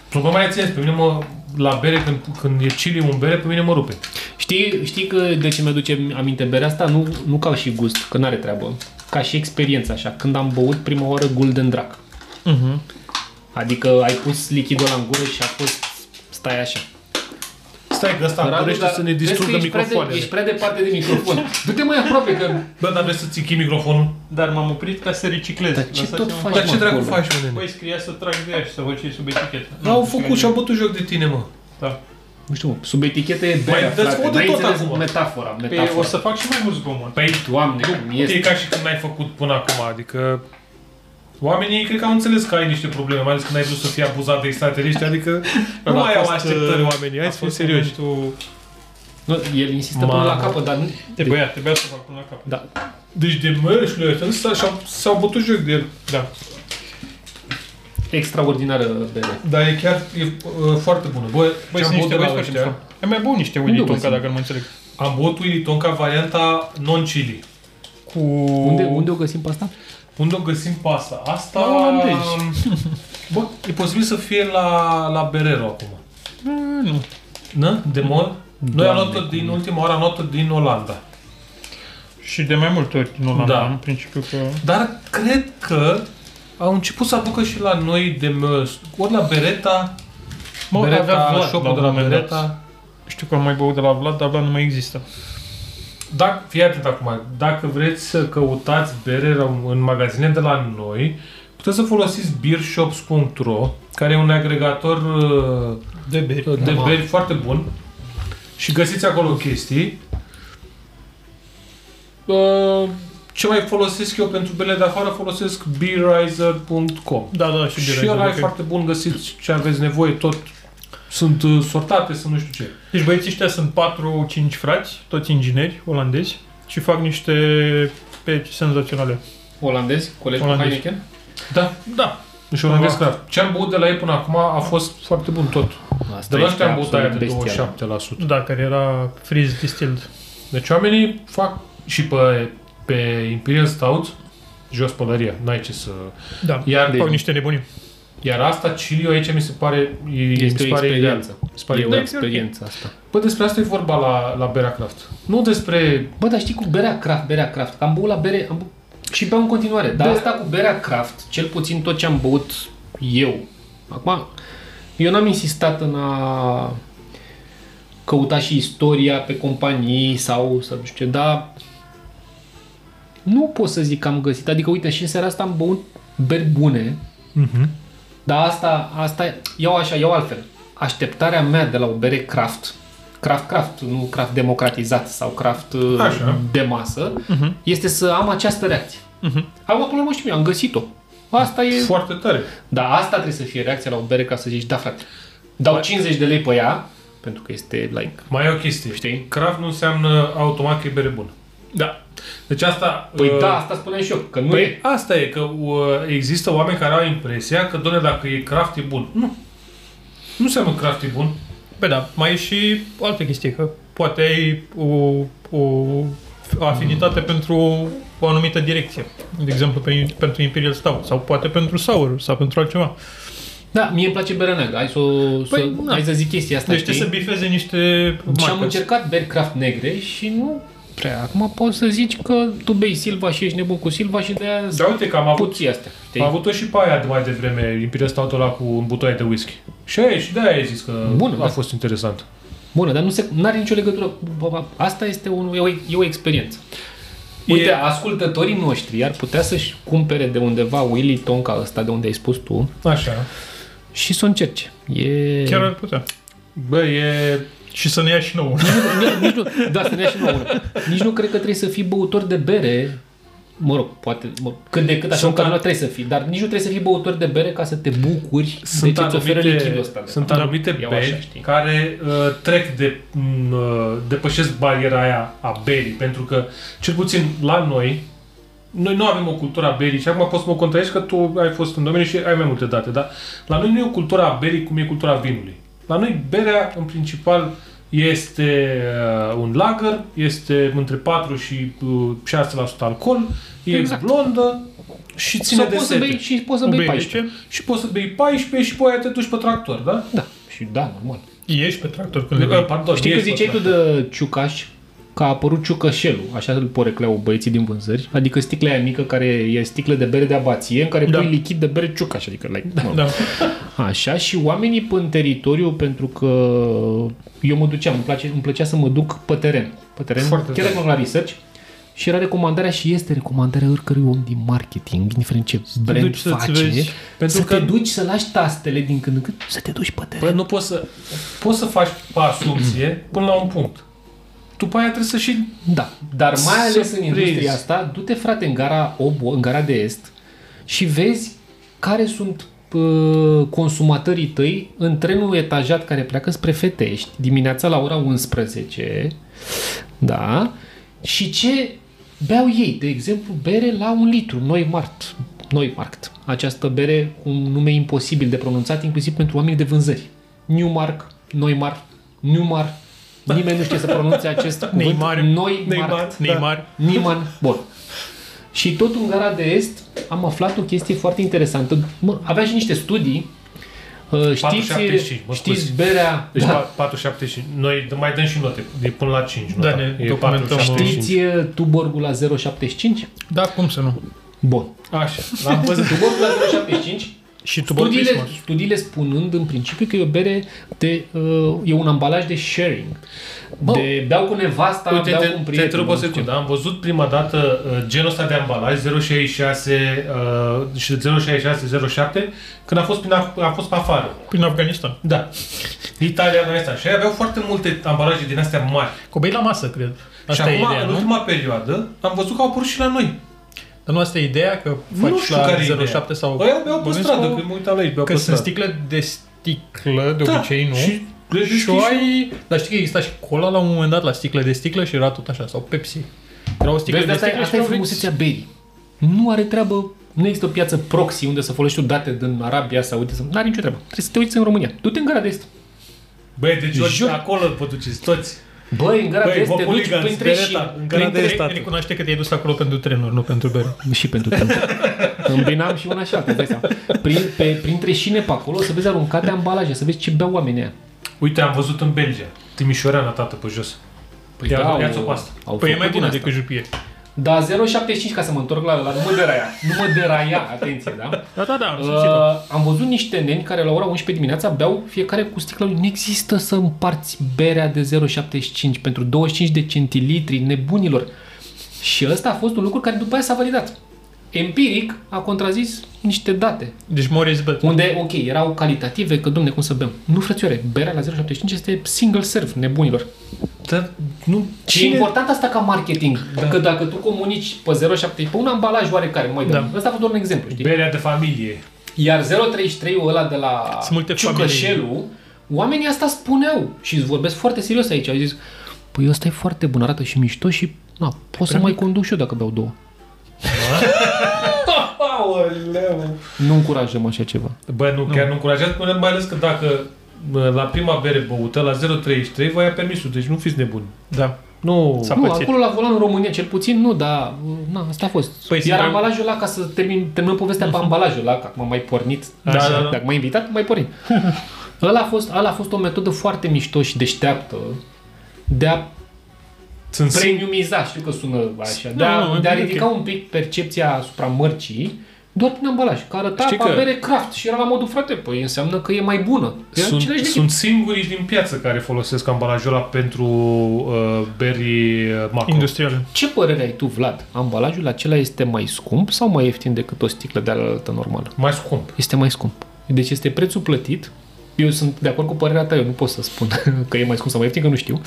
S2: problema e, țineți, pe mine mă, la bere, când, când e chili un bere, pe mine mă rupe.
S3: Știi, știi că de ce mi-aduce aminte berea asta? Nu, nu ca și gust, că n-are treabă. Ca și experiența așa. Când am băut prima oară Golden Drac. Adică ai pus lichidul ăla în gură și a fost... Stai așa.
S2: Stai că ăsta
S3: Radu,
S2: dorește
S3: dar
S2: să ne
S3: vezi că
S2: distrugă
S3: ești prea de-
S2: microfoanele.
S3: Ești prea departe de microfon. [laughs] Du-te mai aproape că...
S2: Bă, dar vrei să ții microfonul?
S1: Dar m-am oprit ca să reciclez.
S3: Dar ce
S1: Lăsați-mă
S3: tot
S1: în
S3: faci,
S1: pace.
S2: Dar ce
S3: mă,
S2: dracu
S3: acolo?
S2: faci, mă, nene?
S1: Păi scria să trag de ea și să vă cei sub etichetă.
S2: Dar au făcut și au bătut joc de tine, mă.
S1: Da.
S3: Nu știu, mă, sub etichetă e berea,
S2: Mai dă-ți
S3: frate.
S2: fă de
S3: N-ai
S2: tot
S3: înțeles
S2: acum.
S3: metafora,
S2: Păi, Da,
S1: Pe, o
S3: metafora.
S1: să fac și mai mult zgomot.
S3: Păi, doamne, cum
S2: E
S3: este?
S2: ca și când n-ai făcut până acum, adică... Oamenii cred că au înțeles că ai niște probleme, mai ales când ai vrut să fii abuzat de extraterestri, adică nu
S1: Bă, a
S2: mai au
S1: fost,
S2: așteptări
S1: uh,
S2: oamenii, hai
S1: A
S2: să fim
S1: fost
S2: serioși.
S1: momentul-
S3: Nu, el insistă până la
S2: Mamă.
S3: capăt, dar nu...
S1: Trebuia, trebuia să fac până la cap.
S3: Da.
S2: Deci de mărșurile ăștia s-a- și-au- s-au bătut joc de el.
S1: Da.
S3: Extraordinară bere.
S2: Dar e chiar e, uh, foarte bună. Bă,
S1: Băi,
S2: ce
S1: sunt
S2: am băut
S1: niște
S2: de la
S1: băieți foarte
S2: ăștia?
S1: mișto. E mai bun niște
S3: Unde
S1: Willy
S3: o
S1: Tonka,
S3: găsim?
S1: dacă nu mă înțeleg.
S2: Am băut Willy Tonka varianta non-chili.
S1: Cu...
S3: Unde, unde o găsim pe asta?
S2: Unde o găsim pe asta? Asta... um,
S1: La olandezi.
S2: Bă, e posibil să fie la, la Berero acum.
S1: Mm, Nu.
S2: Na? De mol? Noi am luat-o din ultima oară, am luat-o din Olanda.
S1: Și de mai multe ori din Olanda,
S2: Da.
S1: în principiu că...
S2: Dar cred că au început să aducă și la noi de mers. Ori la Bereta,
S1: Mă, avea Vlad la
S2: șopul
S1: un
S2: de la
S1: moment dat.
S2: Bereta.
S1: Știu că am mai băut de la Vlad, dar Vlad nu mai există.
S2: Dacă, fii atent acum, dacă vreți să căutați bere la- în magazine de la noi, puteți să folosiți beershops.ro, care e un agregator uh,
S1: De beri.
S2: de beri foarte bun și găsiți acolo chestii. Uh, Ce mai folosesc eu pentru berele de afară? Folosesc beerizer.com
S1: Da, da, și
S2: Și,
S1: de
S2: ăla
S1: Razer,
S2: e
S1: ok.
S2: foarte bun, găsiți ce aveți nevoie, tot sunt uh, sortate, sunt nu știu ce.
S1: Deci băieții ăștia sunt 4-5 frați, toți ingineri olandezi și fac niște peci senzaționale.
S3: Olandez, colegi cu
S1: Olandezi.
S3: Heineken?
S2: Da,
S1: Da.
S2: și o
S1: Cumva.
S2: craft. Ce am băut de la ei până acum a fost foarte bun tot.
S3: Asta
S2: De la
S3: este
S2: ăștia am băut
S3: absolut
S2: aia de
S3: bestial.
S2: 27%.
S1: Da, care era freeze distilled.
S2: Deci oamenii fac și pe, pe Imperial Stout jos pălăria, n-ai ce să...
S1: Da,
S2: Iar,
S1: fac niște nebunii.
S2: iar asta, Chilio, aici mi se pare, e, mi
S3: Este
S2: se
S3: o
S2: pare ideal.
S3: experiență. Da,
S2: Mi se pare
S3: E o
S2: ideal.
S3: experiență asta.
S2: Bă, despre asta e vorba la, la Beracraft. Nu despre...
S3: Bă, dar știi cu berea craft, berea craft, că am băut la bere am băut și beau în continuare. Dar
S2: Da.
S3: asta cu berea craft, cel puțin tot ce am băut eu. Acum, eu n-am insistat în a căuta și istoria pe companii sau să nu știu ce, dar nu pot să zic că am găsit. Adică, uite, și în seara asta am băut beri bune, dar asta, asta, iau așa, iau altfel. Așteptarea mea de la o bere craft, craft craft, nu craft democratizat sau craft uh,
S2: Așa.
S3: de masă, este să am această reacție. Am acolo, mă știu eu, am găsit-o. Asta e...
S2: Foarte tare.
S3: Dar asta trebuie să fie reacția la o bere ca să zici, da frate, dau 50 de lei pe ea, pentru că este like...
S2: Mai e o chestie.
S3: Știi?
S2: Craft nu înseamnă automat că e bere bună. Da. Deci asta...
S3: Păi
S2: uh,
S3: da, asta spuneam și eu, că nu
S2: Păi
S3: e.
S2: asta e, că uh, există oameni care au impresia că, doamne, dacă e craft e bun. Nu. Nu înseamnă craft e bun.
S1: Bă, da, mai e și o altă chestie, că poate ai o, o
S2: Mm.
S1: afinitate pentru o anumită direcție. De exemplu, pe, pentru Imperial Stout sau poate pentru Sour sau pentru altceva.
S3: Da, mie îmi place berea neagră, hai să, o- să,
S1: Păi, na.
S3: hai da. să zic chestia asta,
S1: Deci
S3: știi?
S1: trebuie să bifeze niște
S3: Și am
S1: markers.
S3: încercat beri craft negre și nu prea. Acum poți să zici că tu bei Silva și ești nebun cu Silva și de-aia
S2: Dar uite că am avut,
S3: puții astea. Știi?
S2: am avăut-o și pe aia de mai devreme, Imperial Stout ăla cu în butoaie de whisky. Și aia, e, și de aia ai zis că
S3: Bună,
S2: a
S3: da.
S2: fost interesant.
S3: Bună, dar nu se, are nicio legătură. cu- bă, bă, Asta este un, e, o, e o experiență. Uite,
S2: E-
S3: ascultătorii noștri ar putea să-și cumpere de undeva Willy Tonka ăsta de unde ai spus tu
S2: Așa.
S3: și să o încerce. E...
S1: Chiar ar putea.
S2: Bă, e...
S1: Și să ne ia și
S2: [laughs]
S1: nouă.
S3: Nu- [laughs] nici nu, da, să ne ia și nouă una. Nici nu cred că trebuie să fii băutor de bere Mă rog, poate, mă, cât de cât așa
S2: Sunt
S3: că nu
S2: an-
S3: trebuie să fii, dar nici nu trebuie să fii băutor de bere ca să te bucuri
S2: Sunt
S3: de ce îți oferă
S2: anumite,
S3: Deci lichidul ăsta. de
S2: sunt
S3: fapt.
S2: anumite
S3: Eu așa,
S2: beri
S3: știi.
S2: care uh, trec de, m, uh, depășesc bariera aia a berii, pentru că, cel puțin la noi, noi nu avem o cultură a berii și acum poți să mă contraiești că tu ai fost în domeniu și ai mai multe date, dar la noi nu e o cultură a berii cum e cultura vinului. La noi berea, în principal, este uh, un lager, este între 4 și uh, 6% alcool, e
S3: Exact.
S2: exact. blondă și ține
S3: Sau
S2: de
S3: poți să
S2: sete.
S3: bei și poți să bei 14.
S2: Și poți să bei 14 și pe aia te duci pe tractor, da?
S3: Da, și da, normal.
S1: Ești pe tractor când le
S2: Uh,
S1: bei.
S2: Pardon,
S3: Știi că
S2: ești
S3: ziceai
S2: pe
S3: tu de ciucaș? Că a apărut ciucășelul, așa îl porecleau băieții din vânzări, adică sticla aia mică care e sticlă de bere de abație în care da.
S1: Da.
S3: pui lichid de bere ciucaș, adică like, da.
S1: Da.
S3: Așa și oamenii pe în teritoriu, pentru că eu mă duceam, îmi, place, îmi plăcea să mă duc pe teren. Pe teren,
S2: Foarte
S3: chiar
S2: tare.
S3: dacă la research. Și era recomandarea și este recomandarea oricărui om din marketing, indiferent ce brand
S1: duci să-ți
S3: face,
S1: vezi.
S2: Pentru
S3: să te
S2: că-
S3: duci să lași tastele din când în când, să te duci pe teren.
S2: Bă, nu poți să, poți să faci pe asumție până la un punct. După aia trebuie să și...
S3: Da, dar mai ales în
S2: Surprise.
S3: industria asta, du-te frate în gara, Obo, în gara de est și vezi care sunt uh, consumatorii tăi în trenul etajat care pleacă spre Fetești dimineața la ora 11 da, și ce beau ei, de exemplu bere la un litru, noi mart Neumarkt, această bere cu un nume imposibil de pronunțat, inclusiv pentru oamenii de vânzări. Newmark, Neumar, Newmar, nimeni nu știe să pronunțe
S2: [laughs]
S3: acest cuvânt.
S1: Neymar.
S3: Neumarkt.
S2: Da. Neymar.
S1: Neymar.
S3: Niman. Bun. Și tot în gara de est am aflat o chestie foarte interesantă. Mă, avea și niște studii. Uh,
S2: 4,75,
S3: Știți,
S2: mă
S3: știți
S2: scuzi.
S3: berea...
S2: Deci
S3: da,
S2: da. 4, 7 și... Noi d- mai dăm și note. E până la 5 nota.
S1: Da, ne
S2: e
S1: documentăm.
S2: 4, 7,
S3: știți uh, tuborgul la 0,75?
S1: Da, cum să nu.
S3: Bun.
S2: Așa. L-am văzut.
S3: Tuborgul la 0,75
S1: Și tu bă,
S3: Studiile,
S1: Christmas.
S3: studiile spunând în principiu că e o bere de, uh, e un ambalaj de sharing. Bă, de beau cu nevasta,
S2: [laughs] Uite,
S3: beau
S2: Păi, te,
S3: cu un
S2: te
S3: prieten.
S2: întreb o
S3: mă, nu știu.
S2: secundă. Am văzut prima dată uh, genul ăsta de ambalaj 066 uh, și 06607 când a fost, prin, af- a fost pe afară.
S1: Prin Afganistan.
S2: Da. Italia, Afganistan. Și ei aveau foarte multe ambalaje din astea mari.
S1: Cu bei la masă, cred. Asta
S2: Asta și
S1: e
S2: acum,
S1: ideea,
S2: în
S1: nu?
S2: ultima perioadă, am văzut că au apărut și la noi.
S1: Dar nu asta e ideea? Că
S2: nu
S1: faci
S2: știu care e
S1: la
S2: ideea. Păi,
S1: 07 sau...
S2: Aia beau pe
S1: Bănuiesc
S2: stradă,
S1: că-
S2: că mă uitam la ei, beau
S1: Că
S2: pe
S1: sunt
S2: stradă.
S1: sticle de sticlă, de
S2: Da,
S1: obicei, nu?
S2: și le
S1: și
S2: deschid
S1: o
S2: și-
S1: ai... Dar știi că exista și cola la un moment dat la sticle de sticlă și era tot așa, sau Pepsi. Era o sticlă
S3: Vezi, de
S1: de
S3: asta,
S1: sticlă
S3: e- asta e
S1: și
S3: frumusețea berii. Nu are treabă, nu există o piață proxy unde să folosești tu date din Arabia sau uite, nu are nicio treabă. Trebuie să te uiți în România. Du-te în gara de est.
S2: Băi, deci
S3: Jur.
S2: Jur. acolo vă duceți toți.
S3: Băi, în gara
S2: Băi,
S3: de
S2: vă
S3: este duci
S2: puligați,
S3: printre și...
S2: Beretta, în gara
S3: Printre...
S2: de stat.
S1: Recunoaște că te-ai dus acolo pentru trenuri, nu pentru bere.
S3: Și pentru tine. Îmbinam și una și alta, îți dai seama. Prin, pe, printre șine pe acolo să vezi aruncate ambalaje, să vezi ce beau oamenii aia.
S4: Uite, am văzut în Belgia. Timișoreana, tată, pe jos.
S3: Păi
S4: Ia-
S3: da,
S4: ia-ți-o
S3: au-
S4: pe asta.
S3: au
S1: Păi e mai
S3: făcut
S1: bună
S3: asta.
S1: decât jupie.
S3: Da, 0,75 ca să mă întorc la ăla, nu mă deraia. Nu mă deraia, atenție, da?
S1: Da, da, da, am simțit-o.
S3: Uh, am văzut niște neni care la ora 11 dimineața beau fiecare cu sticla lui. Nu există să împarți berea de 0,75 pentru 25 de centilitri nebunilor. Și ăsta a fost un lucru care după aia s-a validat. Empiric a contrazis niște date.
S1: Deci Morris Bet.
S3: Unde, ok, erau calitative, că, domne, cum să bem? Nu, frățioare, berea la 0,75 este single serve nebunilor.
S2: Dar Da, nu...
S3: Și e important asta ca marketing. Da. Că dacă tu comunici pe 0,7, pe un ambalaj oarecare, mai da. Asta a fost doar un exemplu, știi?
S4: Berea de familie.
S3: Iar 0,33-ul ăla de la
S1: Sunt multe
S3: Ciucășelul, oamenii asta spuneau și îți vorbesc foarte serios aici. Au zis, păi ăsta e foarte bun, arată și mișto și na, pot să mai conduc și eu dacă beau două.
S2: Aoleu!
S3: Nu încurajăm așa ceva.
S2: Bă, nu, chiar nu încurajat, până mai ales că dacă bă, la prima bere băută, la 0,33, vă ia permisul, deci nu fiți nebuni.
S1: Da.
S2: Nu,
S1: Sau-
S3: nu,
S1: pățit.
S3: acolo la volan în România cel puțin nu, dar na, asta a fost.
S1: Păi,
S3: Păi, Iar
S1: sunt-
S3: ambalajul ăla, ca să termin, terminăm povestea pe ambalajul ăla, că acum am mai pornit,
S2: Mhm. Da,
S3: așa,
S2: da, da.
S3: dacă m-ai invitat, mai
S2: [laughs]
S3: pornit. ăla, a fost, ăla a fost o metodă foarte mișto și deșteaptă de a
S2: sunt singur.
S3: premiumiza, știu că sună așa, de
S2: Da,
S3: a,
S1: nu, e
S3: de a
S1: bine,
S3: ridica un pic percepția asupra mărcii, doar prin ambalaj, că arăta
S2: Știi
S3: Știi
S2: că-
S3: bere craft și era la modul, frate, păi înseamnă că e mai bună. Era
S2: Sunt,
S3: același Păi de
S2: sunt singurii din piață care folosesc ambalajul ăla pentru uh, beri uh, macro.
S1: Industrial.
S3: Ce părere ai tu, Vlad? Ambalajul acela este mai scump sau mai ieftin decât o sticlă de altă normală?
S2: Mai scump.
S3: Este mai scump. Deci este prețul plătit. Eu sunt de acord cu părerea ta, eu nu pot să spun [laughs] că e mai scump sau mai ieftin, că nu știu.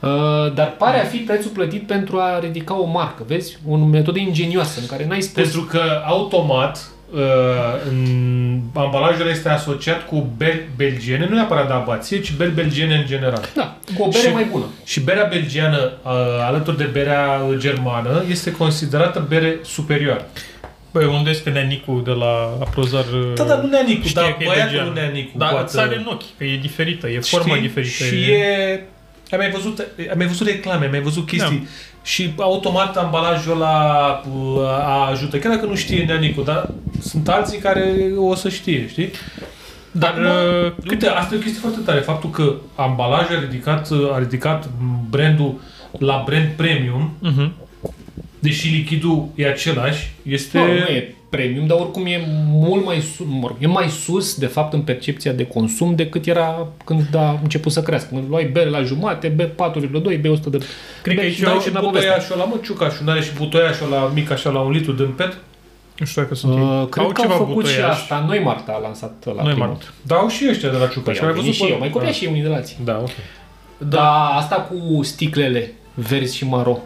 S3: Uh, Dar pare a fi prețul plătit pentru a ridica o marcă, vezi? O metodă ingenioasă în care n-ai spus
S2: Pentru că automat uh, în, ambalajul ăla este asociat cu beri belgiene, nu neapărat de abație, ci beri belgiene în general.
S3: Da, cu o bere
S2: Și-
S3: mai bună.
S2: Și berea belgiană, uh, alături de berea germană, este considerată bere superioară.
S1: Băi, unde este Nea Nicu de la Aprozar?
S2: Da, dar nu ne Nicu,
S1: știe
S2: dar
S1: că e
S2: băiatul
S1: belgean.
S2: nu ne Nicu.
S1: Dar
S2: poate-
S1: îți sare în ochi, că e diferită, e forma
S2: Știi?
S1: diferită.
S2: Și e... Ai mai văzut, ai mai văzut reclame, ai mai văzut chestii
S1: Da.
S2: și automat ambalajul ăla uh, a ajută. Chiar dacă nu știe Nea Nicu, dar sunt alții care o să știe, știi?
S1: Dar uh,
S2: Uite, asta e o chestie foarte tare. Faptul că ambalajul a ridicat, a ridicat brandul la brand premium,
S1: Mhm.
S2: deși lichidul e același, este...
S3: Nu, nu e premium, dar oricum e mult mai sus, mă rog, e mai sus, de fapt, în percepția de consum decât era când a început să crească. Când luai bere la jumate, be 4,2, be 100 de...
S1: Cred că
S3: be-
S1: e
S3: și
S1: ceva
S3: dau
S2: Dai
S3: și
S2: Deci și
S3: la poveste.
S2: butoiașul ăla, mă, ciucașul, n-are și butoiașul ăla mic, așa, la un litru din pet?
S1: nu știu dacă sunt
S3: Uh,
S1: ei.
S3: cred
S1: Au
S3: că au
S1: ceva
S3: făcut și
S1: butoiaș.
S3: asta. Noi Marta a lansat la
S1: Noi
S3: primul.
S1: mart.
S2: Dau și ăștia de la
S3: Păi,
S2: ciucaș.
S3: au
S2: Ai
S3: venit
S2: văzut
S3: și eu, mai copia
S2: Da.
S3: și eu unii de la alții.
S2: Da, ok.
S3: Da. Dar asta cu sticlele verzi și maro.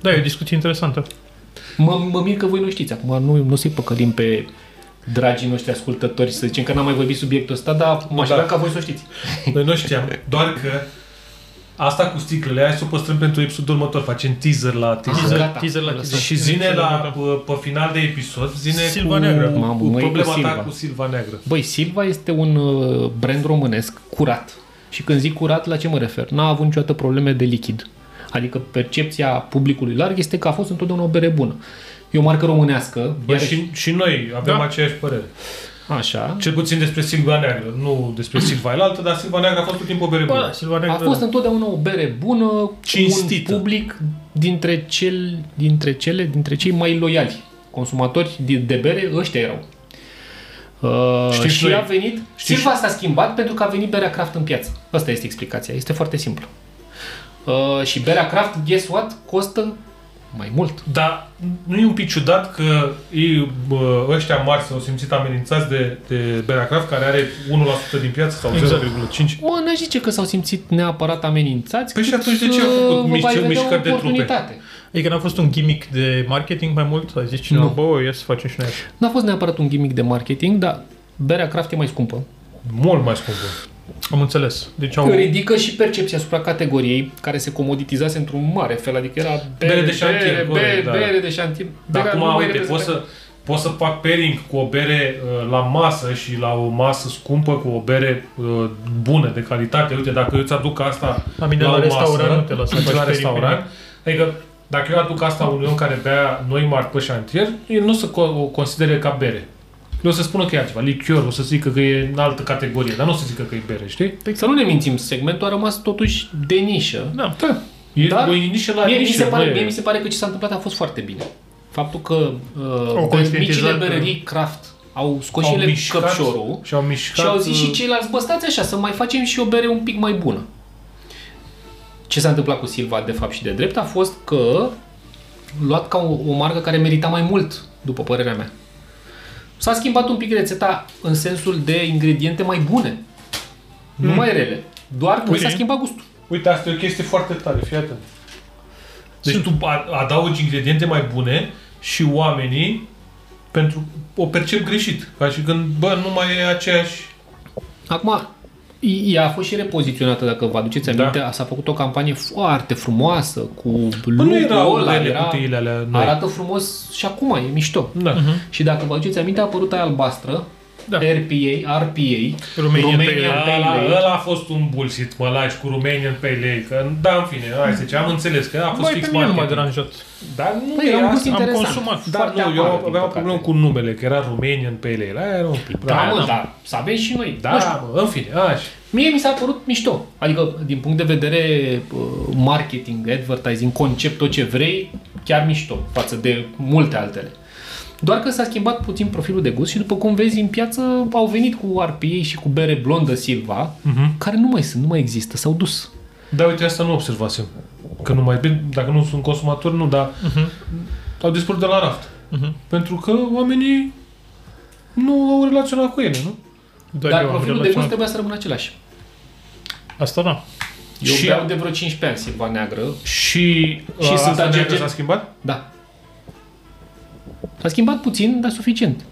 S1: Da, e o discuție interesantă.
S3: Mă, mă mir că voi nu știți. Acum nu, nu să-i păcălim pe dragii noștri ascultători să zicem că n-am mai vorbit subiectul ăsta, dar m-aș vrea ca voi să o știți.
S2: [laughs] Noi nu știam, doar că asta cu sticlele, hai să o păstrăm pentru episodul următor. Facem teaser la teaser.
S1: Teaser,
S3: gata.
S1: teaser la
S3: Lăsăm.
S1: teaser.
S2: Și zine la, pe, pe final de episod, zine
S1: Silva
S2: cu,
S1: Neagră.
S3: Mamă,
S2: cu
S3: mă, e cu
S2: problema ta
S3: Silva.
S2: cu Silva Neagră.
S3: Băi, Silva este un uh, brand românesc curat. Și când zic curat, la ce mă refer? N-a avut niciodată probleme de lichid. Adică percepția publicului larg este că a fost întotdeauna o bere bună. E o marcă românească,
S2: Bă,
S3: iar și...
S2: și, și noi avem
S1: Da.
S2: aceeași părere.
S3: așa,
S2: Cel puțin despre Silva Neagră, nu despre Silva elaltă, dar Silva Neagră a fost tot timpul o bere
S1: Bă, da,
S2: bună.
S1: Silva
S3: a
S1: Neagră,
S3: fost
S1: da.
S3: întotdeauna o bere bună,
S2: Cinstită.
S3: un public dintre, cel, dintre cele, dintre cei mai loiali consumatori de, de bere, ăștia erau. Uh,
S2: Știți
S3: și
S2: noi-
S3: a venit,
S2: știți-
S3: Silva s-a schimbat pentru că a venit berea craft în piață. Asta este explicația, este foarte simplu. Uh, și berea craft, guess what, costă mai mult.
S2: Dar nu e un pic ciudat că ei, bă, ăștia mari s-au simțit amenințați de, de Berea Craft, care are 1% din piață sau
S1: Exact.
S2: 0,5%.
S3: Mă, n-aș zice că s-au simțit neapărat amenințați.
S2: Păi și
S3: cât
S2: atunci de ce au
S3: să
S2: făcut
S3: vă
S2: mișc-
S3: mai vedea o
S2: mișcări de trupe?
S3: oportunitate.
S1: Adică n-a fost un gimmick de marketing mai mult? A zis cineva,
S3: Nu.
S1: bă, ia să facem și noi așa.
S3: N-a fost neapărat un gimmick de marketing, dar berea craft e mai scumpă.
S2: Mult mai scump.
S1: Am înțeles. Deci au...
S3: ridică și percepția asupra categoriei care se comoditizase într-un mare fel, adică era
S2: Bere de șantier,
S3: bere,
S2: corect,
S3: bere,
S2: da.
S3: bere de șantier.
S2: Dar
S3: Berea
S2: acum,
S3: nu mai
S2: uite,
S3: reprezintă-
S2: poți să, pot să fac pairing cu o bere uh, la masă și la o masă scumpă cu o bere uh, bună, de calitate. Uite, dacă eu ți-aduc asta
S1: La mine la,
S2: o
S1: restaurant
S2: masă,
S1: nu te lasă să
S2: [laughs] la
S1: faci
S2: restaurant, adică dacă eu aduc asta unui om care bea noi mari pe șantier, el nu o să co- o considere ca bere. Eu o să spună că e altceva, lichior, o să zică că e în altă categorie, dar nu o să zică că e bere, știi?
S3: Să nu ne mințim, segmentul a rămas totuși de nișă.
S2: Da. E,
S3: Dar
S2: da? e nișă la
S3: Mie, mi
S2: nișă,
S3: se pare,
S2: bă,
S3: mie mi se pare că ce s-a întâmplat a fost foarte bine. Faptul că uh, bă, micile
S1: conștientizat,
S3: berării craft au scos
S2: Au
S3: și ele
S2: mișcat
S3: căpșorul
S2: Și au mișcat...
S3: și au zis și
S2: uh,
S3: ceilalți, bă, stați așa, să mai facem și o bere un pic mai bună. Ce s-a întâmplat cu Silva, de fapt și de drept, a fost că luat ca o, o marcă care merita mai mult, după părerea mea. S-a schimbat un pic rețeta în sensul de ingrediente mai bune, nu
S2: Mm.
S3: mai rele. Doar că
S1: Uite.
S3: s-a schimbat gustul.
S2: Uite, asta e o chestie foarte tare, fii atent. Deci tu a- adaugi ingrediente mai bune și oamenii pentru o percep greșit. Ca și când, bă, nu mai e aceeași...
S3: Acum, i- ea a fost și repoziționată, dacă vă aduceți aminte, da. s-a făcut o campanie foarte frumoasă cu
S2: Bă, nu
S3: logo-ul
S2: erau
S3: ăla,
S2: rele
S3: era-
S2: cutiile alea noi.
S3: Arată Mhm. frumos și acum e mișto.
S2: Da.
S3: Și dacă vă aduceți aminte, a apărut aia albastră,
S1: Da.
S3: da. RPA, RPA,
S1: România,
S3: România.
S1: România.
S2: Ăla,
S3: Pale Ale.
S2: ăla a fost un bullshit, mă lași cu Romanian Pale Ale, că, da, în fine, hai să zicem, am înțeles că a fost
S1: Băi,
S2: fix
S1: pe mine nu m-a
S2: marketing.
S1: deranjat.
S2: Dar nu
S3: Păi,
S2: era
S3: era un gust
S2: asta.
S3: interesant.
S1: consumat.
S2: Dar
S3: foarte
S2: nu, eu
S3: amară, din
S2: aveam o
S3: păcate.
S2: problemă cu numele, că era Romanian Pale Ale, aia era un pic.
S3: Da, mă,
S2: da.
S3: da, să avem și noi. Nu știu,
S2: Da, mă, în fine, așa.
S3: mie mi s-a părut mișto. Adică, din punct de vedere uh, marketing, advertising, concept, tot ce vrei, chiar mișto față de multe altele. Doar că s-a schimbat puțin profilul de gust și după cum vezi în piață au venit cu RPA și cu bere blondă Silva, uh-huh. care nu mai sunt, nu mai există, s-au dus.
S2: Da, uite, asta nu observasem. Că nu mai bine, dacă nu sunt consumator, nu, dar uh-huh. au dispărut de la raft. Uh-huh. Pentru că oamenii nu au relaționat cu ele, nu?
S1: Doar
S3: Dar
S1: eu am
S3: profilul de
S1: relaționat.
S3: gust trebuia să rămână același.
S1: Asta da.
S3: Eu
S2: Și-
S3: și beau de vreo 15 ani Silva Neagră,
S2: Și,
S3: Și
S2: a,
S3: sunt
S2: asta ne-a-
S3: alergic.
S2: s-a schimbat?
S3: Da. S-a schimbat puțin, dar suficient.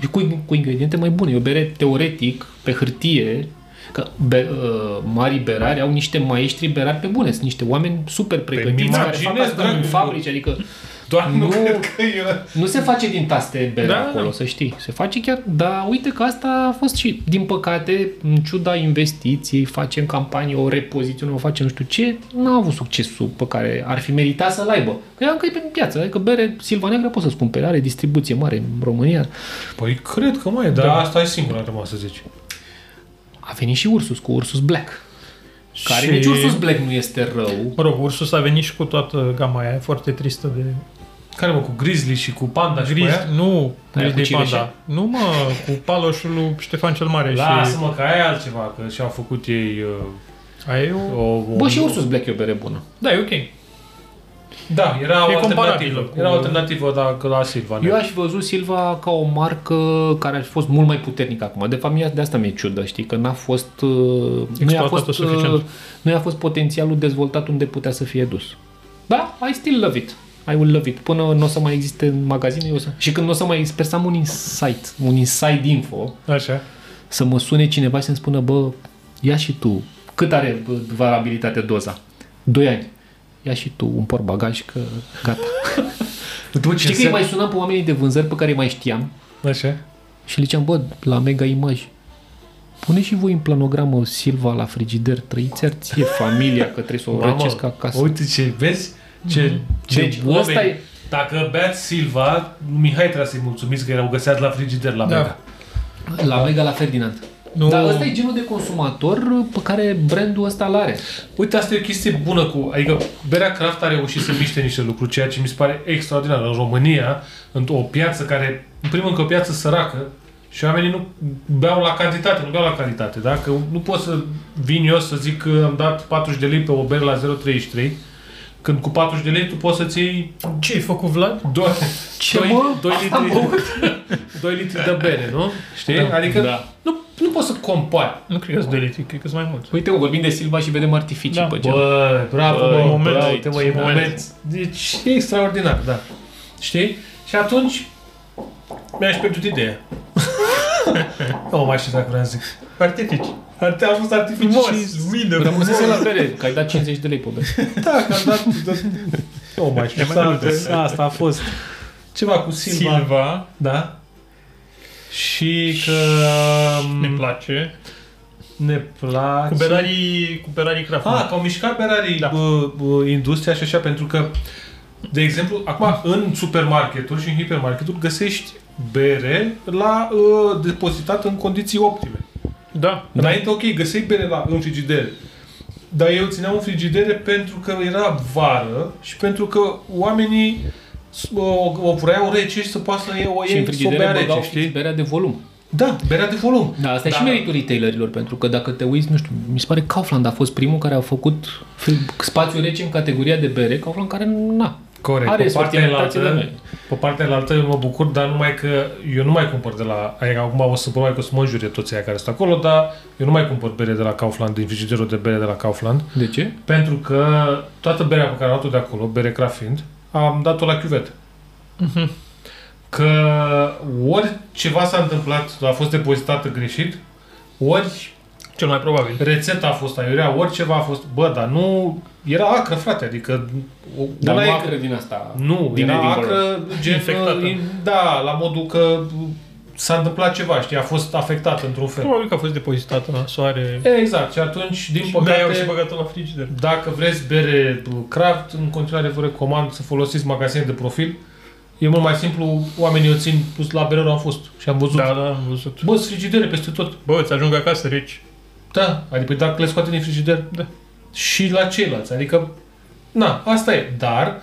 S3: Și cu, cu ingrediente mai bune. E o bere teoretic, pe hârtie, că be, uh, marii berari au niște maestri berari pe bune. Sunt niște oameni super pregătiți care fac
S2: imaginez,
S3: asta în
S2: dragul
S3: fabrici. Adică
S2: Doar nu,
S3: Nu.
S2: cred că era...
S3: nu se face din taste bere
S1: Da,
S3: da,
S1: da,
S3: acolo,
S1: da.
S3: să știi. Se face chiar, dar uite că asta a fost și, din păcate, în ciuda investiției, facem campanie, o repoziționăm, o facem nu știu ce, n-a avut succesul pe care ar fi meritat să-l aibă. Că ea încă e pe piață, adică bere Silva Neagră poți să-ți cumpere, are distribuție mare în România.
S2: Păi cred că mai e, dar da. asta e singura deci. rămas să zici.
S3: A venit și Ursus cu Ursus Black. Care
S1: Și-
S3: și... nici Ursus Black nu este rău.
S1: Mă rog, Ursus a venit și cu toată gama aia foarte tristă de...
S2: Care mă, cu grizzly și cu panda și cu
S1: Gris,
S2: aia?
S1: nu,
S3: Aia
S1: gris
S3: cu
S1: de panda.
S3: cireșe?
S1: Nu mă, cu paloșul lui Ștefan cel Mare și...
S2: Lasă-mă, că aia e altceva, că și-au făcut ei uh,
S1: Aia e o...
S2: o, o...
S3: Bă, și Ursus Black e o bere bună.
S1: Da, e ok.
S2: Da, era
S1: E
S2: o
S1: comparabilă
S2: alternativă.
S1: cu-
S2: Era o alternativă, dar că la Silva.
S3: Eu aș văzut Silva ca o marcă care ar fi fost mult mai puternică acum. De fapt, mie- de asta mi-e ciudă, știi, că n-a fost... uh, Nu i-a
S1: Exploatată
S3: fost,
S1: suficient.
S3: uh, nu i-a fost potențialul dezvoltat unde putea să fie dus. Da, I still love it. I will love it. Până nu o să mai existe în magazine, eu o să... Și când nu o să mai... Sper să am un insight, un inside info,
S1: Așa.
S3: să mă sune cineva și să-mi spună, bă, ia și tu, cât are bă, valabilitate doza? 2 ani. Ia și tu un porbagaj că gata.
S2: După
S3: Știi că îi mai sunam pe oamenii de vânzări pe care îi mai știam
S2: Așa.
S3: și le ziceam, bă, la Mega Image, pune și voi în planogramă Silva la frigider, trăiți ție familia, că trebuie să o
S2: Mamă,
S3: răcesc acasă.
S2: Uite ce, vezi? Ce, ce
S3: Deci
S2: oameni.
S3: ăsta e-
S2: Dacă beați Silva, lui Mihai trebuie să-i mulțumiți că erau găseați la frigider la
S1: Da.
S2: Mega.
S3: La Mega la Ferdinand.
S1: Nu.
S3: Dar ăsta e genul de consumator pe care brandul ăsta l-are.
S2: Uite, asta e o chestie bună cu... Adică berea craft a reușit să miște niște lucruri, ceea ce mi se pare extraordinar. În România, într o piață care, în primul rând, că e o piață săracă, și oamenii nu beau la cantitate, nu beau la calitate. Dacă nu pot să vin eu să zic că am dat 40 de lei pe o bere la 0,33, când cu 40 de lei tu poți să-ți iei
S1: Ce ai făcut, Vlad?
S2: Doi,
S3: Ce,
S2: doi,
S3: mă?
S2: Doi
S3: Asta am
S2: litri, doi litri de bere, nu? Știi? Da, adică da. Nu, nu poți să compari.
S1: Nu cred că sunt 2 litri, cred că sunt mai mult.
S3: Uite, mă, vorbim de Silva și vedem artificii
S1: Da.
S3: pe geam.
S2: Bă, bravo,
S1: Bă,
S2: bă,
S1: e moment,
S2: bravo, te, mă, e
S1: e moment.
S2: moment. Deci e extraordinar, da. Știi? Și atunci mi-aș pierdut ideea. [laughs] nu mai știu dacă vreau să zic.
S1: Artifici.
S2: Arte a fost artificios.
S1: Mină.
S3: Rămâsese la bere, că ai dat 50 de lei pe bere.
S2: Da, că am dat... Nu mai știu.
S1: E mai
S2: Asta, asta a fost.
S5: Ceva cu Silva. Silva.
S1: Silva.
S5: Da? Și că
S2: Mm.
S1: Ne
S2: um,
S1: place.
S5: ne place.
S1: Cu Berari, cu Berari Craft.
S5: Ah, că au mișcat Ferrari da.
S1: Da.
S5: bă, bă, industria și așa, pentru că, de exemplu, acum în supermarketuri și în hipermarketuri găsești bere la uh, depozitat în condiții optime.
S1: Da.
S5: Înainte, ok, găseai bere la, în frigider. Dar eu țineam în frigidere pentru că era vară și pentru că oamenii s- o, o vreau rece și să poată să iei o
S3: Și în
S5: iei, să o bea
S3: frigidere
S5: rece,
S3: băgau fix
S5: știi?
S3: berea de volum.
S5: Da, berea de volum.
S3: Da, asta da. e
S5: Da.
S3: și meritul retailerilor, pentru că dacă te uiți, nu știu, mi se pare Kaufland a fost primul care a făcut fri- spațiu rece în categoria de bere, Kaufland care, na,
S2: Corect.
S3: Are
S2: pe partea
S3: sortimentație de
S2: elaltă,
S3: noi.
S2: pe partea elaltă eu mă bucur, dar numai că eu nu mai cumpăr de la... Adică acum o să probabil că o să mă înjure toți aia care sunt acolo, dar eu nu mai cumpăr bere de la Kaufland, din frigiderul de bere de la Kaufland,
S3: de ce?
S2: pentru că toată berea pe care am luat-o de acolo, bere craft fiind, am dat-o la chiuvet. Că ori ceva s-a întâmplat, a fost depozitată greșit, ori
S1: Cel mai
S2: Da.
S1: probabil.
S2: rețeta a fost aiurea, ori ceva a fost... Bă, dar nu... Era acră, frate, adică... o-
S3: Dar
S2: ăla
S3: nu
S2: e-
S3: acră din asta.
S2: nu,
S3: din
S2: din era
S3: ei dincolo.
S2: acră, gen,
S1: Infectată.
S2: da, la modul că s-a întâmplat ceva, știi, a fost afectat într-un fel.
S1: Probabil că a fost depozitată la soare.
S2: E, Exact, și atunci, din
S1: Și de-aia au și
S2: păcate,
S1: băgat-o la frigider.
S2: dacă vreți bere craft, în continuare vă recomand să folosiți magazine de profil. E mult mai simplu, oamenii o țin pus la bereră, am fost și am văzut.
S1: Da, da, am văzut.
S2: Bă, sunt frigidere peste tot.
S1: Bă, îți ajung acasă reci.
S2: Da, adică dacă le scoate din frigider, da. Și la ceilalți, adică, na, asta e. Dar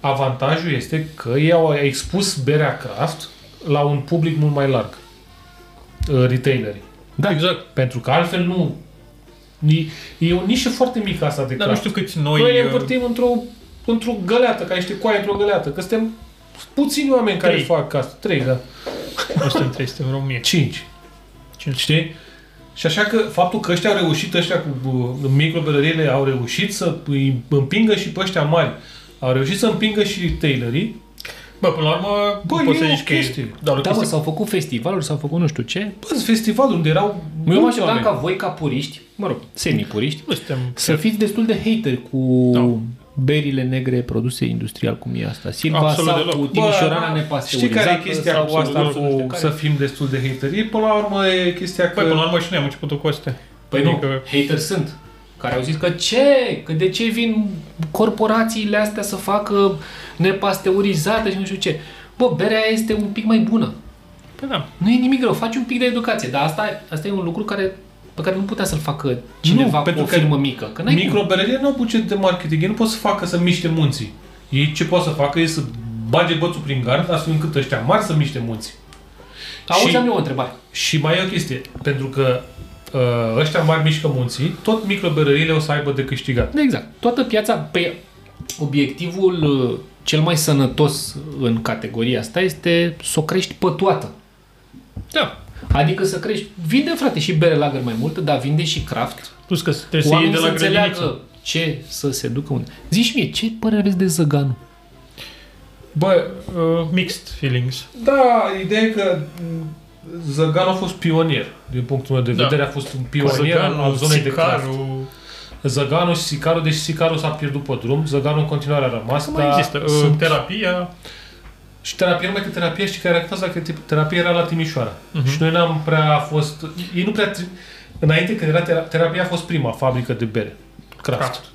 S2: avantajul este că ei au expus berea craft la un public mult mai larg. Uh, Retailerii.
S1: Da, exact.
S2: Pentru că altfel nu... Ni- E o nișă foarte mică asta de
S1: Dar nu
S2: craft.
S1: știu câți
S2: Noi,
S1: noi...
S2: exact. Noi ne
S1: uh,
S2: învârtim într-o, într-o găleată, ca niște coaie într-o găleată. Că suntem puțini oameni care
S1: Trei.
S2: fac asta. Trei, da.
S1: Nu suntem trei, suntem în România.
S2: Cinci.
S1: Cinci.
S2: Știi? Și așa că faptul că ăștia au reușit, ăștia cu uh, microbelăriile au reușit să îi împingă și pe ăștia mari, au reușit să împingă și tailorii,
S1: Bă, până la urmă,
S2: Bă,
S1: nu poți
S2: e
S1: să
S2: o
S1: zici că e...
S2: chestie.
S1: Dar o
S3: Da, mă,
S1: chestie-
S3: s-au făcut festivaluri, s-au făcut nu știu ce.
S2: bă, festivalul unde erau
S3: Eu mă
S2: mulți
S3: așteptam
S2: oameni.
S3: ca voi, ca puriști, mă rog, semipuriști,
S1: Nu suntem...
S3: să fiți destul de hater cu
S1: Da.
S3: berile negre produse industrial, cum e asta. Silva
S1: Absolut
S3: sau
S1: deloc.
S3: cu
S2: Bă, da.
S3: Timișorana
S2: Știi
S3: nepasteurizată.
S2: care e chestia
S3: Exact, sau
S2: cu asta
S3: absolut nu știu
S2: cu
S3: care?
S2: să fim destul de haterii? Până la urmă e chestia că...
S1: Băi, Păi, până la urmă și noi am început cu astea.
S3: Păi nu,
S1: Adică-
S3: hater sunt. Care au zis că ce? Că de ce vin corporațiile astea să facă nepasteurizate și nu știu ce. Bă, berea este un pic mai bună.
S1: Păi da.
S3: Nu e nimic rău, faci un pic de educație, dar asta, asta e un lucru care, pe care nu putea să-l facă cineva nu, cu
S2: pentru
S3: o
S2: că
S3: firmă mică. Că n-ai cum.
S2: Microberările nu au buget de marketing, ei nu pot să facă să miște munții. Ei ce pot să facă e să bage bățul prin gard, astfel încât ăștia mari să miște munții.
S3: Auzi,
S2: și-
S3: am eu o întrebare.
S2: Și mai e o chestie, pentru că ă, ăștia mari mișcă munții, tot microberările o să aibă de câștigat.
S3: Exact. Toată piața, pe obiectivul uh, cel mai sănătos în categoria asta este să o crești pătoată.
S1: Da.
S3: Adică să crești, vinde frate și bere lager mai mult, dar vinde și craft.
S1: Plus că trebuie să iei
S3: Oamenii
S1: de
S3: să
S1: la grădiniță.
S3: înțeleagă ce să se ducă unde. Zici mie, ce părere aveți de zăgan?
S1: Bă, uh, mixed feelings.
S2: Da, ideea e că m, Zăgan a fost pionier, din punctul meu de
S1: Da.
S2: vedere, a fost un pionier al- al zonei de craft.
S1: Sicarul...
S2: Zăganu și Sicaru, deci Sicaru s-a pierdut pe drum, Zăganu în continuare a rămas,
S1: Mai există.
S2: dar
S1: uh, Terapia...
S2: Și terapia, numai că terapia, știi care era clasa? Că te- terapia era la Timișoara.
S1: Mhm.
S2: Uh-huh. Și noi n-am prea fost... Ei nu prea... tri- Înainte când era tera- terapia a fost prima fabrică de bere. Craft.
S1: Craft.
S2: Craft.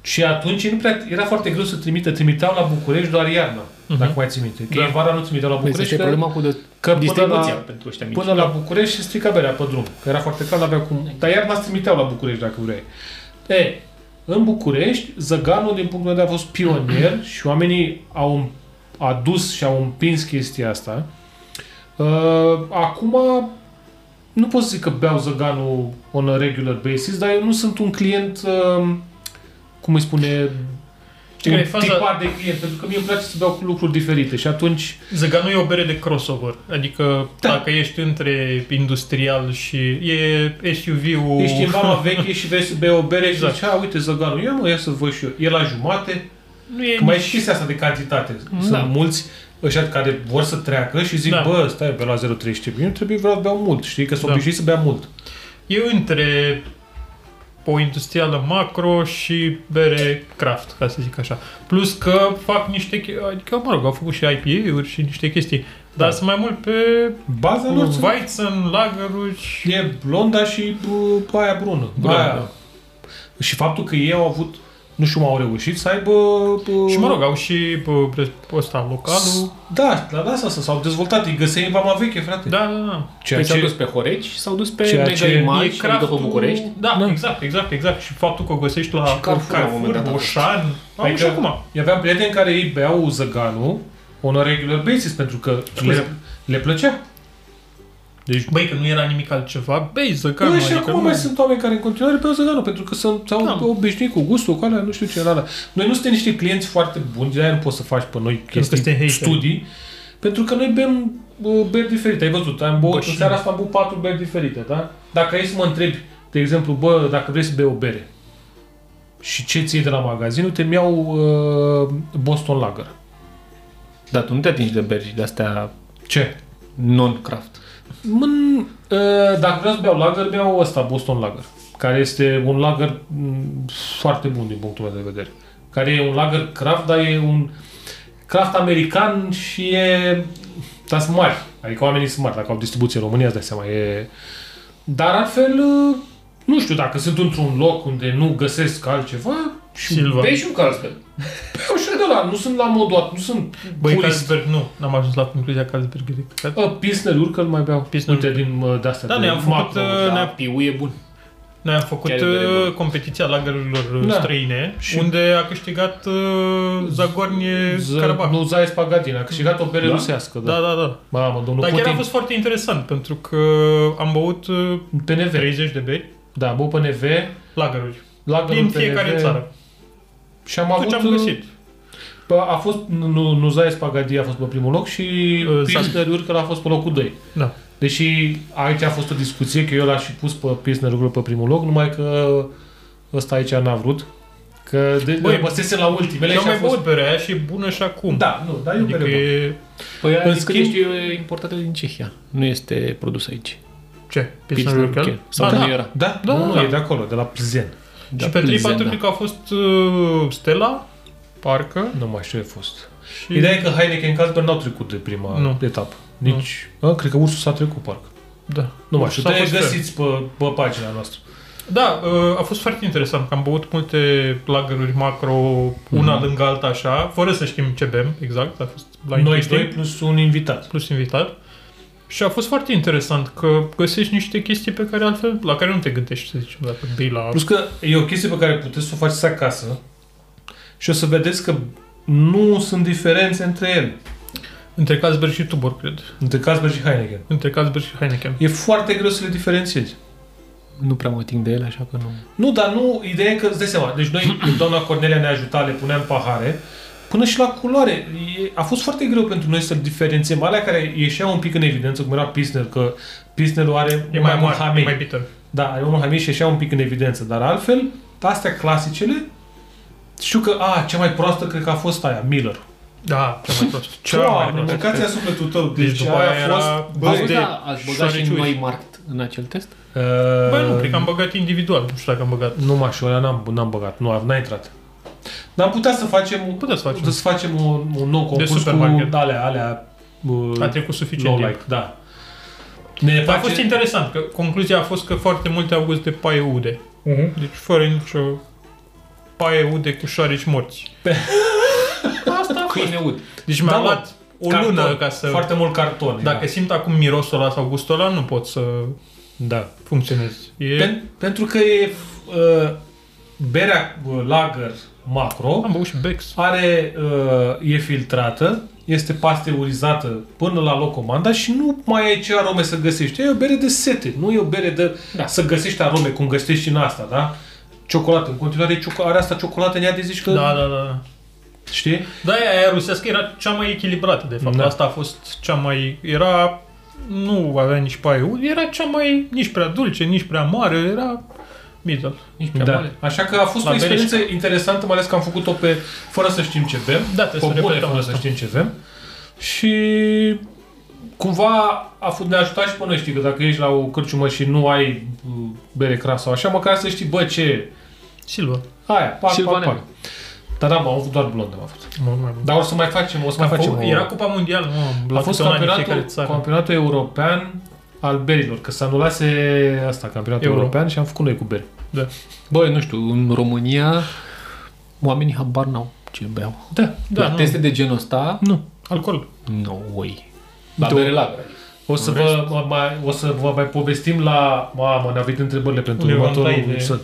S2: Și atunci ei nu prea, era foarte greu să trimită. Trimiteau la București doar iarna, uh-huh. dacă mai ții minte. Că
S1: Da.
S2: ei vara nu trimiteau la
S3: Asta
S2: București,
S3: e
S2: că,
S3: Păi problema cu de-
S2: că până
S3: distribuția
S2: la,
S3: pentru ăștia mici.
S2: până la București și strica berea pe drum. Că era foarte clar, avea cum... Dar iarna se trimiteau la București dacă vrei. E, în București, Zăganul, din punctul meu de vedere, a fost pionier și oamenii au adus și au împins chestia asta. Uh, acum, nu pot să zic că beau Zăganul on a regular basis, dar eu nu sunt un client, uh, cum îi spune,
S1: Știi
S2: un
S1: care e faza?
S2: tipar de client, pentru că mie îmi place să beau cu lucruri diferite și atunci
S1: Zăganul e o bere de crossover. Adică
S2: Da.
S1: dacă ești între industrial și... E SUV-ul...
S2: Ești în vama veche și vrei să bei o bere
S1: Exact.
S2: și zici, a, uite zăganul, ia mă, ia să văd și eu. E la jumate,
S1: [laughs] Nu e
S2: că mai e
S1: nici-
S2: și chestia asta de cantitate. Sunt
S3: Da.
S2: mulți ăștia care vor să treacă și zic,
S1: Da.
S2: da. bă, stai, pe la 0,35, eu trebuie vreau să beau mult, știi, că
S1: Da.
S2: sunt da. obișnuit să bea mult.
S1: E între o industrială macro și bere craft, ca să zic așa. Plus că fac niște, che- adică, mă rog, au făcut și IPA-uri și niște chestii, dar da. sunt mai mult pe
S2: Baza lor sunt-
S1: Weizen, lageruri și...
S2: e blonda și bă, aia brună.
S1: Brună,
S2: aia.
S1: da.
S2: Și faptul că ei au avut, nu știu, cum au reușit să aibă... bă,
S1: Și mă rog, au și pe ăsta localul.
S2: Da, la asta s- s-au dezvoltat, îi găseai în vama veche, frate.
S1: Da, da, da.
S2: ce-
S3: Ceea păi ce... s-au dus pe Horeci și s-au dus pe
S2: Ceea
S3: Mega
S2: ce e
S3: Image, adică pe București.
S1: Da, da, exact, exact, exact. Și faptul că o găsești la
S3: Și Carrefour, la un moment
S1: Carrefour
S3: dat, a fost.
S1: Oșan. Am și
S2: Adică-
S1: acum.
S2: Eu aveam prieteni care ei beau zăganul on a regular basis, pentru că le, le plăcea.
S1: Deci, băi, că nu era nimic altceva. Băi, zăcanul,
S2: Bă, și
S1: adică
S2: acum
S1: nu-
S2: mai sunt oameni care în continuare beau zăganul, pentru că sunt, s-au
S1: Da.
S2: obișnuit cu gustul, cu alea, nu știu ce, la, la. Noi nu suntem niște clienți foarte buni, de-aia nu poți să faci pe noi
S1: suntem
S2: chestii,
S1: hateri.
S2: studii, pentru că noi bem bă, beri diferite. Ai văzut, am băut,
S3: și-
S2: în seara asta am băut patru beri diferite, da? Dacă ai să mă întrebi, de exemplu, bă, dacă vrei să bei o bere și ce ții de la magazin, te iau uh, Boston Lager.
S3: Dar tu nu te atingi de beri de astea
S2: Ce?
S3: non-craft.
S2: Mân, uh, dacă vreau să beau lager, beau ăsta, Boston Lager, care este un lager mm, foarte bun din punctul meu de vedere. Care e un lager craft, dar e un craft american și e... Dar sunt mari. Adică oamenii sunt mari. Dacă au distribuție în România, îți dai seama. E... Dar altfel, uh, nu știu, dacă sunt într-un loc unde nu găsesc altceva, și
S1: Silva.
S3: Bei și un Carlsberg.
S2: beau și de la, nu sunt la modul, nu sunt
S1: Băi,
S2: purist.
S1: Carlsberg, nu. N-am ajuns la concluzia Carlsberg. Cred.
S2: Uh, Pilsner-uri, că îl mai beau.
S1: Pilsner.
S2: Uite, din uh, de-astea.
S1: Da,
S2: de
S1: ne-am făcut,
S2: macro,
S1: uh,
S3: Da,
S1: ne-am-
S3: piu e bun.
S1: ne-am făcut
S3: Chiar e bere bună.
S1: uh, competiția lagerilor
S2: Da.
S1: da. străine,
S2: Și-
S1: unde a câștigat uh, Zagornie
S2: Z-
S1: Karabakh.
S2: Nu, Zaes Pagadin, a câștigat o bere
S3: Da?
S2: rusească, da.
S1: Da, da, da.
S2: Mamă, domnul
S1: Dar chiar
S2: Putin,
S1: a fost foarte interesant, pentru că am băut uh,
S2: PNV.
S1: 30 de beri,
S2: Da, bă, PNV,
S1: lageruri,
S2: lagărul
S1: din fiecare
S2: PNV,
S1: țară.
S2: Și am
S1: Tot
S2: avut... uh,
S1: ce am găsit.
S3: uh,
S2: Bă, a fost, nu, nu Zaes Pagadi a fost pe primul loc și
S1: Uh,
S2: Pilsner Urkel a fost pe locul 2.
S1: Da.
S2: Deși aici a fost o discuție că eu l-aș fi pus pe Pilsner Urkel pe primul loc, numai că ăsta aici n-a vrut. Că de,
S1: Băi,
S2: Băi, păsese la ultimele
S1: Și am
S2: și a
S1: mai
S2: fost...
S1: băut berea aia și e bună și acum.
S2: Da, nu, dar e o
S1: Adică
S2: bere bună.
S1: e...
S3: Păi
S2: În
S3: în schimb,
S2: schimb-
S3: știu, e importată din Cehia. Nu este produs aici.
S1: Ce?
S3: Pilsner Urquell? Sau
S1: da.
S3: nu da, era?
S2: Da,
S1: Da,
S2: nu,
S1: da.
S2: e de acolo, de la Plzen.
S1: Și pe 3 4 cred că a fost uh, Stella, parcă.
S2: Nu mai știu ce a fost.
S1: Și...
S2: Ideea e că Heineken Carlsberg n-au trecut de prima
S1: Nu.
S2: etapă. Nici, a, cred că ursul s-a trecut parcă.
S1: Da.
S2: Nu mai știu,
S1: S-a
S2: te
S1: fost
S2: găsiți pe, pe pagina noastră.
S1: Da, uh, a fost foarte interesant că am băut multe lageruri macro,
S3: Mhm.
S1: una lângă alta așa, fără să știm ce bem, exact, a fost la
S2: Noi doi plus un invitat.
S1: plus invitat. Și a fost foarte interesant că găsești niște chestii pe care altfel, la care nu te gândești, să zicem, dacă bei la...
S2: Plus că e o chestie pe care puteți să o faceți acasă și o să vedeți că nu sunt diferențe între ele,
S1: Între Carlsberg și Tubor, cred.
S2: între Carlsberg și Heineken.
S1: Între Carlsberg și Heineken.
S2: E foarte greu să le diferențiezi.
S3: Nu prea mă ating de ele, așa că nu.
S2: Nu, dar nu, ideea e că, îți dai seama, deci noi, [clears throat] doamna Cornelia ne ajuta, le puneam pahare, până și la culoare. E, a fost foarte greu pentru noi să diferențiem. Alea care ieșeau un pic în evidență, cum era Pilsner, că Pilsnerul are
S1: E mai
S2: mult
S1: mare, e mai bitter.
S2: Da, are unul hamei și ieșea un pic în evidență, dar altfel, astea clasicele, știu că, a, cea mai proastă cred că a fost aia, Miller.
S1: Da, cea mai prost. Cea mai
S2: Doamne,
S1: prost.
S2: mâncați-a sufletul tău.
S1: Deci după aia era- Bă,
S3: Ați,
S1: de-
S3: da, ați băgat și
S1: șoareciuri.
S3: noi markt în acel test?
S2: Uh,
S1: Băi, nu, cred că am băgat individual, nu știu dacă am băgat.
S2: Nu, mă, și ăla n-am, n-am băgat, nu, n-a intrat. Dar am putea să facem, un-
S1: Puteți să facem.
S2: să facem un, un nou concurs cu
S1: supermarket.
S2: alea, alea, uh,
S1: A trecut suficient
S2: low
S1: timp.
S2: light, da. Ne
S1: Dar a
S2: face...
S1: fost interesant, că concluzia a fost că foarte multe au gust de paie ude.
S2: Mhm.
S1: Deci fără nicio paie ude cu șoareci morți.
S2: [laughs]
S3: Asta Câine ud.
S1: Deci mi-a
S2: Da, mă,
S1: luat o
S2: carton,
S1: lună ca să... Da.
S2: Foarte da. mult carton.
S1: Dacă
S2: era.
S1: simt acum mirosul ăla sau gustul ăla, nu pot să
S2: Da.
S1: funcționez. E...
S2: Pen- pentru că e uh, berea uh, lager macro
S1: Am băut și Bex.
S2: are uh, e filtrată, este pasteurizată până la locomanda și nu mai ai ce arome să găsești. E o bere de sete, nu e o bere de da.
S3: Da.
S2: să găsești arome cum găsești și în asta, da? Ciocolată, în continuare e cioco- are asta ciocolată în ea de zici că,
S1: Da, da, da.
S2: știi?
S1: Da, aia, aia rusească era cea mai echilibrată, de fapt.
S2: Da.
S1: Da. Asta a fost cea mai... Era... Nu avea nici paie ude, era cea mai... Nici prea dulce, nici prea mare, era... Middle.
S3: Nici prea
S2: Da.
S3: mare.
S2: Așa că a fost
S1: La
S2: o experiență interesantă, mai ales că am făcut-o pe, fără să știm ce bem.
S1: Da, trebuie
S2: pe
S1: să
S2: bune,
S1: repetăm
S2: fără
S1: asta.
S2: să știm ce bem. Și cumva a fost ne ajutat și pe noi, știi, că dacă ești la o cârciumă și nu ai uh, bere crasă sau așa, măcar să știi, bă, ce...
S1: Silva.
S2: Aia, pac, pac,
S3: Silvanel.
S2: pac. Dar da, m-am avut doar blond, am avut.
S1: Mult mai bun.
S2: Dar o să mai facem, o să mai facem. o-
S1: Era Cupa Mondială, mă,
S2: a
S1: la
S2: fost
S1: câte un an în
S2: campionatul,
S1: fiecare țară.
S2: campionatul european al berilor, că s-a anulase asta, campionatul
S1: Euro.
S2: european și am făcut noi cu beri.
S1: Da.
S3: Băi, nu știu, în România oamenii habar n-au ce beau.
S2: Da,
S3: Da, la
S1: nu.
S3: teste de genul ăsta,
S2: nu, alcool.
S3: no way. La
S2: Tu-
S3: bere lagră.
S2: O să, vă, mă- mai, o să vă mai povestim la... Mamă, ne-au venit întrebările pentru
S1: Undeva
S2: următorul
S1: în taiere.
S2: episod.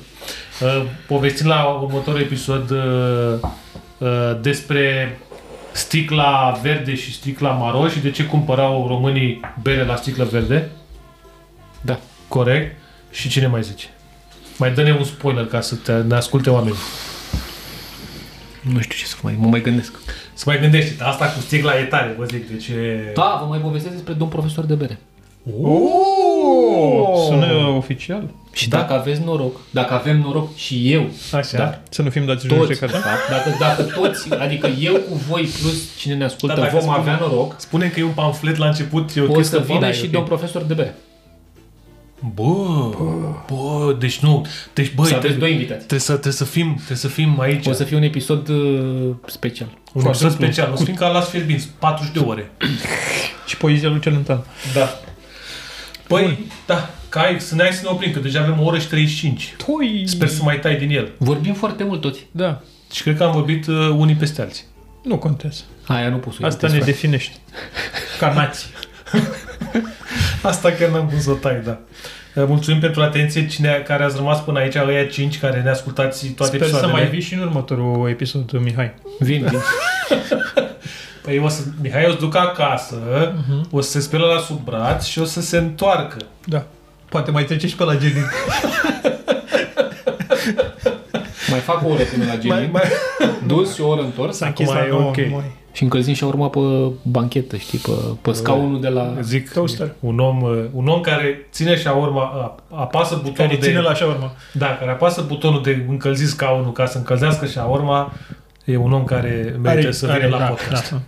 S2: Uh, povestim la următorul episod uh, uh, despre sticla verde și sticla maro și de ce cumpărau românii bere la sticlă verde.
S3: Da.
S2: Corect. Și cine mai zice? Mai dă-ne un spoiler ca să te, ne asculte oamenii.
S3: Nu știu ce să mai, mă mai gândesc.
S2: Să mai gândești, asta cu sticla e tare, vă zic, deci e...
S3: Da, vă mai povestesc despre domn profesor de bere.
S1: Uuuu! Sună oficial.
S3: Și dacă aveți noroc, dacă avem noroc și eu,
S1: Așa.
S3: Da.
S1: Să nu fim dați jos de
S3: toți, de
S1: carte.
S3: fapt, [laughs] dacă, dacă toți, adică eu cu voi plus cine ne ascultă,
S2: Da,
S3: da,
S2: dacă
S3: vom
S2: spune-
S3: avea noroc,
S2: Spune că e un pamflet la început, e o
S3: o
S2: chestie
S3: să vină
S2: foame, e
S3: și
S2: ok.
S3: domn profesor de bere.
S2: Bă, bă, deci nu, deci băi,
S3: Să aveți
S2: trebuie,
S3: doi invitați.
S2: trebuie, să, trebuie să fim, trebuie să fim aici.
S3: O să fie un episod uh, special.
S2: un
S1: Foarte
S2: episod
S1: simplu.
S2: special, o să fim ca la Sferbinți, 40 de ore.
S1: Și poezia lui Celentan.
S2: Da. Păi, da, ca ai, să ne ai să ne oprim, că deja avem o oră și 35.
S1: Toi!
S2: Sper să mai tai din el.
S3: Vorbim foarte mult toți.
S1: Da.
S2: Și cred că am vorbit uh, unii peste alții. [laughs]
S1: Nu contează.
S3: Aia nu poți să
S1: Asta ne definește. [laughs] Ca nații.
S2: Asta chiar n-am cum să o tai, da. Uh, Mulțumim pentru atenție cine care ați rămas până aici, ăia 5 care ne ascultați toate
S1: Sper să
S2: episoadele.
S1: mai vii și în următorul episod, Mihai.
S3: Vin, vin.
S2: Păi o să, Mihai o să ducă acasă, uh-huh. o să se spele la sub braț și o să se întoarcă.
S1: Da. Poate mai trece și pe la genii.
S3: Mai fac o oră până la
S2: Mai,
S3: genii.
S2: mai...
S3: Dus și o oră întors.
S1: S-a închis
S2: Acum
S1: la
S2: e
S1: 9
S2: ok.
S1: mai.
S3: Și încălzim și a urmat pe banchetă, știi, pe, pe scaunul de la...
S2: Zic,
S1: Da. Toaster.
S2: un om, uh, un om care ține și a urma, a- apasă butonul
S1: Care
S2: de...
S1: ține la așa urmă.
S2: Da, care apasă butonul de încălzi scaunul ca să încălzească și a urma, e un om care merge să vină la podcast.
S1: Da.